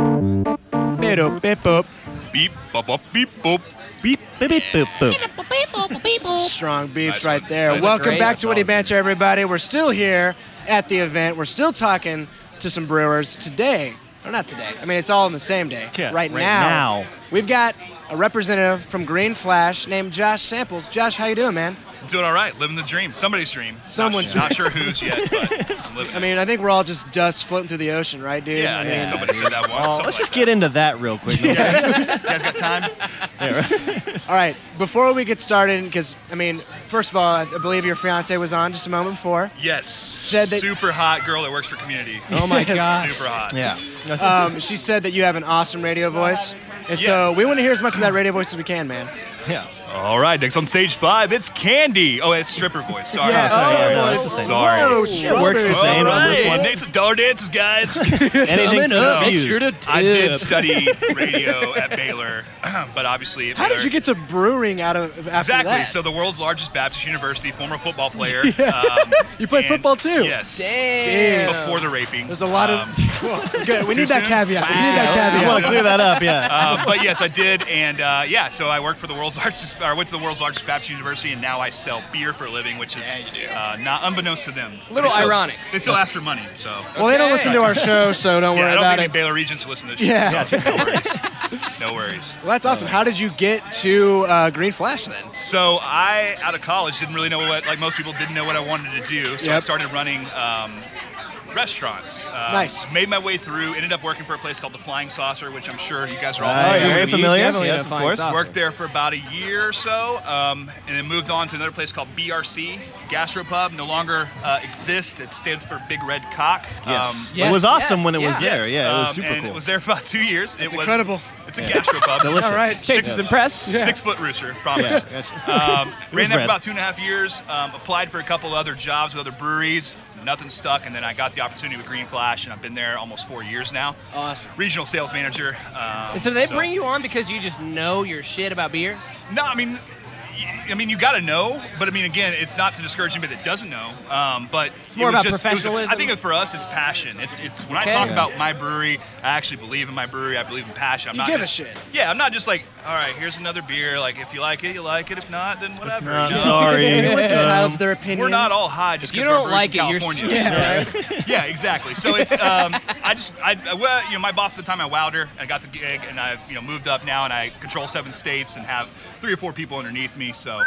Speaker 3: Bido people.
Speaker 16: Beep, bop, bop, beep, boop.
Speaker 4: beep, beep, beep, boop, boop.
Speaker 3: Strong
Speaker 16: Nice
Speaker 3: beefs right
Speaker 16: one.
Speaker 3: there.
Speaker 16: Nice
Speaker 3: Welcome
Speaker 1: one.
Speaker 3: back to
Speaker 16: Great.
Speaker 3: Witty Banter, everybody. We're still here at the event. We're still talking to some brewers today. Or not today. I mean, it's all on the same day.
Speaker 4: Yeah,
Speaker 3: right
Speaker 4: right
Speaker 3: now,
Speaker 4: now.
Speaker 3: we've got a representative from Green Flash named Josh Samples. Josh, how you doing, man?
Speaker 16: Doing all right, living the dream. Somebody's dream. Not
Speaker 3: Someone's
Speaker 16: su- not, sure whose yet, but I'm living.
Speaker 3: I mean, I think we're all just dust floating through the ocean, right, dude?
Speaker 16: it. yeah,
Speaker 3: I
Speaker 16: I
Speaker 3: mean,
Speaker 16: think somebody said that once.
Speaker 4: Oh,
Speaker 16: something like
Speaker 4: let's just get into that real quick. Yeah.
Speaker 16: that. You guys got time?
Speaker 3: all right. Before we get started, because I mean, first of all, I believe your fiance was on just a moment before.
Speaker 16: Yes.
Speaker 3: Said that-
Speaker 16: Super hot girl that works for community. Oh
Speaker 3: my gosh.
Speaker 16: Super hot.
Speaker 3: Um, she said that you have an awesome radio voice, and so we want to hear as much of that radio voice as we can, man.
Speaker 4: yeah.
Speaker 16: All right, next on stage five, it's Candy. Oh, it's stripper voice. Sorry.
Speaker 3: Yeah, Oh,
Speaker 16: sorry.
Speaker 4: no, it's the same.
Speaker 16: sorry.
Speaker 4: It works the same on
Speaker 16: All right,
Speaker 4: this one.
Speaker 16: next up, Dollar Dances, guys.
Speaker 4: Anything
Speaker 16: up.
Speaker 4: confused.
Speaker 16: I did study radio at Baylor, but obviously. at
Speaker 3: How did
Speaker 16: Baylor-
Speaker 3: you get to brewing out of after
Speaker 16: Exactly.
Speaker 3: that?
Speaker 16: So the world's largest Baptist university, former football player. um,
Speaker 3: You play
Speaker 16: and-
Speaker 3: football too?
Speaker 16: Yes.
Speaker 1: Damn.
Speaker 16: Before the raping.
Speaker 3: There's a lot of.
Speaker 16: Um,
Speaker 3: Good, we need that
Speaker 16: soon?
Speaker 3: caveat. We need that
Speaker 16: Wow.
Speaker 4: I
Speaker 3: caveat.
Speaker 4: want to clear that up. Yeah.
Speaker 16: uh, but yes, I did, and uh, yeah. So I worked for the world's largest. Or I went to the world's largest Baptist university, and now I sell beer for a living, which is uh, not unbeknownst to them.
Speaker 1: Little
Speaker 16: They still-
Speaker 1: ironic.
Speaker 16: They still ask for money, so
Speaker 3: Well, they don't listen to our show, so don't
Speaker 16: yeah, I
Speaker 3: worry
Speaker 16: don't
Speaker 3: about
Speaker 16: think any
Speaker 3: it.
Speaker 16: Baylor Regents listen to this.
Speaker 3: Yeah.
Speaker 16: shit, so no worries. No worries.
Speaker 3: Well, that's awesome. How did you get to uh, Green Flash then?
Speaker 16: So I, out of college, didn't really know what like most people didn't know what I wanted to do. So I
Speaker 3: Yep.
Speaker 16: started running um, restaurants. Uh,
Speaker 3: Nice.
Speaker 16: Made my way through. Ended up working for a place called the Flying Saucer, which I'm sure you guys are all
Speaker 4: Right. Oh, yeah, Very you familiar. definitely Yes, know of Flying course. Saucer.
Speaker 16: Worked there for about a year or so, um, and then moved on to another place called BRC Gastropub. No longer uh, exists. It stands for Big Red Cock.
Speaker 4: Yes. It was awesome when it was there.
Speaker 16: Yes,
Speaker 4: Yeah, it was
Speaker 16: um,
Speaker 4: super
Speaker 16: and
Speaker 4: cool.
Speaker 16: It was there for about two years.
Speaker 3: That's
Speaker 16: it was,
Speaker 3: incredible.
Speaker 16: It's a
Speaker 4: Yeah.
Speaker 16: gastropub.
Speaker 4: Delicious. All right. Chase is impressed. Yeah.
Speaker 16: Six foot rooster, promise.
Speaker 4: Yeah, gotcha.
Speaker 16: Um,
Speaker 4: It was
Speaker 16: ran there for
Speaker 4: red.
Speaker 16: about two and a half years. Um, applied for a couple other jobs with other breweries. Nothing stuck, and then I got the opportunity with Green Flash, and I've been there almost four years now. Awesome. Regional sales manager. Um,
Speaker 2: So they bring you on because you just know your shit about beer.
Speaker 16: No, I mean, I mean, you got to know, but I mean, again, it's not to discourage anybody that doesn't know. Um, but
Speaker 2: It's more about
Speaker 16: it was just, it was-
Speaker 2: professionalism.
Speaker 16: I think for us, it's passion. It's it's when
Speaker 2: Okay.
Speaker 16: I talk
Speaker 2: Yeah.
Speaker 16: about my brewery, I actually believe in my brewery. I believe in passion. I'm
Speaker 3: You
Speaker 16: not
Speaker 3: give a
Speaker 16: just,
Speaker 3: shit.
Speaker 16: Yeah, I'm not just like, all right, here's another beer. Like, if you like it, you like it. If not, then whatever.
Speaker 4: not,
Speaker 16: you know?
Speaker 4: sorry. Um, You're entitled
Speaker 3: to their opinion.
Speaker 16: We're not all high just
Speaker 2: If you
Speaker 16: because
Speaker 2: don't
Speaker 16: we're
Speaker 2: like
Speaker 16: brewers from
Speaker 2: it, you're
Speaker 16: California.
Speaker 2: stupid. Yeah,
Speaker 16: Yeah, exactly. So it's um, I just I I- well, you know my boss at the time I Wilder I got the gig and I you know moved up now and I control seven states and have three or four people underneath me. So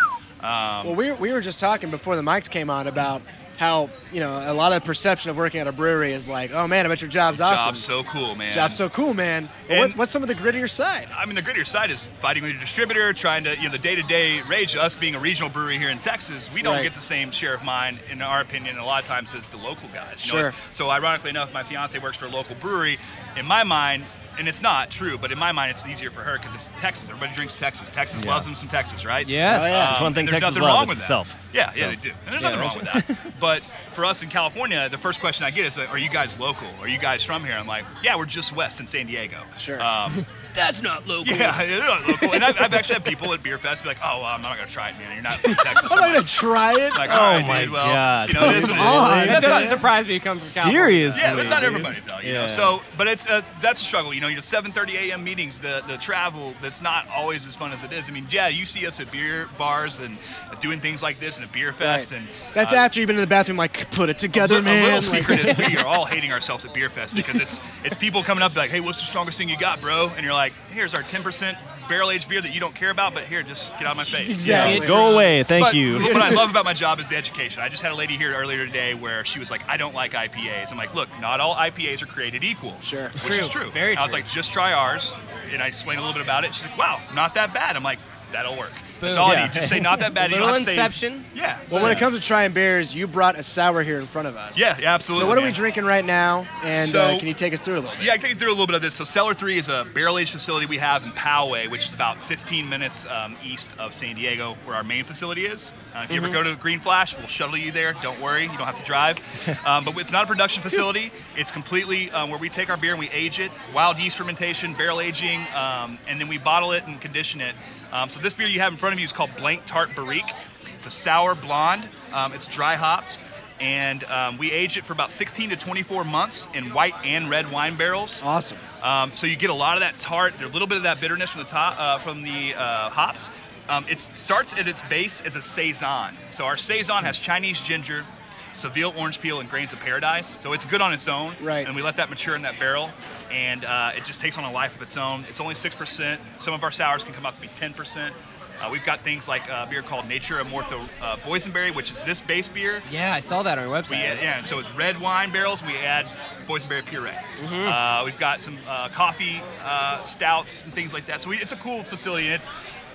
Speaker 16: um,
Speaker 3: Well, we, we were just talking before the mics came on about how, you know, a lot of perception of working at a brewery is like, oh man, I bet your job's awesome.
Speaker 16: job's so cool, man.
Speaker 3: Job's so cool, man. But what, what's some of the grittier side?
Speaker 16: I mean, the grittier side is fighting with your distributor, trying to, you know, the day to day rage, us being a regional brewery here in Texas, we don't
Speaker 3: Right.
Speaker 16: get the same share of mind, in our opinion, a lot of times as the local guys. You know,
Speaker 3: Sure.
Speaker 16: it's- so, ironically enough, my fiance works for a local brewery. In my mind, and it's not true, but in my mind, it's easier for her because it's Texas. Everybody drinks Texas. Texas
Speaker 4: Yeah.
Speaker 16: loves them some Texas, right?
Speaker 4: Yes. Oh, yeah. There's one
Speaker 16: and
Speaker 4: thing
Speaker 16: there's
Speaker 4: Texas
Speaker 16: nothing
Speaker 4: loves,
Speaker 16: wrong
Speaker 4: it's
Speaker 16: with that.
Speaker 4: itself.
Speaker 16: Yeah, yeah,
Speaker 4: So-
Speaker 16: they do. And there's
Speaker 4: Yeah,
Speaker 16: nothing wrong with
Speaker 4: right.
Speaker 16: that but for us in California, the first question I get is, like, "Are you guys local? Are you guys from here?" I'm like, "Yeah, we're just west in San Diego." Sure. Um, That's not local. Yeah, they're not local. And I've, I've actually had people at beer fest be like, "Oh, well, I'm not gonna try it, man. You're not from Texas."
Speaker 3: I'm not gonna try it.
Speaker 16: Like,
Speaker 2: Oh
Speaker 16: all right, dude, well, you know, it is what it is.
Speaker 2: That
Speaker 16: That's
Speaker 2: doesn't
Speaker 16: not-
Speaker 2: surprise me. You come from California.
Speaker 16: yeah, but it's not everybody though. You know,
Speaker 2: Yeah.
Speaker 16: so but it's uh, that's a struggle. You know, your 7:30 a.m. meetings, the the travel, that's not always as fun as it is. I mean, yeah, you see us at beer bars and doing things like this and at beer fest,
Speaker 3: Right.
Speaker 16: and
Speaker 3: That's
Speaker 16: uh,
Speaker 3: after you've been in the bathroom, like, put it together,
Speaker 16: a little,
Speaker 3: man.
Speaker 16: A little
Speaker 3: Like-
Speaker 16: secret is we are all hating ourselves at Beer Fest because it's it's people coming up like, hey, what's the strongest thing you got, bro? And you're like, here's our 10% barrel aged beer that you don't care about, but here, just get out of my face.
Speaker 4: Exactly. Go away, thank
Speaker 16: But
Speaker 4: you.
Speaker 16: What I love about my job is the education. I just had a lady here earlier today where she was like, I don't like IPAs. I'm like, look, not all IPAs are created equal. Sure. Which
Speaker 2: True.
Speaker 16: is true.
Speaker 2: Very
Speaker 16: I was
Speaker 2: true.
Speaker 16: like, just try ours. And I explained a little bit about it. She's like, wow, not that bad. I'm like, that'll work. That's
Speaker 2: Boom.
Speaker 16: all
Speaker 2: Yeah.
Speaker 16: I need. Just say not that bad. You don't
Speaker 2: Little
Speaker 16: have to say-
Speaker 2: inception.
Speaker 16: Yeah.
Speaker 3: Well, when it comes to trying beers, you brought a sour here in front of us.
Speaker 16: Yeah, yeah, absolutely,
Speaker 3: So, what are we
Speaker 16: man.
Speaker 3: drinking right now? And uh,
Speaker 16: So-
Speaker 3: can you take us through a little?
Speaker 16: Yeah, I can take you through a little bit of this. So, Cellar 3 is a barrel aged facility we have in Poway, which is about 15 minutes um, east of San Diego, where our main facility is. Uh, if you
Speaker 2: Mhm.
Speaker 16: ever go to Green Flash, we'll shuttle you there. Don't worry, you don't have to drive. Um, but it's not a production facility, it's completely um, where we take our beer and we age it, wild yeast fermentation, barrel aging, um, and then we bottle it and condition it. Um, so, this beer you have in front of you is called Blank Tart Barrique. It's a sour blonde, um, it's dry hopped and um, we age it for about 16 to 24 months in white and red wine barrels.
Speaker 3: Awesome.
Speaker 16: Um, so you get a lot of that tart, a little bit of that bitterness from the top, uh, from the uh, hops. Um, it starts at its base as a saison. So our saison has Chinese ginger, Seville orange peel, and grains of paradise. So it's good on its own. Right. And we let that mature in that barrel, and uh, it just takes on a life of its own. It's only six percent. Some of our sours can come out to be ten percent. Uh, we've got things like uh, a beer called Nature Amorto uh, Boysenberry, which is this base beer.
Speaker 2: Yeah, I saw that on your website.
Speaker 16: We add, yeah, so it's red wine barrels. We add boysenberry puree.
Speaker 2: Mhm.
Speaker 16: Uh, we've got some uh, coffee uh, stouts and things like that. So we, it's a cool facility, and it's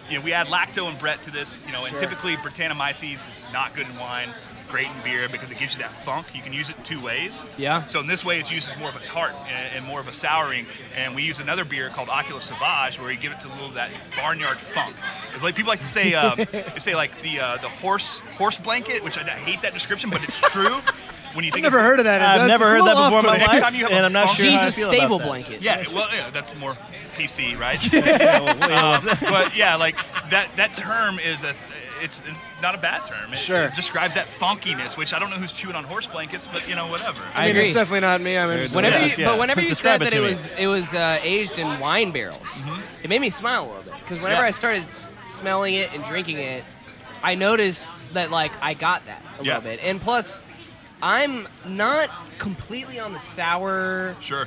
Speaker 16: you know we add lacto and Brett to this. You know, and
Speaker 2: Sure.
Speaker 16: typically Britannomyces is not good in wine, great in beer because it gives you that funk. You can use it in two ways.
Speaker 2: Yeah.
Speaker 16: So in this way, it's used as more of a tart and, and more of a souring. And we use another beer called Ocula Sauvage, where you give it to a little of that barnyard funk. It's like people like to say, um, they say like the uh, the horse horse blanket, which I, I hate that description, but it's true. When you think
Speaker 3: never heard of that. It I've does- never it's a heard little that before in my off-putting. life,
Speaker 16: Next time you have a
Speaker 3: and I'm not
Speaker 16: funk-
Speaker 3: sure how I Jesus feel about stable that. blanket.
Speaker 16: Yeah, well, yeah, that's more PC, right?
Speaker 4: Yeah, well, yeah,
Speaker 16: Um, but yeah, like that that term is a it's it's not a bad term. It,
Speaker 3: Sure.
Speaker 16: it describes that funkiness, which I don't know who's chewing on horse blankets, but you know whatever.
Speaker 3: I, mean, it's definitely not me. I'm in
Speaker 2: Whenever you, But whenever you said that it was it was uh, aged in wine barrels,
Speaker 16: Mm-hmm.
Speaker 2: it made me smile a little bit because whenever
Speaker 3: Yeah.
Speaker 2: I started s- smelling it and drinking it, I noticed that like I got that a
Speaker 16: Yeah.
Speaker 2: little bit, and plus, I'm not completely on the sour.
Speaker 16: Sure.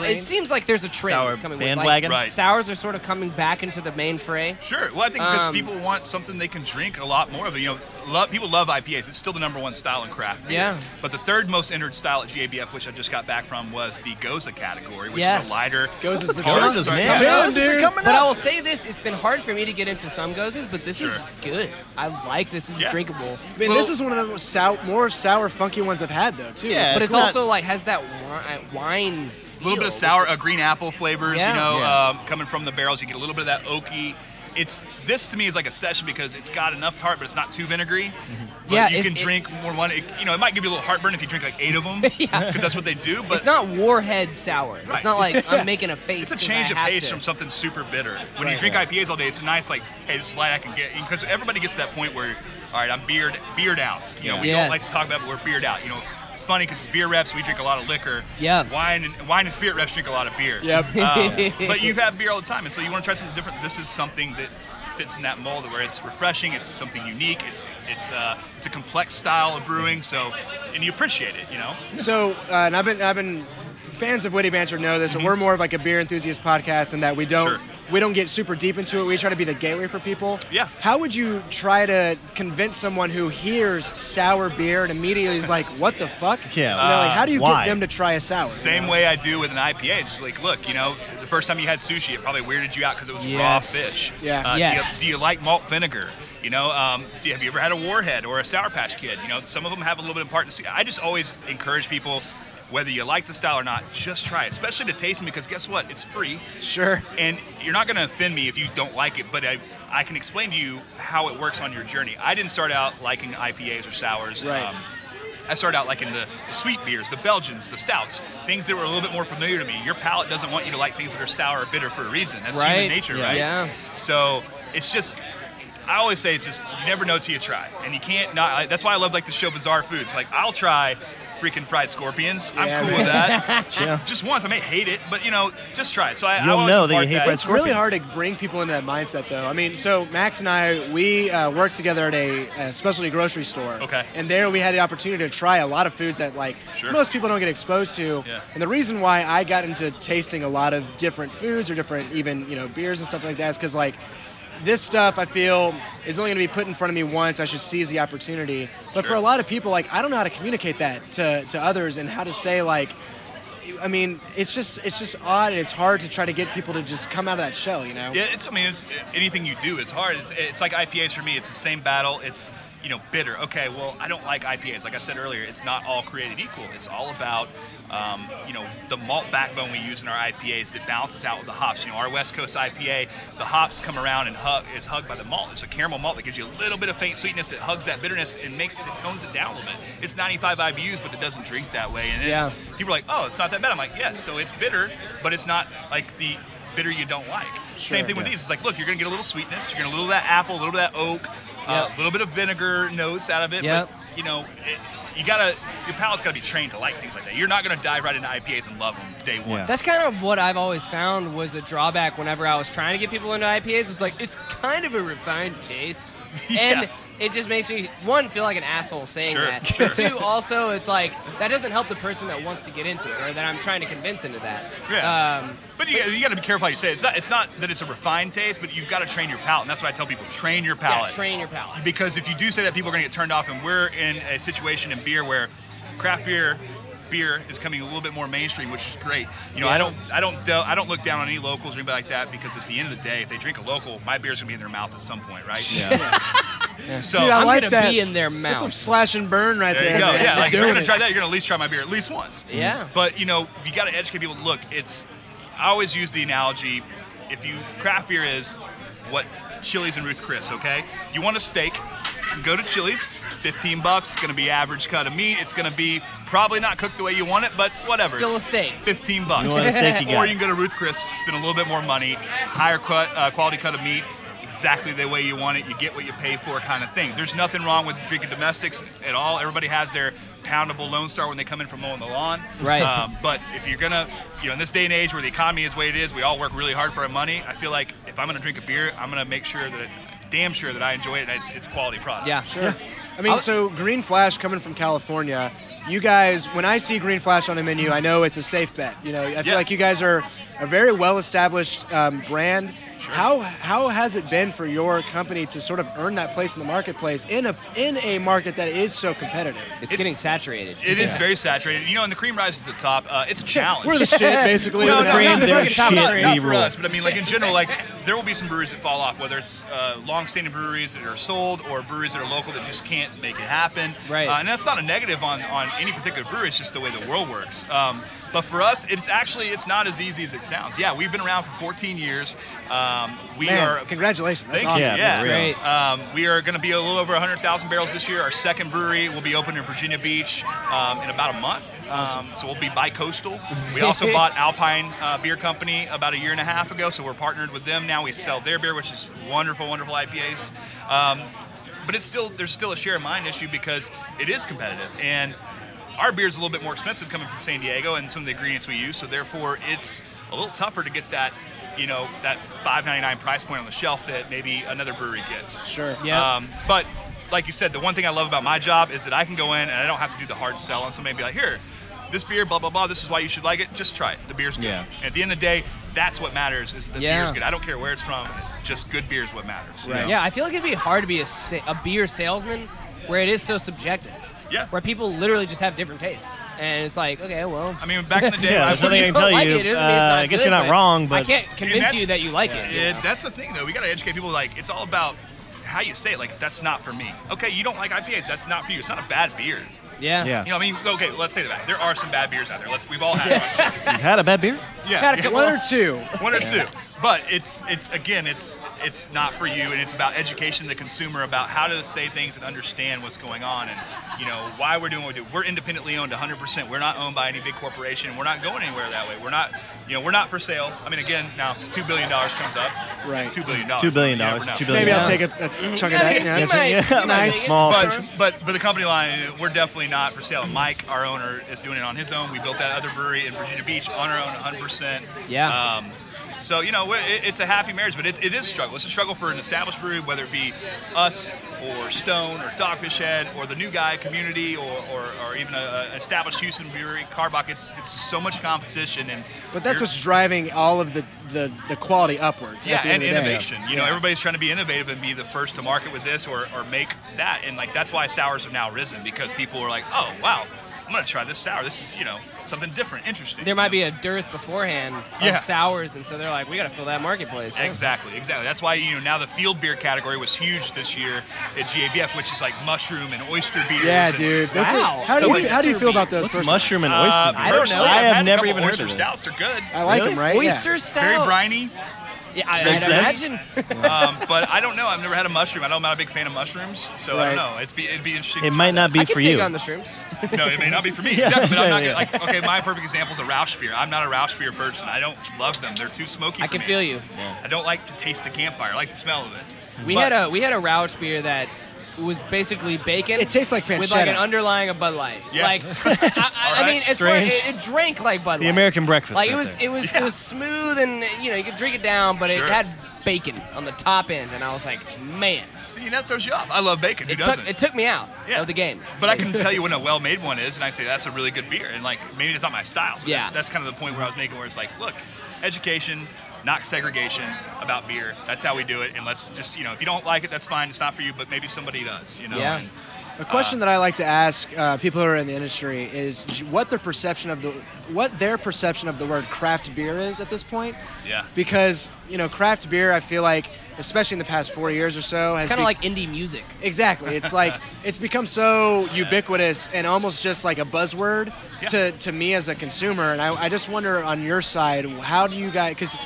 Speaker 2: It seems like there's a trend
Speaker 4: Sour
Speaker 2: that's coming
Speaker 4: bandwagon?
Speaker 2: with like
Speaker 4: Right.
Speaker 2: sours are sort of coming back into the main fray.
Speaker 16: Sure. Well, I think because
Speaker 2: Um,
Speaker 16: people want something they can drink a lot more of. You know, love people love IPAs. It's still the number one style in craft beer.
Speaker 1: Yeah.
Speaker 16: But the third most entered style at GABF, which I just got back from, was the Goza category, which
Speaker 1: Yes.
Speaker 16: is a lighter.
Speaker 1: Goza's the
Speaker 16: Hard
Speaker 1: drunk
Speaker 16: as
Speaker 1: stuff.
Speaker 16: nails.
Speaker 1: Yeah, But I will say this: it's been hard for me to get into some gozes, but this is
Speaker 3: Sure.
Speaker 1: good. I like this. This is drinkable.
Speaker 3: I mean, this is one of the sour, more sour, funky ones I've had though too.
Speaker 1: yeah, but it's
Speaker 3: cool.
Speaker 1: also like has that wine. wine
Speaker 16: A little bit of sour, uh, green apple flavors,
Speaker 1: Yeah.
Speaker 16: you know,
Speaker 1: Yeah.
Speaker 16: um, coming from the barrels. You get a little bit of that oaky. It's this to me is like a session because it's got enough tart, but it's not too vinegary. But
Speaker 1: Mm-hmm. Yeah,
Speaker 16: you
Speaker 1: it-
Speaker 16: can
Speaker 1: it-
Speaker 16: drink more one. It, you know, it might give you a little heartburn if you drink like eight of them because that's what they do. But
Speaker 1: it's not warhead sour. It's
Speaker 16: Right.
Speaker 1: not like I'm making a
Speaker 16: It's
Speaker 1: face.
Speaker 16: a
Speaker 1: 'cause
Speaker 16: change
Speaker 1: I
Speaker 16: of
Speaker 1: have
Speaker 16: pace
Speaker 1: to.
Speaker 16: from something super bitter. When
Speaker 1: Right.
Speaker 16: you drink IPAs all day, it's a nice like, hey, this is light I can get because everybody gets to that point where, all right, I'm beard beard out. You know, we
Speaker 1: Yes.
Speaker 16: don't like to talk about, it, but we're beard out. You know, it's funny because beer reps we drink a lot of liquor.
Speaker 1: Yeah.
Speaker 16: Wine and wine and spirit reps drink a lot of beer.
Speaker 1: Yep.
Speaker 16: Um, but you have beer all the time, and so you want to try something different. This is something that fits in that mold where it's refreshing, it's something unique, it's it's uh, it's a complex style of brewing, so and you appreciate it. You know.
Speaker 3: So, uh, and I've been, I've been fans of witty banter know this, and we're more of like a beer enthusiast podcast, in that we don't,
Speaker 16: Sure.
Speaker 3: we don't get super deep into it. We try to be the gateway for people.
Speaker 16: Yeah.
Speaker 3: How would you try to convince someone who hears sour beer and immediately is like, "What the fuck?"
Speaker 16: Yeah.
Speaker 3: You know, like,
Speaker 16: Uh,
Speaker 3: how do you
Speaker 16: why?
Speaker 3: get them to try a sour?
Speaker 16: Same way I do with an IPA. It's just like, look, you know, the first time you had sushi, it probably weirded you out because it was raw
Speaker 3: Yes.
Speaker 16: fish.
Speaker 3: Yeah.
Speaker 16: Uh, do you-
Speaker 3: Yes.
Speaker 16: Do you, like malt vinegar? You know, um, do you, have you ever had a Warhead or a Sour Patch Kid? You know, some of them have a little bit of part. to- I just always encourage people, whether you like the style or not, just try it, especially to taste them because guess what? It's free.
Speaker 3: Sure.
Speaker 16: And you're not going to offend me if you don't like it, but I, I can explain to you how it works on your journey. I didn't start out liking IPAs or sours. um,
Speaker 3: Right.
Speaker 16: I started out liking the, the sweet beers, the Belgians, the stouts, things that were a little bit more familiar to me. Your palate doesn't want you to like things that are sour or bitter for a reason. That's
Speaker 1: Right.
Speaker 16: human nature,
Speaker 1: Yeah.
Speaker 16: right?
Speaker 1: Yeah.
Speaker 16: So it's just, I always say it's just, you never know till you try. And you can't not, I- that's why I love like the show Bizarre Foods. Like, I'll try freaking fried scorpions. I'm
Speaker 3: Yeah,
Speaker 16: cool
Speaker 3: man.
Speaker 16: with that.
Speaker 3: Yeah.
Speaker 16: Just once. I may hate it, but you know, just try it. So I, I
Speaker 4: You'll
Speaker 16: always
Speaker 4: know that you
Speaker 16: impart
Speaker 4: hate fried
Speaker 3: It's really hard to bring people into that mindset, though. I mean, so Max and I, we uh, worked together at a, a specialty grocery store.
Speaker 16: Okay.
Speaker 3: And there we had the opportunity to try a lot of foods that, like,
Speaker 16: Sure.
Speaker 3: most people don't get exposed to.
Speaker 16: Yeah.
Speaker 3: And the reason why I got into tasting a lot of different foods or different, even, you know, beers and stuff like that is because, like, this stuff I feel is only going to be put in front of me once. I should seize the opportunity. But for
Speaker 16: Sure.
Speaker 3: a lot of people, like, I don't know how to communicate that to, to others and how to say, like, I mean, it's just it's just odd, and it's hard to try to get people to just come out of that shell, you know.
Speaker 16: Yeah, it's. I mean, it's anything you do is hard. It's, it's like IPAs for me. It's the same battle. It's you know bitter. Okay, well, I don't like IPAs. Like I said earlier, it's not all created equal. It's all about um, you know the malt backbone we use in our IPAs that balances out with the hops. You know, our West Coast IPA, the hops come around and hug is hugged by the malt. It's a caramel malt that gives you a little bit of faint sweetness that hugs that bitterness and makes it tones it down a little bit. It's 95 IBUs, but it doesn't drink that way. And it's,
Speaker 1: Yeah.
Speaker 16: people are like, oh, it's not that bad. I'm like, yes. So it's bitter, but it's not like the bitter you don't like. Same
Speaker 1: Sure.
Speaker 16: thing with
Speaker 1: Yeah.
Speaker 16: these. It's like, look, you're gonna get a little sweetness. You're gonna get a little of that apple, a little of that oak, uh, a little bit of vinegar notes out of it.
Speaker 1: Yep.
Speaker 16: But you know, it, you gotta your palate's gotta be trained to like things like that. You're not gonna dive right into IPAs and love them day one.
Speaker 2: That's
Speaker 1: kind of what I've always found was a drawback whenever I was trying to get people into IPAs. It's like it's kind of a refined taste, and it just makes me one feel like an asshole saying
Speaker 2: Sure,
Speaker 1: that.
Speaker 2: sure.
Speaker 1: Two, also it's like that doesn't help the person that wants to get into it or that I'm trying to convince into that.
Speaker 16: Yeah.
Speaker 3: Um,
Speaker 16: but you, you got to be careful how you say it. It's not, it's not that it's a refined taste, but you've got to train your palate. And that's what I tell people train your palate.
Speaker 1: train your palate.
Speaker 16: Because if you do say that, people are going to get turned off. And we're in a situation in beer where craft beer. Beer is coming a little bit more mainstream, which is great. You know, I don't, I don't, del- I don't look down on any locals or anybody like that because at the end of the day, if they drink a local, my beer's gonna be in their mouth at some point, right?
Speaker 3: Yeah.
Speaker 16: So
Speaker 3: Dude, I
Speaker 16: am
Speaker 3: like
Speaker 16: gonna
Speaker 3: that.
Speaker 16: be in their
Speaker 3: That's some
Speaker 16: mouth.
Speaker 3: slash and burn right there.
Speaker 16: there you go.
Speaker 3: man.
Speaker 16: Yeah, like if
Speaker 3: Doing
Speaker 16: you're gonna
Speaker 3: it.
Speaker 16: try that, you're gonna at least try my beer at least once.
Speaker 3: Yeah.
Speaker 16: But you know, you gotta educate people. Look, it's. I always use the analogy: if you craft beer is what Chili's and Ruth Chris. Okay, you want a steak, go to Chili's. 15 bucks. It's gonna be average cut of meat. It's gonna be probably not cooked the way you want it, but whatever.
Speaker 1: Still a steak.
Speaker 16: 15 bucks.
Speaker 1: You want a steak, you got
Speaker 16: or
Speaker 1: it.
Speaker 16: you can go to Ruth Chris, spend a little bit more money, higher cut, uh, quality cut of meat, exactly the way you want it. You get what you pay for, kind of thing. There's nothing wrong with drinking domestics at all. Everybody has their poundable Lone Star when they come in from mowing the lawn.
Speaker 1: Right.
Speaker 16: Um, but if you're gonna, you know, in this day and age where the economy is the way it is, we all work really hard for our money. I feel like if I'm gonna drink a beer, I'm gonna make sure that, damn sure that I enjoy it and it's, it's quality product.
Speaker 3: sure. I mean, so Green Flash coming from California, you guys. When I see Green Flash on a menu, I know it's a safe bet. You know, I feel
Speaker 16: Yeah.
Speaker 3: like you guys are a very well-established um, brand. How how has it been for your company to sort of earn that place in the marketplace in a in a market that is so competitive?
Speaker 16: It's- It is very saturated. You know, and the cream rises to the top. Uh, it's a challenge.
Speaker 3: We're the shit, basically.
Speaker 16: well, no,
Speaker 3: We're the
Speaker 16: not,
Speaker 3: cream, they're
Speaker 16: not, not,
Speaker 3: shit,
Speaker 16: not
Speaker 3: we
Speaker 16: for
Speaker 3: rule.
Speaker 16: us, but I mean, like in general, like there will be some breweries that fall off, whether it's uh, long-standing breweries that are sold or breweries that are local that just can't make it happen.
Speaker 2: Right.
Speaker 16: Uh, and that's not a negative on, on any particular brewery. It's just the way the world works. Um, but for us, it's actually it's not as easy as it sounds. Yeah, we've been around for 14 years. Um, we
Speaker 3: Man,
Speaker 16: are
Speaker 3: congratulations. That's
Speaker 16: Thank you.
Speaker 3: awesome.
Speaker 16: Yeah, Um, we are going to be a little over 100,000 barrels this year. Our second brewery will be open in Virginia Beach um, in about a month.
Speaker 3: Awesome.
Speaker 16: Um, so we'll be bi-coastal. We also bought Alpine uh, Beer Company about a year and a half ago, so we're partnered with them now. We sell their beer, which is wonderful, wonderful IPAs. Um, but it's still there's still a share of mind issue because it is competitive and our beer's a little bit more expensive coming from San Diego and some of the ingredients we use, so therefore it's a little tougher to get that, you know, that 5.99 price point on the shelf that maybe another brewery gets.
Speaker 3: Sure.
Speaker 2: Yeah.
Speaker 16: Um, but like you said, the one thing I love about my job is that I can go in and I don't have to do the hard sell on somebody and be like, here, this beer, blah blah blah. This is why you should like it. Just try it. The beer's good.
Speaker 4: Yeah.
Speaker 16: At the end of the day, that's what matters. Is the
Speaker 2: Yeah.
Speaker 16: beer's good. I don't care where it's from. Just good beer is what matters. you know?
Speaker 2: Yeah, I feel like it'd be hard to be a, sa- a beer salesman where it is so subjective.
Speaker 16: Yeah.
Speaker 2: Where people literally just have different tastes, and it's like, okay, well.
Speaker 16: I mean, back in the day,
Speaker 4: Yeah,
Speaker 16: I
Speaker 4: there's nothing I can tell you. Uh, I guess you're not wrong, but-
Speaker 2: I can't convince
Speaker 16: that's-
Speaker 2: you that you like
Speaker 16: yeah,
Speaker 2: it.
Speaker 16: yeah, That's the thing, though. We got to educate people. Like, it's all about how you say it. Like, that's not for me. Okay, you don't like IPAs. That's not for you. It's not a bad beer.
Speaker 2: Yeah.
Speaker 4: Yeah.
Speaker 16: You know, I mean, okay, let's say that. There are some bad beers out there. Let's. We've all had.
Speaker 4: Yes. You had a bad beer?
Speaker 16: Yeah.
Speaker 4: Had a couple. One
Speaker 3: or two.
Speaker 16: One or two. But it's it's again it's it's not for you, and it's about education to the consumer about how to say things and understand what's going on, and you know why we're doing what we do. We're independently owned, 100. percent We're not owned by any big corporation. We're not going anywhere that way. We're not you know we're not for sale. I mean, again, now two billion dollars comes up.
Speaker 3: Right.
Speaker 16: It's two billion dollars.
Speaker 4: Two billion
Speaker 16: You never
Speaker 4: dollars,
Speaker 16: know.
Speaker 4: two billion Maybe I'll dollars.
Speaker 3: take a- a chunk of that, yeah, it's- it's Yeah, nice. small
Speaker 16: But
Speaker 3: portion.
Speaker 16: but but the company line, we're definitely not for sale. Mike, our owner, is doing it on his own. We built that other brewery in Virginia Beach on our own, 100. percent
Speaker 2: Yeah.
Speaker 16: Um, so you know, we're- it, it's a happy marriage, but it, it is a struggle. It's a struggle for an established brewery, whether it be us or Stone or Dogfish Head or the New Guy community or or, or even a, an established Houston brewery, Carbach. It's it's so much competition and
Speaker 3: But that's
Speaker 16: you're-
Speaker 3: what's driving all of the the, the quality upwards.
Speaker 16: yeah,
Speaker 3: at the
Speaker 16: and
Speaker 3: end of the day.
Speaker 16: innovation. You know, everybody's trying to be innovative and be the first to market with this or, or make that. And like that's why sours have now risen because people are like, oh wow, I'm gonna try this sour. This is you know something different, interesting.
Speaker 2: There might be a dearth beforehand of
Speaker 16: Yeah.
Speaker 2: sours, and so they're like, we got to fill that marketplace. huh?
Speaker 16: Exactly, exactly. That's why you know now the field beer category was huge this year at GABF, which is like mushroom and oyster beers.
Speaker 3: Yeah,
Speaker 16: and-
Speaker 3: dude. Those are- Wow. how do you- how do you feel about those
Speaker 16: What's
Speaker 3: personally? mushroom and
Speaker 16: Uh,
Speaker 3: oyster beer? I don't know.
Speaker 16: personally,
Speaker 3: I
Speaker 16: I've
Speaker 3: have
Speaker 16: had a
Speaker 3: never
Speaker 16: couple
Speaker 3: even heard
Speaker 16: oyster
Speaker 3: of this.
Speaker 16: stouts. They're good.
Speaker 3: I like Really? them, right?
Speaker 2: Oyster
Speaker 16: Yeah.
Speaker 2: stout.
Speaker 16: Very briny.
Speaker 2: Yeah, I,
Speaker 16: Makes
Speaker 2: I'd
Speaker 16: sense.
Speaker 2: imagine.
Speaker 16: um, but I don't know. I've never had a mushroom. I don't, I'm not a big fan of mushrooms, so I don't
Speaker 2: Right.
Speaker 16: know. It's be, it'd be interesting. to
Speaker 4: It
Speaker 16: try
Speaker 4: might
Speaker 16: that.
Speaker 4: not be for you.
Speaker 2: shrooms.
Speaker 16: No, it may not be for me.
Speaker 4: Yeah,
Speaker 16: exactly, but I'm not
Speaker 4: yeah,
Speaker 16: gonna, like okay. My perfect example is a Rausch beer. I'm not a Rausch beer virgin. I don't love them. They're too smoky.
Speaker 2: I
Speaker 16: for
Speaker 2: can
Speaker 16: me.
Speaker 2: feel you.
Speaker 16: I don't like to taste the campfire. I like the smell of it.
Speaker 2: We had a we had a Rauch beer that was basically bacon. It
Speaker 3: tastes like
Speaker 2: with like
Speaker 3: pancetta.
Speaker 2: an underlying a Bud Light.
Speaker 16: Yeah.
Speaker 2: Like I, I, I
Speaker 16: Oh,
Speaker 4: Alright.
Speaker 2: mean, it's far-
Speaker 4: Strange.
Speaker 2: it, it drank like Bud Light.
Speaker 4: The American breakfast.
Speaker 2: Like it
Speaker 4: right
Speaker 2: was
Speaker 4: there.
Speaker 2: it was it was smooth and you know you could drink it down, but
Speaker 16: Sure.
Speaker 2: it had bacon on the top end, and I was like, man,
Speaker 16: See, that throws you off. I love bacon. Who
Speaker 2: it
Speaker 16: doesn't?
Speaker 2: took it took me out of the game.
Speaker 16: But I can tell you when a well-made one is, and I say that's a really good beer, and like maybe it's not my style. But
Speaker 2: Yeah.
Speaker 16: That's, that's kind of the point where I was making, where it's like, look, education, not segregation about beer. That's how we do it, and let's just you know, if you don't like it, that's fine. It's not for you, but maybe somebody does. You know.
Speaker 3: Yeah.
Speaker 16: and-
Speaker 3: A question that I like to ask uh, people who are in the industry is j- what their perception of the what their perception of the word craft beer is at this point.
Speaker 16: yeah.
Speaker 3: Because you know, craft beer, I feel like, especially in the past four years or so,
Speaker 2: It's
Speaker 3: has
Speaker 2: kind
Speaker 3: be-
Speaker 2: of like indie music.
Speaker 3: Exactly. It's like it's become so ubiquitous and almost just like a buzzword to, to me as a consumer. And I, I just wonder on your side, how do you guys? Because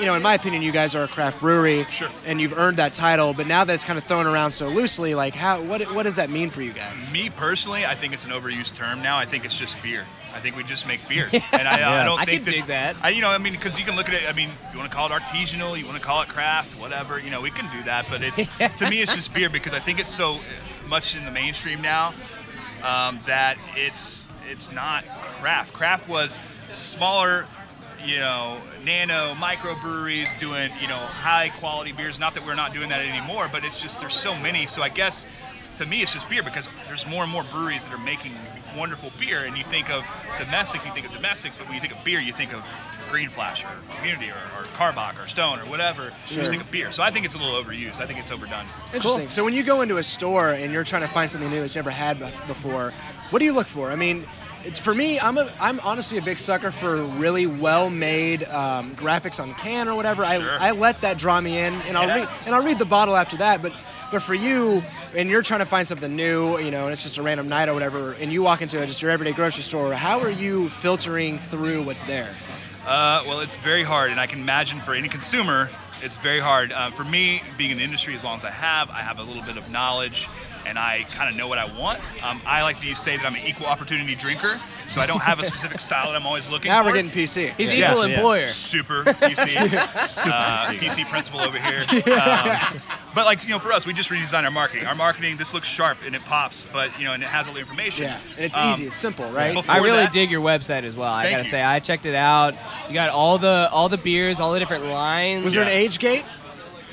Speaker 3: you know, in my opinion, you guys are a craft brewery, and you've earned that title. But now that it's kind of thrown around so loosely, like how what what does that mean for you guys?
Speaker 16: Me personally, I think it's an overused term now. I think it's just beer. I think we just make beer, and I, I
Speaker 2: Yeah.
Speaker 16: don't
Speaker 2: I
Speaker 16: think
Speaker 2: can dig that.
Speaker 16: I, you know, I mean, because you can look at it. I mean, you want to call it artisanal, you want to call it craft, whatever. You know, we can do that, but it's to me, it's just beer because I think it's so eh, much in the mainstream now um, that it's it's not craft. Craft was smaller, you know, nano micro breweries doing you know high quality beers. Not that we're not doing that anymore, but it's just there's so many. So I guess to me it's just beer because there's more and more breweries that are making wonderful beer. And you think of domestic, you think of domestic, but when you think of beer, you think of Green Flash or Community or, or Carbach or Stone or whatever. You
Speaker 3: Sure.
Speaker 16: just think of beer. So I think it's a little overused. I think it's overdone.
Speaker 3: Interesting. So when you go into a store and you're trying to find something new that you never had be- before, what do you look for? I mean, it's for me. I'm a I'm honestly a big sucker for really well made um, graphics on can or whatever.
Speaker 17: Sure.
Speaker 3: I, I let that draw me in, and I'll
Speaker 17: Yeah.
Speaker 3: read and I'll read the bottle after that. But but for you, and you're trying to find something new, you know, and it's just a random night or whatever, and you walk into just your everyday grocery store. How are you filtering through what's there?
Speaker 16: Uh, well, it's very hard, and I can imagine for any consumer, it's very hard. Uh, for me, being in the industry as long as I have, I have a little bit of knowledge, and I kind of know what I want. Um, I like to say that I'm an equal opportunity drinker, so I don't have a specific style that I'm always looking
Speaker 3: Now
Speaker 16: for.
Speaker 3: we're getting PC. He's
Speaker 16: Yeah.
Speaker 3: equal
Speaker 16: Yeah.
Speaker 3: employer.
Speaker 16: Super PC. uh,
Speaker 3: Super
Speaker 16: PC principal over here. Um, but like you know, for us, we just redesigned our marketing. Our marketing, this looks sharp and it pops, but you know, and it has all the information.
Speaker 3: Yeah, and it's
Speaker 16: Um,
Speaker 3: easy. It's simple, right?
Speaker 16: before
Speaker 2: I really
Speaker 16: that-
Speaker 2: dig your website as well. I
Speaker 16: Thank
Speaker 2: gotta
Speaker 16: you.
Speaker 2: say, I checked it out. You got all the all the beers, all the different lines.
Speaker 3: Was there an age gate?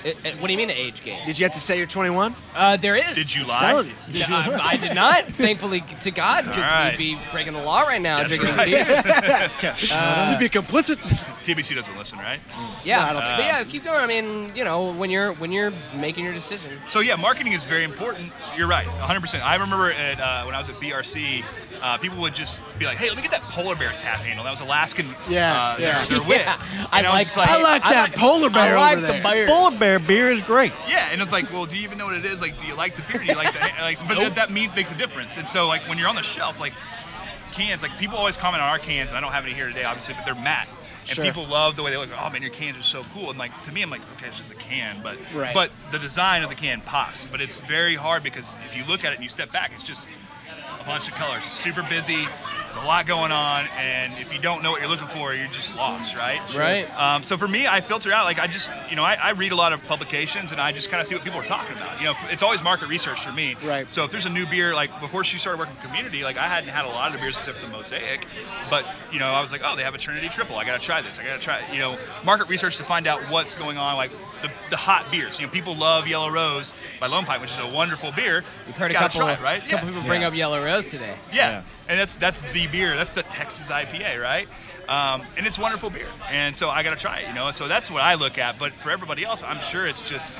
Speaker 2: It- it- what do you mean an age game?
Speaker 3: Did you have to say you're 21?
Speaker 2: Uh, there is.
Speaker 3: Did you lie? Selling it. Did
Speaker 2: Did
Speaker 3: you lie?
Speaker 2: I, I did not. Thankfully to God, because
Speaker 16: All right.
Speaker 2: we'd be breaking the law right now
Speaker 16: That's
Speaker 2: drinking
Speaker 16: right.
Speaker 2: beers.
Speaker 16: Yeah.
Speaker 2: Uh,
Speaker 3: You'd be complicit.
Speaker 16: TBC doesn't listen, right?
Speaker 3: Mm.
Speaker 2: Yeah,
Speaker 16: Uh,
Speaker 2: but yeah. Keep going. I mean, you know, when you're when you're making your decision.
Speaker 16: So yeah, marketing is very important. You're right, 100%. I remember at, uh, when I was at BRC, uh, people would just be like, "Hey, let me get that polar bear tap handle." That was Alaskan.
Speaker 3: Yeah,
Speaker 16: uh,
Speaker 3: yeah.
Speaker 16: Their, their whip.
Speaker 3: Yeah,
Speaker 16: And
Speaker 3: I
Speaker 16: was
Speaker 3: like
Speaker 16: just
Speaker 3: that. I like that polar bear
Speaker 16: I
Speaker 3: over there.
Speaker 16: bears.
Speaker 4: Polar bear beer is great.
Speaker 16: Yeah, and it's like, well, do you even know what it is? Like, do you like the beer? Do you like the like? But that, that meat makes a difference. And so, like, when you're on the shelf, like cans, like people always comment on our cans, and I don't have any here today, obviously, but they're matte. And
Speaker 3: Sure.
Speaker 16: people love the way they look. Oh man, your cans are so cool. And like to me, I'm like, okay, it's just a can, but
Speaker 3: Right.
Speaker 16: but the design of the can pops. But it's very hard because if you look at it and you step back, it's just a bunch of colors. It's super busy. It's a lot going on, and if you don't know what you're looking for, you're just lost, right?
Speaker 2: Right.
Speaker 16: Um, so for me, I filter out. Like I just, you know, I, I read a lot of publications, and I just kind of see what people are talking about. You know, it's always market research for me. Right. So if there's a new beer, like before she started working for Community, like I hadn't had a lot of the beers except for the Mosaic, but you know, I was like, oh, they have a Trinity Triple. I gotta try this. I gotta try. it. You know, market research to find out what's going on, like the, the hot beers. You know, people love Yellow Rose by Lone Pine, which is a wonderful beer. You've
Speaker 2: Heard a
Speaker 16: gotta
Speaker 2: couple,
Speaker 16: try it, right?
Speaker 2: couple
Speaker 16: Yeah.
Speaker 2: people bring up Yellow Rose today.
Speaker 16: Yeah. And that's that's the beer. That's the Texas IPA, right? Um, and it's wonderful beer. And so I got to try it, you know. So that's what I look at. But for everybody else, I'm sure it's just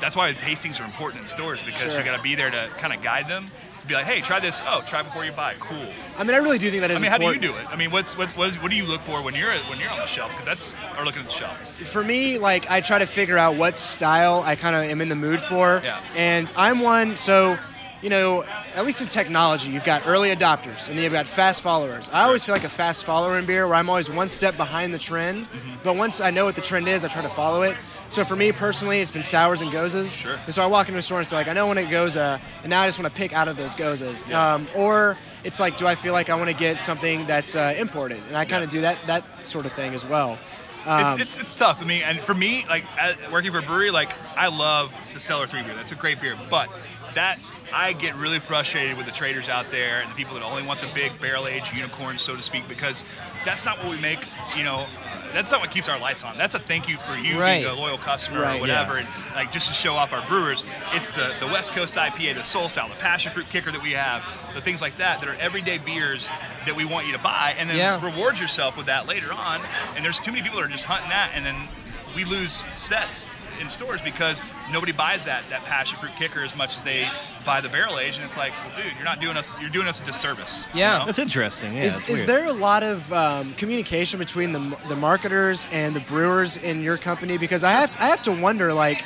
Speaker 16: that's why the tastings are important in stores because
Speaker 3: Sure.
Speaker 16: you got to be there to kind of guide them. Be like, hey, try this. Oh, try before you buy. Cool.
Speaker 3: I mean, I really do think that
Speaker 16: I
Speaker 3: is
Speaker 16: mean, how do you
Speaker 3: important.
Speaker 16: do it? I mean, what's what what, is, what do you look for when you're when you're on the shelf? Because that's or looking at the shelf.
Speaker 3: for me, like I try to figure out what style I kind of am in the mood for.
Speaker 16: Yeah.
Speaker 3: And I'm one so, you know, at least in technology, you've got early adopters and then you've got fast followers. I always feel like a fast follower in beer where I'm always one step behind the trend,
Speaker 16: Mm-hmm.
Speaker 3: but once I know what the trend is, I try to follow it. So for me personally, it's been sours and gozas. Sure. And so I walk into a store and it's like, I know when it goza, and now I just want to pick out of those gozas. Um, or it's like, do I feel like I want to get something that's uh, imported? And I kind of do that that sort of thing as well. Um,
Speaker 16: it's, it's, it's tough. I mean, and for me, like as, working for a brewery, like I love the Cellar Three beer. That's a great beer, but that I get really frustrated with the traders out there and the people that only want the big barrel aged unicorns, so to speak, because that's not what we make. You know, uh, that's not what keeps our lights on. That's a thank you for you
Speaker 2: Right.
Speaker 16: being a loyal customer
Speaker 2: Right.
Speaker 16: or whatever, and like just to show off our brewers. It's the the West Coast IPA, the Soul Style, the Passion Fruit Kicker that we have, the things like that that are everyday beers that we want you to buy, and then
Speaker 2: Yeah.
Speaker 16: reward yourself with that later on. And there's too many people that are just hunting that, and then we lose sets in stores because nobody buys that that passion fruit kicker as much as they buy the barrel age. And it's like, well, dude, you're not doing us you're doing us a disservice.
Speaker 2: Yeah,
Speaker 4: that's interesting. Yeah,
Speaker 3: is,
Speaker 4: it's
Speaker 3: is
Speaker 4: weird.
Speaker 3: there a lot of um, communication between the, m- the marketers and the brewers in your company? Because I have I have to wonder like.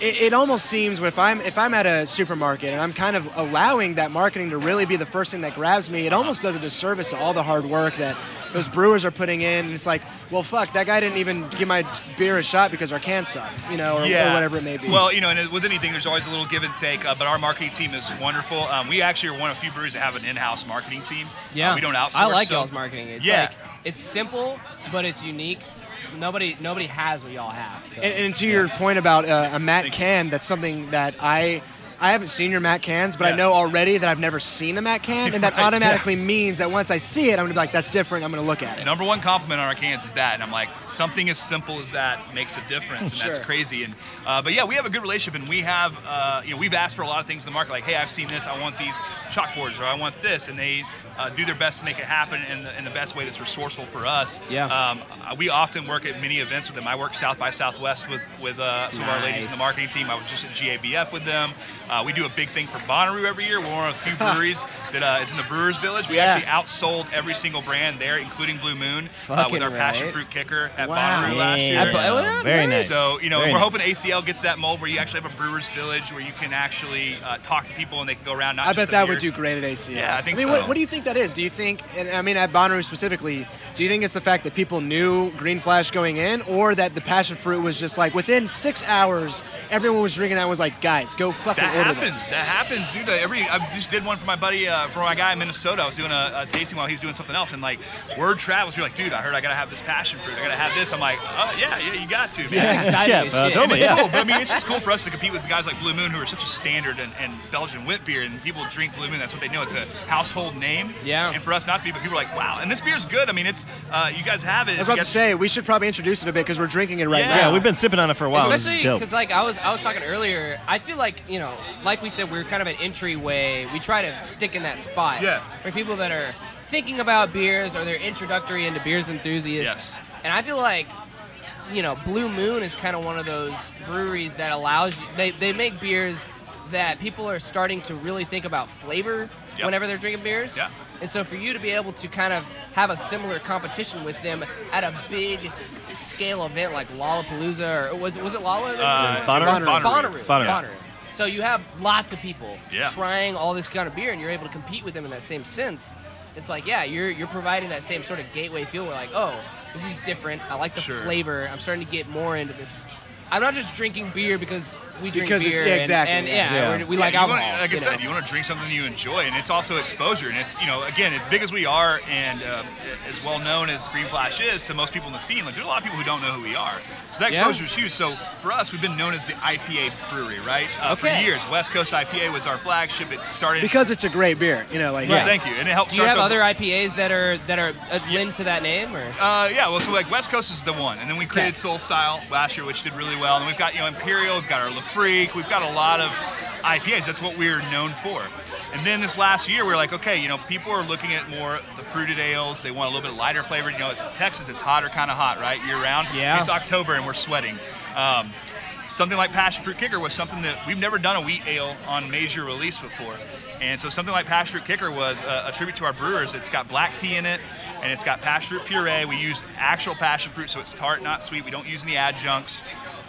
Speaker 3: It, it almost seems if I'm if I'm at a supermarket and I'm kind of allowing that marketing to really be the first thing that grabs me, it almost does a disservice to all the hard work that those brewers are putting in. And it's like, well, fuck, that guy didn't even give my beer a shot because our can sucked, you know, or, or whatever it may be.
Speaker 16: Well, you know, and it- with anything, there's always a little give and take. Uh, but our marketing team is wonderful. Um, we actually are one of the few breweries that have an in-house marketing team.
Speaker 2: Yeah,
Speaker 16: Uh, we don't outsource.
Speaker 2: I like
Speaker 16: so-
Speaker 2: y'all's marketing. It's
Speaker 16: yeah,
Speaker 2: like, it's simple, but it's unique. Nobody nobody has what y'all have. So.
Speaker 3: And, and to your point about uh, a Matt can, that's something that I I haven't seen your Matt cans, but I
Speaker 2: Yeah.
Speaker 3: know already that I've never seen a Matt can, and that
Speaker 16: Right, yeah.
Speaker 3: automatically means that once I see it, I'm gonna be like, that's different. I'm gonna look at it.
Speaker 16: Number one compliment on our cans is that, and I'm like, something as simple as that makes a difference, and that's
Speaker 3: Sure.
Speaker 16: crazy. And uh, but yeah, we have a good relationship, and we have, uh, you know, we've asked for a lot of things in the market, like, hey, I've seen this, I want these chalkboards, or I want this, and they uh, do their best to make it happen in the, in the best way that's resourceful for us.
Speaker 13: Yeah.
Speaker 16: Um, uh, we often work at many events with them. I work South by Southwest with with uh, some of our ladies in the
Speaker 13: Nice.
Speaker 16: marketing team. I was just at GABF with them. Uh, we do a big thing for Bonnaroo every year. We're one of the few breweries that uh, is in the Brewers Village. We
Speaker 13: Yeah.
Speaker 16: actually outsold every single brand there, including Blue Moon, uh,
Speaker 13: Fucking
Speaker 16: with our passion
Speaker 13: right.
Speaker 16: fruit kicker at
Speaker 13: Wow.
Speaker 16: Bonnaroo last year.
Speaker 13: Yeah.
Speaker 3: oh,
Speaker 13: At Bo- yeah, Very nice. nice.
Speaker 16: So you know
Speaker 13: Very
Speaker 16: we're
Speaker 13: nice.
Speaker 16: hoping ACL gets that mold where you actually have a Brewers Village where you can actually uh, talk to people and they can go around. Not
Speaker 3: I
Speaker 16: just
Speaker 3: bet
Speaker 16: the
Speaker 3: that
Speaker 16: beer.
Speaker 3: would do great at ACL.
Speaker 16: Yeah, I think
Speaker 3: I mean,
Speaker 16: so.
Speaker 3: what, what do you think that is? Do you think, and I mean, at Bonnaroo specifically, do you think it's the fact that people knew Green Flash going in, or that the passion fruit was just like within six hours, everyone was drinking that and was like, guys, go fucking
Speaker 16: That
Speaker 3: order
Speaker 16: happens.
Speaker 3: this.
Speaker 16: That happens, dude. Like, Every I just did one for my buddy, uh, for my guy in Minnesota. I was doing a, a tasting while he was doing something else, and like word travels. You're like, dude, I heard I gotta have this passion fruit. I gotta have this. I'm like, oh yeah, yeah, you got to. Man.
Speaker 4: Yeah. That's exciting Yeah, as uh, shit.
Speaker 16: And
Speaker 4: totally,
Speaker 16: it's
Speaker 4: yeah.
Speaker 16: cool. But I mean, it's just cool for us to compete with guys like Blue Moon, who are such a standard and, and Belgian wit beer, and people drink Blue Moon. That's what they know. It's a household name. Yeah. And for us not to be, but people are like, wow. And this beer's good. I mean, it's uh, you guys have it.
Speaker 3: I
Speaker 16: It's
Speaker 3: was about
Speaker 16: got-
Speaker 3: to say we should probably introduce it a bit because we're drinking it right
Speaker 16: Yeah.
Speaker 3: now.
Speaker 16: Yeah, we've
Speaker 4: been sipping on it for a
Speaker 1: Especially because, like, I was I was talking earlier. I feel like you know, like we said, we're kind of an entryway. We try to stick in that spot.
Speaker 13: Yeah.
Speaker 1: For people that are thinking about beers or they're introductory into beers enthusiasts. And I feel like, you know, Blue Moon is kind of one of those breweries that allows you. They they make beers that people are starting to really think about flavor
Speaker 13: Yep.
Speaker 1: whenever they're drinking beers.
Speaker 13: Yeah.
Speaker 1: And so for you to be able to kind of have a similar competition with them at a big scale event like Lollapalooza or was was it Lolla?
Speaker 16: Uh, Bonnaroo.
Speaker 1: Bonnaroo.
Speaker 16: Bonnaroo.
Speaker 1: Bonnaroo.
Speaker 16: Bonnaroo.
Speaker 1: Bonnaroo. So you have lots of people
Speaker 16: Yeah.
Speaker 1: trying all this kind of beer, and you're able to compete with them in that same sense. It's like, yeah, you're you're providing that same sort of gateway feel. Where like, oh, this is different. I like the
Speaker 13: Sure.
Speaker 1: flavor. I'm starting to get more into this. I'm not just drinking beer because we drink
Speaker 3: Because it's-
Speaker 1: beer.
Speaker 3: yeah,
Speaker 1: and-
Speaker 3: exactly,
Speaker 1: And, yeah, we're- we
Speaker 16: Yeah,
Speaker 1: like
Speaker 16: you
Speaker 1: alcohol.
Speaker 16: Wanna, like I
Speaker 1: you know?
Speaker 16: said, you want to drink something you enjoy, and it's also exposure. And it's you know, again, as big as we are, and um, as well known as Green Flash is to most people in the scene, like there's a lot of people who don't know who we are. So that
Speaker 13: Yeah.
Speaker 16: exposure is huge. So for us, we've been known as the IPA brewery, right? Uh,
Speaker 3: Okay.
Speaker 16: For years, West Coast IPA was our flagship. It started
Speaker 3: Because it's a great beer, you know. Like
Speaker 16: Well, thank you, and it helps.
Speaker 1: Do you
Speaker 16: start
Speaker 1: have
Speaker 16: the-
Speaker 1: other IPAs that are that are uh, linked to that name or?
Speaker 16: Uh, yeah, well, so like West Coast is the one, and then we created Soul Style last year, which did really well. And we've got you know Imperial, we've got our La Freak, we've got a lot of IPAs. That's what we're known for. And then this last year, we were like, okay, you know, people are looking at more the fruited ales. They want a little bit lighter flavored. You know, it's Texas, it's hotter, kind of hot, right, year round.
Speaker 13: Yeah.
Speaker 16: It's October, and we're sweating. Um, something like Passion Fruit Kicker was something that we've never done a wheat ale on major release before. And so something like Passion Fruit Kicker was a, a tribute to our brewers. It's got black tea in it, and it's got passion fruit puree. We use actual passion fruit, so it's tart, not sweet. We don't use any adjuncts.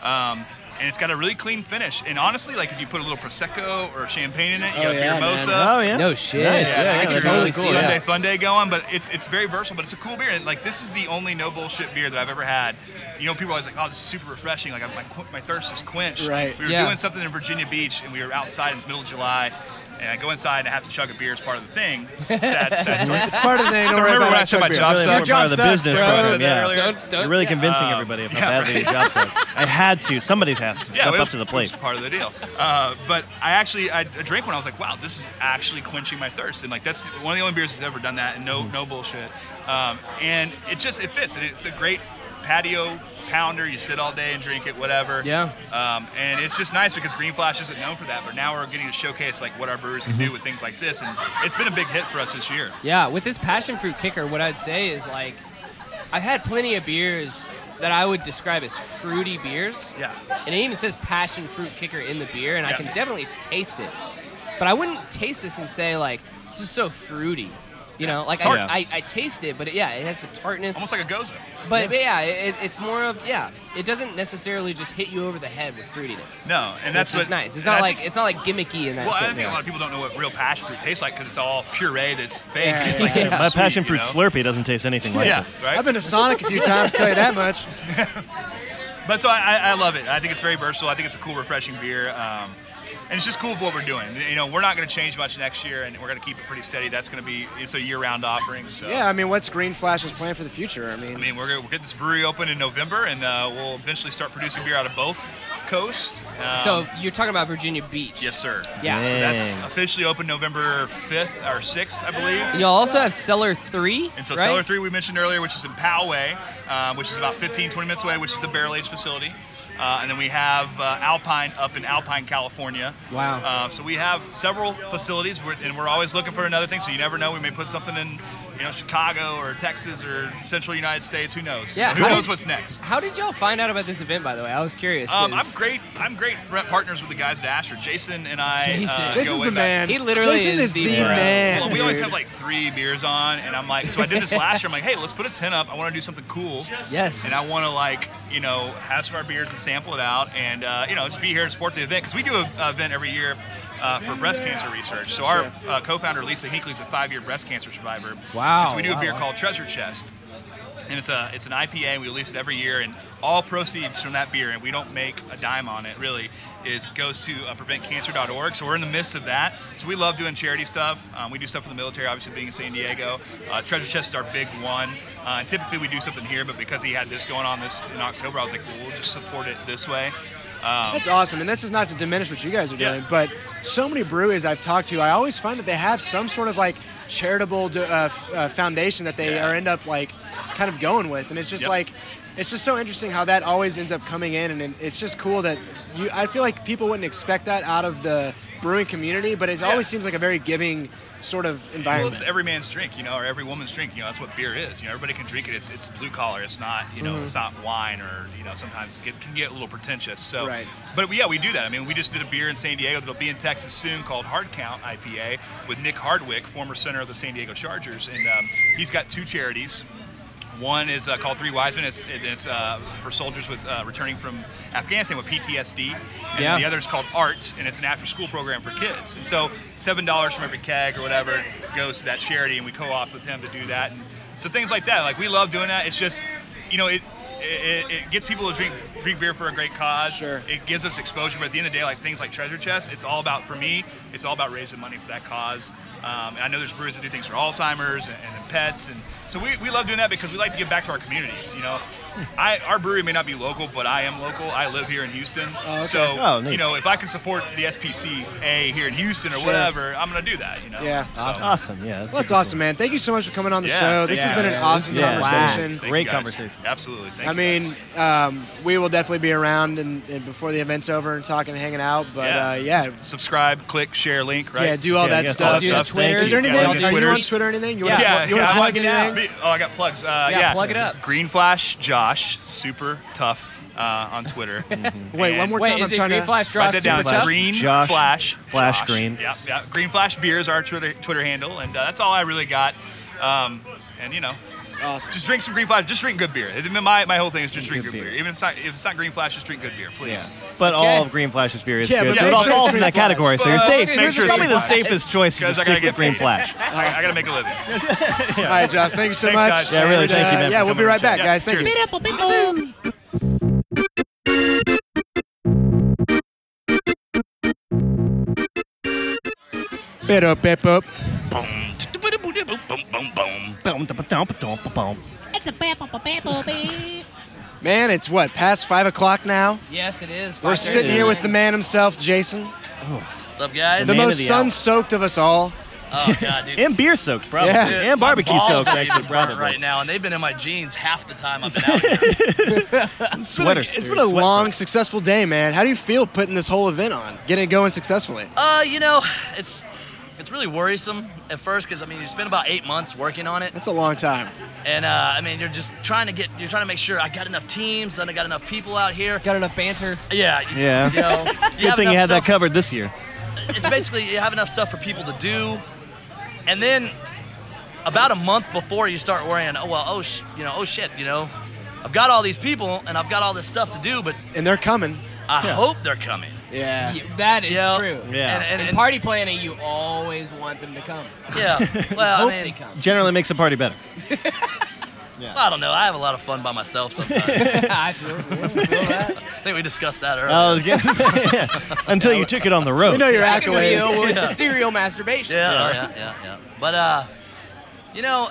Speaker 16: Um, and it's got a really clean finish. And honestly, like if you put a little prosecco or champagne in it, you
Speaker 13: Oh,
Speaker 16: got a
Speaker 13: yeah,
Speaker 16: beer
Speaker 13: man.
Speaker 16: mosa.
Speaker 13: Oh, yeah. No shit.
Speaker 16: Yeah, so you
Speaker 13: Nice. Yeah, yeah,
Speaker 16: get
Speaker 13: that's
Speaker 16: your
Speaker 13: totally cool,
Speaker 16: Sunday
Speaker 13: yeah.
Speaker 16: fun day going. But it's it's very versatile. But it's a cool beer. And like this is the only no bullshit beer that I've ever had. You know, people are always like, oh, this is super refreshing. Like my qu- my thirst is quenched.
Speaker 3: Right.
Speaker 16: We were
Speaker 3: Yeah.
Speaker 16: doing something in Virginia Beach, and we were outside. and It's middle of July. And I go inside and I have to chug a beer as part of the thing. Sad, sad story.
Speaker 3: It's part of the thing, don't
Speaker 16: So
Speaker 3: worry
Speaker 16: remember
Speaker 3: about
Speaker 16: when I
Speaker 3: it,
Speaker 16: said my
Speaker 3: chug
Speaker 16: job sucks?
Speaker 3: beer. Really, your job
Speaker 4: part of the
Speaker 3: sucks,
Speaker 4: business
Speaker 3: bro.
Speaker 4: program.
Speaker 3: Said that
Speaker 4: Yeah.
Speaker 3: earlier. Don't- don't-
Speaker 4: You're really
Speaker 3: yeah.
Speaker 4: convincing
Speaker 16: Um,
Speaker 4: everybody about
Speaker 16: yeah,
Speaker 4: how badly your job
Speaker 16: right.
Speaker 4: sucks. I had to. Somebody's has to
Speaker 16: it
Speaker 4: step up
Speaker 16: was-
Speaker 4: to the
Speaker 16: it
Speaker 4: plate.
Speaker 16: was part of the deal. Uh, but I actually I, I drank one. I was like, wow, this is actually quenching my thirst, and like that's one of the only beers that's ever done that, and
Speaker 4: Mm-hmm.
Speaker 16: no no bullshit. Um, and it just it fits, and it's a great patio pounder. You sit all day and drink it, whatever.
Speaker 13: Yeah.
Speaker 16: Um, and it's just nice because Green Flash isn't known for that, but now we're getting to showcase like what our brewers can
Speaker 4: Mm-hmm.
Speaker 16: do with things like this, and it's been a big hit for us this year.
Speaker 1: Yeah, with this passion fruit kicker, what I'd say is like, I've had plenty of beers that I would describe as fruity beers.
Speaker 16: Yeah.
Speaker 1: And it even says passion fruit kicker in the beer, and I
Speaker 13: Yeah.
Speaker 1: can definitely taste it. But I wouldn't taste this and say like, this is so fruity. You know, like
Speaker 13: Tart.
Speaker 1: I, I, I taste it, but it, yeah, it has the tartness.
Speaker 16: Almost like a goza.
Speaker 1: But but yeah, it, it's more of yeah. It doesn't necessarily just hit you over the head with fruitiness.
Speaker 16: No, and that's
Speaker 1: Which
Speaker 16: what-
Speaker 1: is nice. It's
Speaker 16: and I
Speaker 1: not like
Speaker 16: think-
Speaker 1: it's not like gimmicky in that
Speaker 16: Well, I
Speaker 1: sense.
Speaker 16: think a lot of people don't know what real passion fruit tastes like because it's all puree that's fake. and it's
Speaker 1: Yeah.
Speaker 16: like super
Speaker 4: My
Speaker 16: sweet,
Speaker 4: passion
Speaker 16: you
Speaker 4: fruit
Speaker 16: know?
Speaker 4: Slurpee doesn't taste anything like
Speaker 16: Yeah,
Speaker 4: this.
Speaker 16: right.
Speaker 3: I've been to Sonic a few times. Tell you that much.
Speaker 16: But so I, I- I love it. I think it's very versatile. I think it's a cool, refreshing beer. Um, and it's just cool for what we're doing. You know, we're not going to change much next year, and we're going to keep it pretty steady. That's going to be it's a year-round offering. So
Speaker 3: Yeah, I mean, what's Green Flash's plan for the future? I mean,
Speaker 16: I mean, we're going to get this brewery open in November, and uh, we'll eventually start producing beer out of both coasts. Um,
Speaker 1: so you're talking about Virginia Beach.
Speaker 16: yes, sir.
Speaker 1: Yeah.
Speaker 16: So that's
Speaker 1: Dang.
Speaker 16: officially open November 5th or 6th, I believe.
Speaker 1: And You'll also have Cellar 3.
Speaker 16: And so
Speaker 1: right?
Speaker 16: Cellar 3 we mentioned earlier, which is in Poway, uh, which is about 15, 20 minutes away, which is the barrel age facility. Uh, and then we have uh, Alpine up in Alpine, California.
Speaker 17: Wow.
Speaker 16: Uh, so we have several facilities, we're, and we're always looking for another thing. So you never know, we may put something in, you know, Chicago or Texas or Central United States. Who knows?
Speaker 2: Yeah,
Speaker 16: Who
Speaker 2: how
Speaker 16: knows
Speaker 2: did-
Speaker 16: what's next?
Speaker 2: How did y'all find out about this event, by the way? I was curious.
Speaker 16: Um,
Speaker 2: 'cause-
Speaker 16: I'm great. I'm great fr- partners with the guys at Asher. Jason and I.
Speaker 2: Jason.
Speaker 16: Uh,
Speaker 2: Jason's
Speaker 16: go way
Speaker 2: the
Speaker 16: back.
Speaker 2: man. He literally Jason is is the the man. man,
Speaker 16: Well, we always
Speaker 2: dude.
Speaker 16: have like three beers on, and I'm like, so I did this last year. I'm like, hey, let's put a tent up. I want to do something cool.
Speaker 2: Yes.
Speaker 16: And I want to like, you know, have some of our beers and sample it out, and uh, you know, just be here and support the event because we do a a event every year. Uh, for breast cancer research. So, our uh, co founder Lisa Hinkley is a five year breast cancer survivor.
Speaker 2: Wow,
Speaker 16: And So, we do
Speaker 2: wow,
Speaker 16: a beer
Speaker 2: wow.
Speaker 16: called Treasure Chest and it's a it's an IPA. We release it every year, and all proceeds from that beer, and we don't make a dime on it. Really, is goes to uh, preventcancer.org. So we're in the midst of that. So we love doing charity stuff. Um, we do stuff for the military, obviously being in San Diego. Uh, Treasure Chest is our big one. Uh, and typically we do something here, but because he had this going on this in October, I was like, well, we'll just support it this way. Um,
Speaker 3: That's awesome, and this is not to diminish what you guys are doing, but so many breweries I've talked to, I always find that they have some sort of like charitable do- uh, f- uh, foundation that they are end up like kind of going with, and it's just
Speaker 17: Yep.
Speaker 3: like it's just so interesting how that always ends up coming in, and it- it's just cool that you. I feel like people wouldn't expect that out of the brewing community, but it always seems like a very giving sort of
Speaker 16: Well,
Speaker 3: environment.
Speaker 16: it's every man's drink, you know, or every woman's drink. You know, that's what beer is. You know, everybody can drink it. It's it's blue collar. It's not, you know,
Speaker 17: Mhm.
Speaker 16: it's not wine or you know, sometimes it can get a little pretentious. So,
Speaker 17: Right.
Speaker 16: but yeah, we do that. I mean, we just did a beer in San Diego that'll be in Texas soon called Hard Count IPA with Nick Hardwick, former center of the San Diego Chargers, and um, he's got two charities. One is uh, called Three Wise Men. It's, it- it's uh, for soldiers with uh, returning from Afghanistan with PTSD. And then
Speaker 17: Yeah.
Speaker 16: the other is called Arts, and it's an after-school program for kids. And so seven dollars from every keg or whatever goes to that charity, and we co-opt with him to do that. And so things like that. Like we love doing that. It's just, you know, it it, it gets people to drink drink beer for a great cause. Sure. It gives us exposure, but at the end of the day, like things like Treasure Chest, it's all about for me. It's all about raising money for that cause. Um, and I know there's brewers that do things for Alzheimer's and, and pets, and so we, we love doing that because we like to give back to our communities. You know, I our brewery may not be local, but I am local. I live here in Houston,
Speaker 17: Oh, okay.
Speaker 16: so
Speaker 17: Oh, neat.
Speaker 16: you know if I can support the SPCA here in Houston or
Speaker 3: Sure.
Speaker 16: whatever, I'm gonna do that. You know,
Speaker 3: Yeah.
Speaker 16: So-
Speaker 3: Awesome.
Speaker 4: Awesome. Yeah.
Speaker 3: Well, that's awesome, man. Thank you so much for coming on the
Speaker 16: Yeah,
Speaker 3: show. This
Speaker 16: thank
Speaker 3: has
Speaker 16: you
Speaker 3: been an
Speaker 16: guys.
Speaker 3: awesome
Speaker 16: Yeah.
Speaker 3: conversation.
Speaker 16: Thank you guys. Absolutely. Thank
Speaker 3: I
Speaker 16: you guys.
Speaker 3: mean, um, we will definitely be around and, and before the event's over and talking, and hanging out. But yeah, uh, yeah.
Speaker 16: Sus- subscribe, click, share, link, right?
Speaker 3: Yeah, do all that stuff. Do the Twitters. Is there anything-
Speaker 16: Yeah,
Speaker 3: are you on
Speaker 16: Twitters.
Speaker 3: Twitter or anything? You
Speaker 16: yeah,
Speaker 3: wanna plug- you wanna
Speaker 16: yeah,
Speaker 3: plug
Speaker 16: I'm on-
Speaker 3: anything?
Speaker 16: Oh, I got plugs. Uh,
Speaker 3: Yeah,
Speaker 16: yeah,
Speaker 3: plug it up.
Speaker 16: Green Flash Josh, super tough uh, on Twitter.
Speaker 3: Wait,
Speaker 16: And-
Speaker 3: one more Mm-hmm. Wait, time, is I'm it trying Green to- Flash Josh,
Speaker 16: Write that down.
Speaker 3: super tough?
Speaker 16: Green
Speaker 4: Josh,
Speaker 16: Flash,
Speaker 4: Flash
Speaker 16: Josh.
Speaker 4: Green.
Speaker 16: Yeah, yeah. Green Flash Beer is our Twitter Twitter handle, and uh, that's all I really got. Um, and you know.
Speaker 3: Awesome.
Speaker 16: Just drink some green flash. Just drink good beer. It- My, my whole thing is just drink good, beer. Even if it's not if it's not green flash, just drink good beer, please.
Speaker 4: But all of Green Flash's beer is
Speaker 16: Yeah,
Speaker 4: good,
Speaker 16: but
Speaker 4: so
Speaker 16: make
Speaker 4: it all
Speaker 16: sure
Speaker 4: falls
Speaker 16: it's
Speaker 4: in
Speaker 16: Green
Speaker 4: that
Speaker 16: Flash.
Speaker 4: category. So you're
Speaker 16: But-
Speaker 4: safe.
Speaker 16: Make sure
Speaker 4: It's
Speaker 16: it's
Speaker 4: probably
Speaker 16: Green
Speaker 4: Uh, the
Speaker 16: Flash.
Speaker 4: safest choice to
Speaker 16: Guys, I
Speaker 4: stick
Speaker 16: gotta
Speaker 4: with
Speaker 16: get
Speaker 4: Green
Speaker 16: paid.
Speaker 4: Flash.
Speaker 16: I, I gotta make a living.
Speaker 3: All right, Josh. Thank you so
Speaker 16: Thanks,
Speaker 3: much.
Speaker 16: guys. Yeah, really,
Speaker 3: And,
Speaker 16: thank you, man,
Speaker 3: Yeah,
Speaker 16: for
Speaker 3: we'll be
Speaker 16: coming
Speaker 3: right
Speaker 16: on.
Speaker 3: back,
Speaker 16: Yeah,
Speaker 3: guys.
Speaker 16: cheers.
Speaker 3: Thank you. Bit up, bit up. Man, it's what past five o'clock now.
Speaker 2: Yes, it is.
Speaker 3: We're
Speaker 2: 5:30.
Speaker 3: sitting here with the man himself, Jason,
Speaker 5: What's up, guys?
Speaker 3: the most sun-soaked of us all.
Speaker 5: Oh god, dude.
Speaker 4: And beer soaked, probably.
Speaker 3: Yeah.
Speaker 4: And barbecue
Speaker 5: My balls
Speaker 4: soaked,
Speaker 5: are even
Speaker 4: actually,
Speaker 5: burnt
Speaker 4: probably.
Speaker 5: right now, and they've been in my jeans half the time I've been out.
Speaker 3: It's been a,
Speaker 5: Sweaters,
Speaker 3: it's
Speaker 5: dude.
Speaker 3: been a
Speaker 5: Sweat
Speaker 3: long, successful day, man. How do you feel putting this whole event on, getting it going successfully?
Speaker 5: Uh, you know, it's it's really worrisome at first because I mean you spend about eight months working on it,
Speaker 3: That's a long time.
Speaker 5: and uh, I mean you're just trying to get you're trying to make sure I got enough teams and I got enough people out here. Got
Speaker 2: enough banter.
Speaker 5: Yeah. you-
Speaker 4: Yeah.
Speaker 5: You know, you
Speaker 4: Good
Speaker 5: have
Speaker 4: thing you
Speaker 5: enough
Speaker 4: had that
Speaker 5: stuff-
Speaker 4: covered this year.
Speaker 5: It's basically you have enough stuff for people to do, and then about a month before you start worrying, oh well, oh sh- you know, oh shit, you know, I've got all these people and I've got all this stuff to do, but
Speaker 3: And they're coming.
Speaker 5: I hope they're coming.
Speaker 3: Yeah.
Speaker 2: That is
Speaker 5: Yeah.
Speaker 2: true.
Speaker 5: Yeah.
Speaker 2: And, and, and party planning, you always want them to come.
Speaker 5: Yeah. Well, I
Speaker 2: hope
Speaker 5: mean-
Speaker 2: they come.
Speaker 4: Generally makes the party better.
Speaker 5: Well, I don't know. I have a lot of fun by myself sometimes.
Speaker 2: I feel,
Speaker 5: I think we discussed that earlier.
Speaker 4: I was gonna say, yeah. Until you took it on the road.
Speaker 2: I can do you with
Speaker 5: Yeah.
Speaker 2: the serial masturbation.
Speaker 5: Yeah, yeah, yeah, yeah. But uh, you know,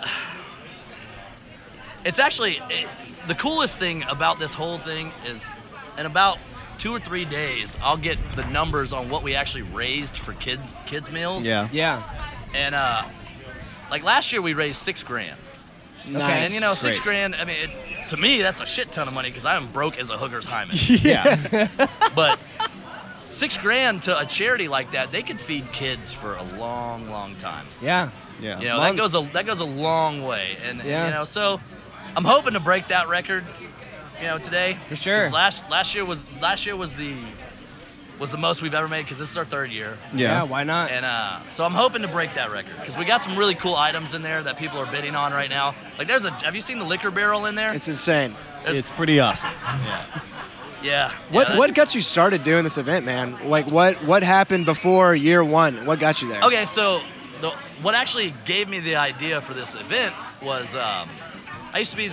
Speaker 5: it's actually it, the coolest thing about this whole thing is, in about two or three days, I'll get the numbers on what we actually raised for kid kids meals.
Speaker 2: Yeah.
Speaker 5: And uh, like last year we raised six grand. And you know, six
Speaker 16: Great.
Speaker 5: grand. I mean, it, to me, that's a shit ton of money because I'm broke as a hooker's hymen.
Speaker 16: Yeah.
Speaker 5: but six grand to a charity like that, they could feed kids for a long, long time.
Speaker 1: Yeah.
Speaker 4: Yeah.
Speaker 5: You know, that goes a that goes a long way, and and,
Speaker 1: Yeah.
Speaker 5: you know, so I'm hoping to break that record. You know, today
Speaker 1: For sure.
Speaker 5: 'Cause Last last year was last year was the was the most we've ever made because this is our third year.
Speaker 1: Yeah. Yeah, why not?
Speaker 5: And uh, so I'm hoping to break that record because we got some really cool items in there that people are bidding on right now. Like, there's a have you seen the liquor barrel in there?
Speaker 3: It's insane.
Speaker 4: It's pretty awesome.
Speaker 5: yeah.
Speaker 3: What
Speaker 5: yeah.
Speaker 3: what got you started doing this event, man? Like what what happened before year one? What got you there?
Speaker 5: Okay, so the, what actually gave me the idea for this event was um, I used to be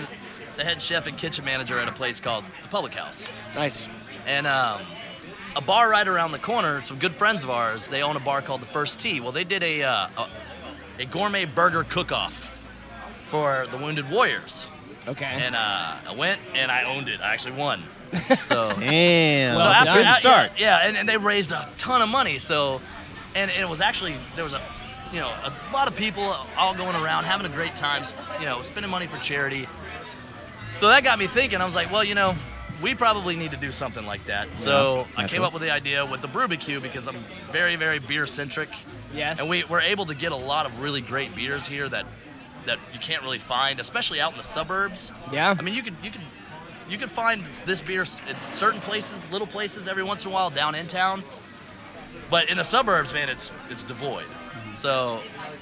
Speaker 5: the head chef and kitchen manager at a place called the Public House,
Speaker 3: Nice.
Speaker 5: and um, a bar right around the corner. Some good friends of ours, they own a bar called the First Tee. Well, they did a uh, a, a gourmet burger cook-off for the Wounded Warriors.
Speaker 1: Okay.
Speaker 5: And uh, I went and I owned it. I actually won. So
Speaker 4: Damn.
Speaker 5: so after
Speaker 4: good
Speaker 5: that-
Speaker 4: start.
Speaker 5: Yeah, and, and they raised a ton of money. So, and, it was actually there was a, you know, a lot of people all going around having a great time, you know, spending money for charity. So that got me thinking. I was like, well, you know, we probably need to do something like that. so I came
Speaker 16: naturally.
Speaker 5: up with the idea with the Brewbecue because I'm very, very beer centric.
Speaker 16: Yes.
Speaker 5: And we, we're able to get a lot of really great beers here that that you can't really find, especially out in the suburbs.
Speaker 1: Yeah.
Speaker 5: I mean, you could you could you could find this beer s- in certain places, little places, every once in a while down in town. But in the suburbs, man, it's it's devoid. So,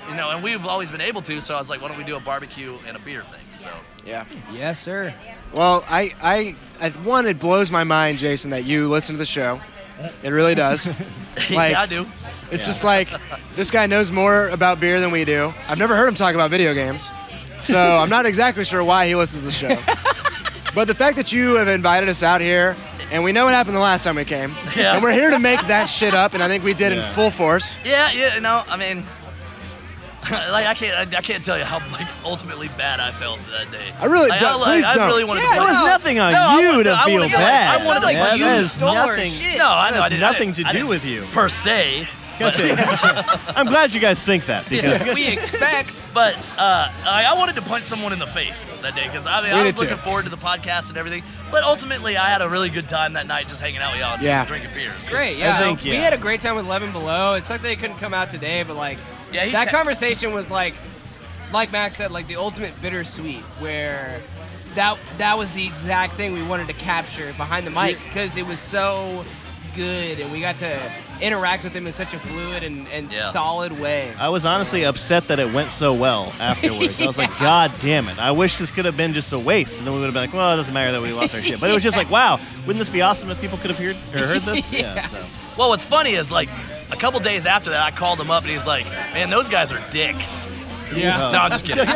Speaker 5: you know, and we've always been able to. So I was like, why don't we do a barbecue and a beer thing? So
Speaker 3: yeah.
Speaker 1: Yes, sir.
Speaker 3: Well, I, I, I, one, it blows my mind, Jason, that you listen to the show. It really does.
Speaker 5: yeah, I do.
Speaker 3: It's
Speaker 5: Yeah.
Speaker 3: just like this guy knows more about beer than we do. I've never heard him talk about video games, so I'm not exactly sure why he listens to the show. but the fact that you have invited us out here, and we know what happened the last time we came,
Speaker 5: Yeah.
Speaker 3: and we're here to make that shit up, and I think we did
Speaker 5: Yeah.
Speaker 3: in full force.
Speaker 5: Yeah, yeah, you know, I mean, like I can't, I, I can't tell you how like ultimately bad I felt that day.
Speaker 3: I really
Speaker 5: like,
Speaker 3: don't-
Speaker 5: like,
Speaker 3: please
Speaker 5: I
Speaker 3: don't.
Speaker 5: really wanted
Speaker 4: Yeah,
Speaker 5: to.
Speaker 4: it was
Speaker 5: No.
Speaker 4: nothing on
Speaker 5: No, I
Speaker 4: you
Speaker 5: wanted-
Speaker 4: to
Speaker 5: I wanted
Speaker 4: feel
Speaker 5: to be
Speaker 4: bad.
Speaker 5: Like, I wanted to be
Speaker 4: That
Speaker 5: like you
Speaker 4: has
Speaker 5: stole our
Speaker 4: nothing-
Speaker 5: shit. No, I
Speaker 4: that
Speaker 5: know.
Speaker 4: has
Speaker 5: I didn't,
Speaker 4: nothing
Speaker 5: I
Speaker 4: to
Speaker 5: didn't-
Speaker 4: do
Speaker 5: I
Speaker 4: with
Speaker 5: didn't per se.
Speaker 4: I'm glad you guys think that because
Speaker 5: we expect. But uh, I, I wanted to punch someone in the face that day because I mean
Speaker 4: We
Speaker 5: I
Speaker 4: did
Speaker 5: was looking
Speaker 4: too.
Speaker 5: forward to the podcast and everything. But ultimately, I had a really good time that night just hanging out with y'all, and
Speaker 2: Yeah.
Speaker 5: drinking beers.
Speaker 2: Great, yeah. We had a great time with Eleven Below. It's like they couldn't come out today, but like
Speaker 5: Yeah, he
Speaker 2: that
Speaker 5: te-
Speaker 2: conversation was like, like Max said, like the ultimate bittersweet, where that that was the exact thing we wanted to capture behind the mic because it was so good and we got to interact with him in such a fluid and, and
Speaker 4: Yeah.
Speaker 2: solid way.
Speaker 4: I was honestly upset that it went so well afterwards. I was like, God damn it. I wish this could have been just a waste. And then we would have been like, well, it doesn't matter that we lost our shit. But it was just like, wow, wouldn't this be awesome if people could have heard, or heard this?
Speaker 5: Yeah.
Speaker 4: so.
Speaker 5: Well, what's funny is like a couple days after that, I called him up and he's like, "Man, those guys are dicks."
Speaker 4: uh, Yeah.
Speaker 5: No, I'm just kidding.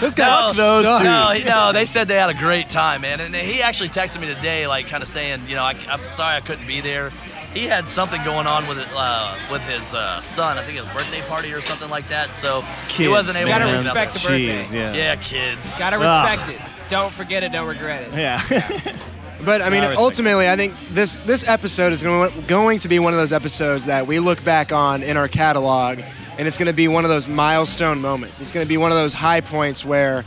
Speaker 4: Those
Speaker 5: guys
Speaker 4: those
Speaker 5: no,
Speaker 4: dudes.
Speaker 5: no, he- no, they said they had a great time, man. And he actually texted me today, like kind of saying, you know, I, am sorry I couldn't be there. He had something going on with it, uh, with his uh, son. I think his birthday party or something like that. So he
Speaker 2: Kids,
Speaker 5: wasn't able.
Speaker 2: Gotta
Speaker 5: to
Speaker 2: respect the birthday. Jeez,
Speaker 5: yeah.
Speaker 2: yeah.
Speaker 5: kids.
Speaker 2: Gotta respect it. Don't forget it. Don't regret it.
Speaker 3: But I mean,
Speaker 2: No, I respect
Speaker 3: ultimately, I think this this episode is going going to be one of those episodes that we look back on in our catalog, and it's going to be one of those milestone moments. It's going to be one of those high points where,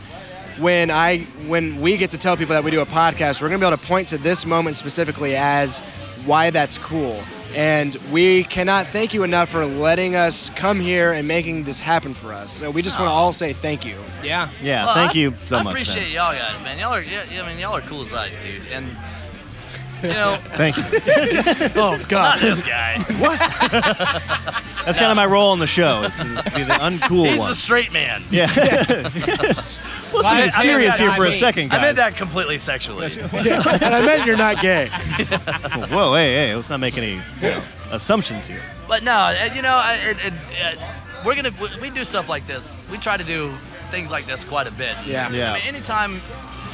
Speaker 3: when I when we get to tell people that we do a podcast, we're going to be able to point to this moment specifically as why that's cool. And we cannot thank you enough for letting us come here and making this happen for us. So we just want to all say thank you.
Speaker 2: Yeah.
Speaker 4: Yeah,
Speaker 5: Well,
Speaker 4: thank
Speaker 5: I-
Speaker 4: you so
Speaker 5: I
Speaker 4: much.
Speaker 5: appreciate
Speaker 4: man.
Speaker 5: y'all guys, man. Y'all are, yeah, yeah, I mean, y'all are cool as ice, dude. And you know,
Speaker 4: Thank you.
Speaker 3: oh
Speaker 5: Not this guy.
Speaker 4: What? That's kind of my role on the show. Is to be the uncool
Speaker 5: He's
Speaker 4: one.
Speaker 5: the straight man.
Speaker 4: Yeah. Let's be serious here for a second,
Speaker 5: I meant
Speaker 4: guys.
Speaker 5: that completely sexually.
Speaker 3: and I meant you're not gay.
Speaker 4: Whoa, hey, hey, let's not make any you know, assumptions here.
Speaker 5: But no, uh, you know, I, it, it, uh, we're gonna we- we do stuff like this. We try to do things like this quite a bit.
Speaker 4: Yeah. Yeah.
Speaker 5: I mean, anytime,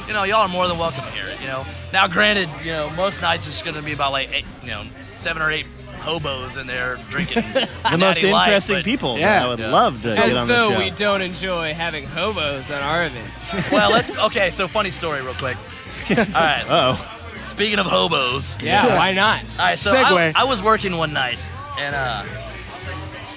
Speaker 5: you know, y'all are more than welcome here. You know. Now, granted, you know, most nights it's gonna be about like eight, you know, seven or eight hobos in there drinking.
Speaker 4: The most
Speaker 5: Natty Light,
Speaker 4: interesting
Speaker 5: but-
Speaker 4: people that I would love to
Speaker 2: As
Speaker 4: get on the
Speaker 2: though
Speaker 4: show.
Speaker 2: we don't enjoy having hobos on our events.
Speaker 5: well, let's. Okay, so funny story, real quick. All right.
Speaker 4: Uh-oh.
Speaker 5: Speaking of hobos.
Speaker 2: Yeah, why not?
Speaker 5: All right, so
Speaker 2: Segue.
Speaker 5: I, I was working one night, and uh,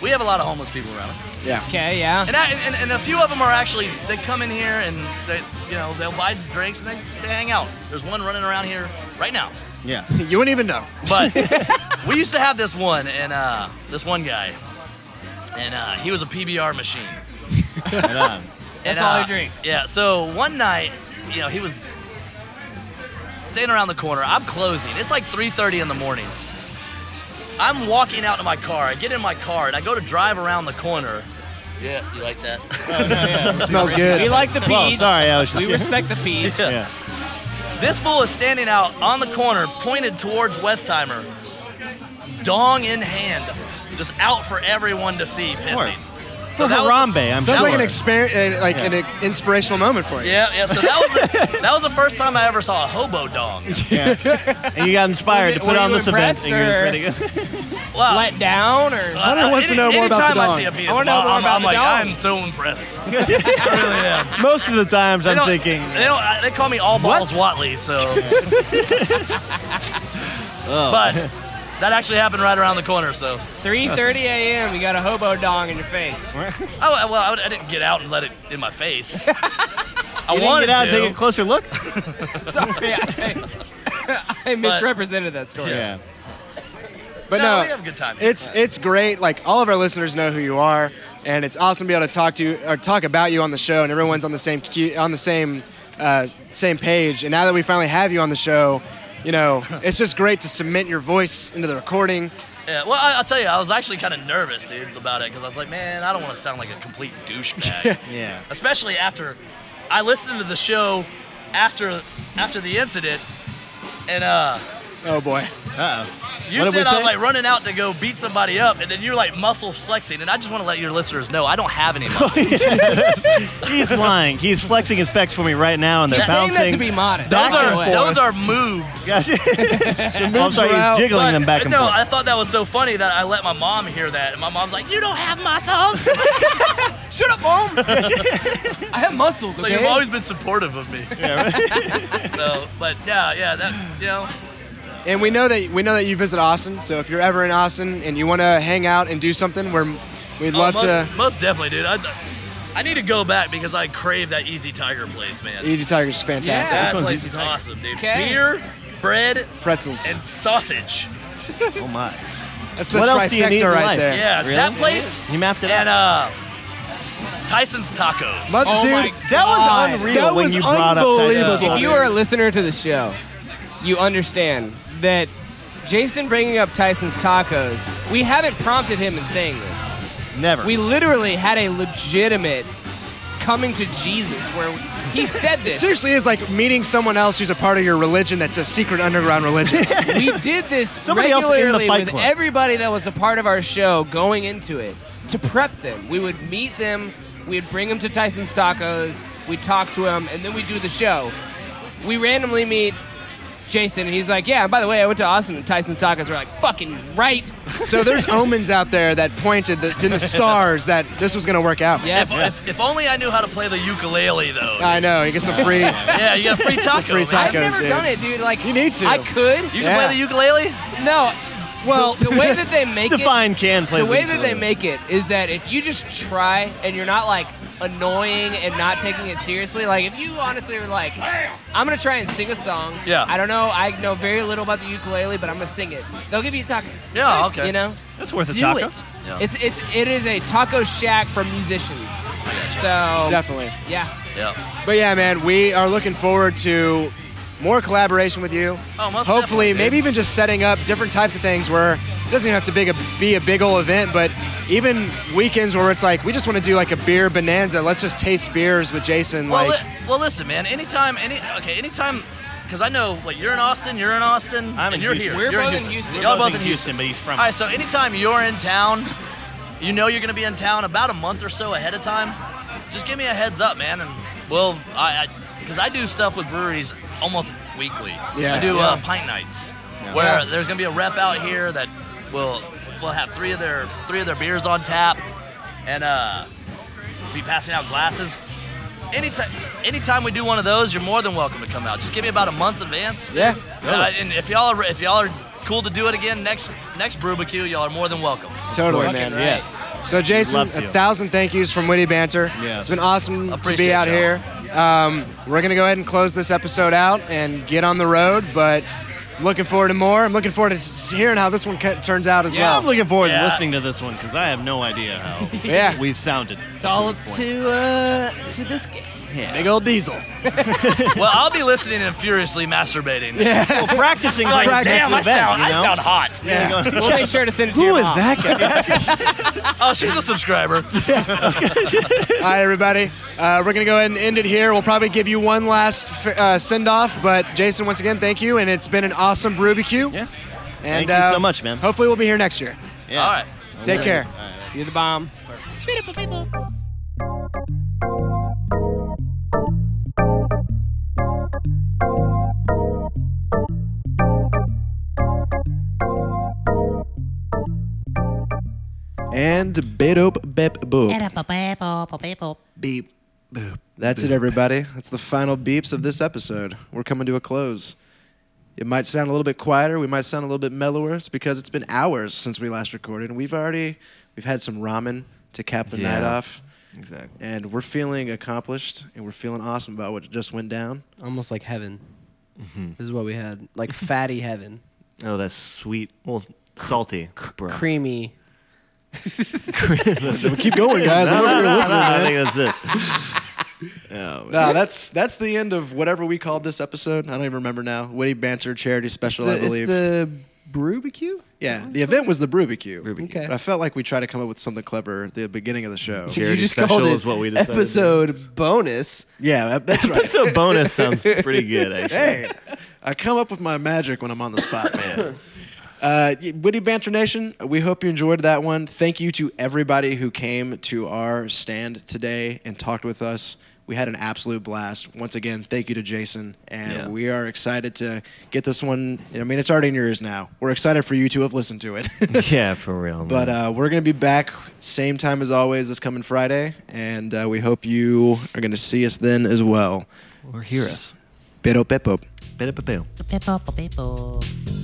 Speaker 5: we have a lot of homeless people around us.
Speaker 3: Yeah.
Speaker 1: Okay, yeah.
Speaker 5: And, I, and and a few of them are actually they come in here and they you know they'll buy drinks and they, they hang out. There's one running around here right now.
Speaker 4: Yeah.
Speaker 3: you wouldn't even know.
Speaker 5: But we used to have this one and uh, this one guy, and uh, he was a PBR machine.
Speaker 4: um,
Speaker 2: That's all he
Speaker 5: uh,
Speaker 2: drinks.
Speaker 5: Yeah. So one night, you know, he was standing around the corner. I'm closing. It's like 3:30 in the morning. I'm walking out to my car. I get in my car and I go to drive around the corner. Yeah, you like that?
Speaker 3: Smells good.
Speaker 5: We like the
Speaker 4: Well,
Speaker 5: peach.
Speaker 4: sorry, I was just
Speaker 5: We respect the peach.
Speaker 4: Yeah.
Speaker 5: This fool is standing out on the corner, pointed towards Westheimer, dong in hand, just out for everyone to see,
Speaker 4: Of
Speaker 5: pissing.
Speaker 4: course.
Speaker 5: So
Speaker 4: For
Speaker 5: that was-
Speaker 4: Harambe, I'm
Speaker 3: Sounds
Speaker 4: sure.
Speaker 3: like an exper- uh, like
Speaker 4: Yeah.
Speaker 3: an inspirational moment for you.
Speaker 5: Yeah, yeah. So that was that was the first time I ever saw a hobo dong.
Speaker 4: and you got inspired
Speaker 1: Was it-
Speaker 4: to put
Speaker 1: were
Speaker 4: on
Speaker 1: you
Speaker 4: this event,
Speaker 1: impressed,
Speaker 4: and you're just
Speaker 1: or-
Speaker 4: ready to go.
Speaker 5: Wow.
Speaker 1: Let down or
Speaker 3: Hunter wants to know more about
Speaker 5: uh, anytime
Speaker 3: the
Speaker 5: I
Speaker 3: dong.
Speaker 5: see a penis,
Speaker 1: I wanna know
Speaker 5: I'm-
Speaker 1: more
Speaker 5: I'm,
Speaker 1: about
Speaker 5: I'm
Speaker 1: the
Speaker 5: like,
Speaker 1: dong.
Speaker 5: I'm so impressed. I really am.
Speaker 4: Most of the times,
Speaker 5: They
Speaker 4: I'm
Speaker 5: don't-
Speaker 4: thinking,
Speaker 5: they don't. I- They call me All Balls Watley, so. But that actually happened right around the corner, so.
Speaker 1: 3:30 a.m. You got a hobo dong in your face.
Speaker 5: I, Oh, well, I, I didn't get out and let it in my face. I
Speaker 4: you didn't
Speaker 5: wanted
Speaker 4: get out,
Speaker 5: to.
Speaker 4: take a closer look.
Speaker 1: Sorry, I, I misrepresented that story.
Speaker 4: yeah.
Speaker 3: But
Speaker 5: no,
Speaker 3: no,
Speaker 5: we have a good time.
Speaker 3: it's it's great. Like all of our listeners know who you are, and it's awesome to be able to talk to you or talk about you on the show, and everyone's on the same cu- on the same uh, same page. And now that we finally have you on the show, you know, it's just great to cement your voice into the recording.
Speaker 5: Yeah, well, I, I'll tell you, I was actually kind of nervous, dude, about it because I was like, man, I don't want to sound like a complete douchebag.
Speaker 4: Yeah.
Speaker 5: Especially after I listened to the show after after the incident, and uh,
Speaker 3: Oh boy,
Speaker 4: Uh oh.
Speaker 5: you
Speaker 4: What did we
Speaker 5: said I was
Speaker 4: say?
Speaker 5: like running out to go beat somebody up, and then you're like muscle flexing, and I just want to let your listeners know I don't have any muscle.
Speaker 4: He's lying. He's flexing his pecs for me right now, and they're
Speaker 1: He's saying
Speaker 4: bouncing.
Speaker 1: that to be modest.
Speaker 5: those
Speaker 4: Back and
Speaker 5: are
Speaker 4: forth.
Speaker 5: those are moobs.
Speaker 4: Gotcha. Oh, I'm sorry,
Speaker 3: are
Speaker 4: he's
Speaker 3: out,
Speaker 4: jiggling
Speaker 5: But,
Speaker 4: them back and
Speaker 5: no,
Speaker 4: forth.
Speaker 5: I thought that was so funny that I let my mom hear that, and my mom's like, "You don't have muscles."
Speaker 1: Shut up, mom. I have muscles.
Speaker 5: Like
Speaker 1: Okay.
Speaker 5: you've always been supportive of me. so, but yeah, yeah, that you know,
Speaker 3: and we know that we know that you visit Austin. So if you're ever in Austin and you want to hang out and do something, we're we'd love
Speaker 5: oh, most,
Speaker 3: to.
Speaker 5: most definitely, dude. I, I need to go back because I crave that Easy Tiger place, man.
Speaker 3: Easy Tiger's is fantastic.
Speaker 5: that
Speaker 4: Which one's
Speaker 5: place
Speaker 4: Easy
Speaker 5: is
Speaker 4: Tiger?
Speaker 5: awesome, dude.
Speaker 1: Okay.
Speaker 5: Beer, bread,
Speaker 3: Pretzels.
Speaker 5: and sausage.
Speaker 4: oh my.
Speaker 3: That's the
Speaker 4: What else do you need in
Speaker 3: trifecta right
Speaker 4: life?
Speaker 3: there.
Speaker 5: Yeah,
Speaker 4: Really?
Speaker 5: that place
Speaker 4: You mapped it
Speaker 5: and uh,
Speaker 4: out.
Speaker 5: Tyson's Tacos.
Speaker 3: Mother-
Speaker 1: Oh
Speaker 3: dude,
Speaker 1: my
Speaker 4: That
Speaker 1: God.
Speaker 4: was unreal
Speaker 3: That
Speaker 4: when
Speaker 3: was
Speaker 4: you brought up
Speaker 3: unbelievable.
Speaker 4: Titanic.
Speaker 1: If you
Speaker 3: dude.
Speaker 1: are a listener to the show, you understand that Jason bringing up Tyson's tacos, we haven't prompted him in saying this.
Speaker 4: Never.
Speaker 1: We literally had a legitimate coming to Jesus where he said
Speaker 3: It
Speaker 1: this.
Speaker 3: seriously is like meeting someone else who's a part of your religion that's a secret underground religion.
Speaker 1: we did this
Speaker 4: Somebody else in the
Speaker 1: regularly
Speaker 4: Fight
Speaker 1: with
Speaker 4: Club.
Speaker 1: everybody that was a part of our show going into it to prep them. We would meet them, we'd bring them to Tyson's Tacos, we'd talk to him, and then we'd do the show. We randomly meet Jason, and he's like, Yeah, and by the way, I went to Austin and Tyson's Tacos. We're like, Fucking right.
Speaker 3: so there's omens out there that pointed the, to the stars that this was going to work out.
Speaker 1: Yes.
Speaker 5: if, if only I knew how to play the ukulele, though.
Speaker 3: I know. You get some free.
Speaker 5: yeah, you got a free taco.
Speaker 3: free
Speaker 5: man.
Speaker 3: taco.
Speaker 1: I've never
Speaker 3: dude.
Speaker 1: done it, dude. Like,
Speaker 3: You need to.
Speaker 1: I could.
Speaker 5: You can
Speaker 3: Yeah.
Speaker 5: play the ukulele.
Speaker 1: No.
Speaker 3: Well,
Speaker 1: the way that they make it.
Speaker 4: Define can play
Speaker 1: the way
Speaker 4: league.
Speaker 1: that they make it is that if you just try and you're not like annoying and not taking it seriously, like if you honestly are like, I'm gonna try and sing a song.
Speaker 5: Yeah.
Speaker 1: I don't know. I know very little about the ukulele, but I'm gonna sing it. They'll give you a taco.
Speaker 5: Yeah, okay.
Speaker 1: You know,
Speaker 4: That's worth a
Speaker 1: do
Speaker 4: taco.
Speaker 1: it.
Speaker 5: Yeah.
Speaker 1: It's it's it is a taco shack for musicians. So
Speaker 3: definitely.
Speaker 1: yeah.
Speaker 5: Yeah.
Speaker 3: But yeah, man, we are looking forward to more collaboration with you.
Speaker 5: Oh, most
Speaker 3: Hopefully,
Speaker 5: definitely, dude.
Speaker 3: maybe even just setting up different types of things where it doesn't even have to big be a big old event, but even weekends where it's like we just want to do like a beer bonanza. Let's just taste beers with Jason.
Speaker 5: Well,
Speaker 3: like,
Speaker 5: li- well, listen, man. Anytime, any okay, anytime, because I know like you're in Austin, you're in Austin,
Speaker 4: I'm
Speaker 5: and
Speaker 4: in
Speaker 5: you're
Speaker 4: Houston.
Speaker 5: here.
Speaker 1: We're
Speaker 5: you're
Speaker 1: both in
Speaker 5: Houston.
Speaker 1: Houston.
Speaker 5: Y'all
Speaker 4: We're both
Speaker 5: both in
Speaker 4: in Houston, but he's from.
Speaker 5: All right, so anytime you're in town, you know you're gonna be in town about a month or so ahead of time. Just give me a heads up, man, and well, I, because I, do stuff with breweries almost weekly.
Speaker 3: Yeah.
Speaker 5: I do
Speaker 3: Yeah.
Speaker 5: uh, pint nights, where there's gonna be a rep out here that will will have three of their three of their beers on tap, and uh, be passing out glasses. Anytime, anytime we do one of those, you're more than welcome to come out. Just give me about a month's advance.
Speaker 3: yeah.
Speaker 5: And, I- and if y'all are, if y'all are cool to do it again next next barbecue, y'all are more than welcome.
Speaker 3: Totally, man.
Speaker 4: Fucking Yes.
Speaker 3: So, Jason,
Speaker 7: love to.
Speaker 3: a thousand thank yous from Witty Banter.
Speaker 7: Yes.
Speaker 3: It's been awesome to
Speaker 7: Appreciate
Speaker 3: be out
Speaker 7: y'all.
Speaker 3: here. Um, we're going to go ahead and close this episode out and get on the road, but looking forward to more. I'm looking forward to s- hearing how this one ca- turns out as
Speaker 4: yeah,
Speaker 3: well.
Speaker 4: I'm looking forward
Speaker 3: Yeah.
Speaker 4: to listening to this one because I have no idea how
Speaker 3: Yeah.
Speaker 4: we've sounded. It's
Speaker 3: all
Speaker 4: up
Speaker 1: to uh, to this game.
Speaker 4: Yeah.
Speaker 3: Big old diesel.
Speaker 5: well, I'll be listening and furiously masturbating.
Speaker 4: Yeah. Well, practicing
Speaker 5: like,
Speaker 4: for this
Speaker 5: damn, I
Speaker 4: event,
Speaker 5: sound,
Speaker 4: you know?
Speaker 5: I sound hot.
Speaker 4: Yeah. Yeah.
Speaker 1: We'll make sure to send it to
Speaker 4: Who
Speaker 1: your
Speaker 4: is
Speaker 1: mom.
Speaker 4: that
Speaker 5: oh, she's a subscriber.
Speaker 3: All right, everybody. Uh, we're going to go ahead and end it here. We'll probably give you one last f- uh, send off, but Jason, once again, thank you. And it's been an awesome BrewBQ. Yeah. And, um,
Speaker 4: Thank you so much, man.
Speaker 3: Hopefully, we'll be here next year.
Speaker 4: Yeah. All right.
Speaker 3: Take care.
Speaker 1: You're the bomb.
Speaker 15: Beautiful people.
Speaker 3: And bedop bep Beep. Boop. That's it, everybody. That's the final beeps of this episode. We're coming to a close. It might sound a little bit quieter. We might sound a little bit mellower. It's because it's been hours since we last recorded. And we've already we've had some ramen to cap the
Speaker 4: Yeah.
Speaker 3: night off.
Speaker 4: Exactly.
Speaker 3: And we're feeling accomplished and we're feeling awesome about what just went down.
Speaker 1: Almost like heaven.
Speaker 4: Mm-hmm.
Speaker 1: This is what we had, like fatty heaven,
Speaker 4: Oh, that's sweet. Well, salty, bro.
Speaker 1: creamy.
Speaker 3: Keep going, guys. I'm
Speaker 4: No,
Speaker 3: over
Speaker 4: no,
Speaker 3: here
Speaker 4: no,
Speaker 3: listening,
Speaker 4: no,
Speaker 3: man.
Speaker 4: I think that's it. oh, man.
Speaker 3: Nah, that's that's the end of whatever we called this episode. I don't even remember now. Witty banter charity special, I
Speaker 1: The- it's
Speaker 3: believe.
Speaker 1: the brewbecue.
Speaker 3: yeah, the event was the Brubicue.
Speaker 1: Okay.
Speaker 3: But I felt like we tried to come up with something clever at the beginning of the show.
Speaker 1: you just called it episode bonus.
Speaker 3: Yeah, that- that's right.
Speaker 4: Episode bonus sounds pretty good, actually.
Speaker 3: Hey, I come up with my magic when I'm on the spot, man. Uh, y- Witty Banter Nation, we hope you enjoyed that one. Thank you to everybody who came to our stand today and talked with us. We had an absolute blast. Once again, thank you to Jason. And
Speaker 4: Yeah.
Speaker 3: we are excited to get this one. I mean, it's already in your ears now. We're excited for you to have listened to it.
Speaker 4: yeah, for real.
Speaker 3: But
Speaker 4: Oh, man.
Speaker 3: uh, we're going to be back same time as always this coming Friday. And uh, we hope you are going to see us then as well.
Speaker 4: or hear us.
Speaker 3: Pero Pepo.
Speaker 4: Bit up a bill.
Speaker 17: People, people.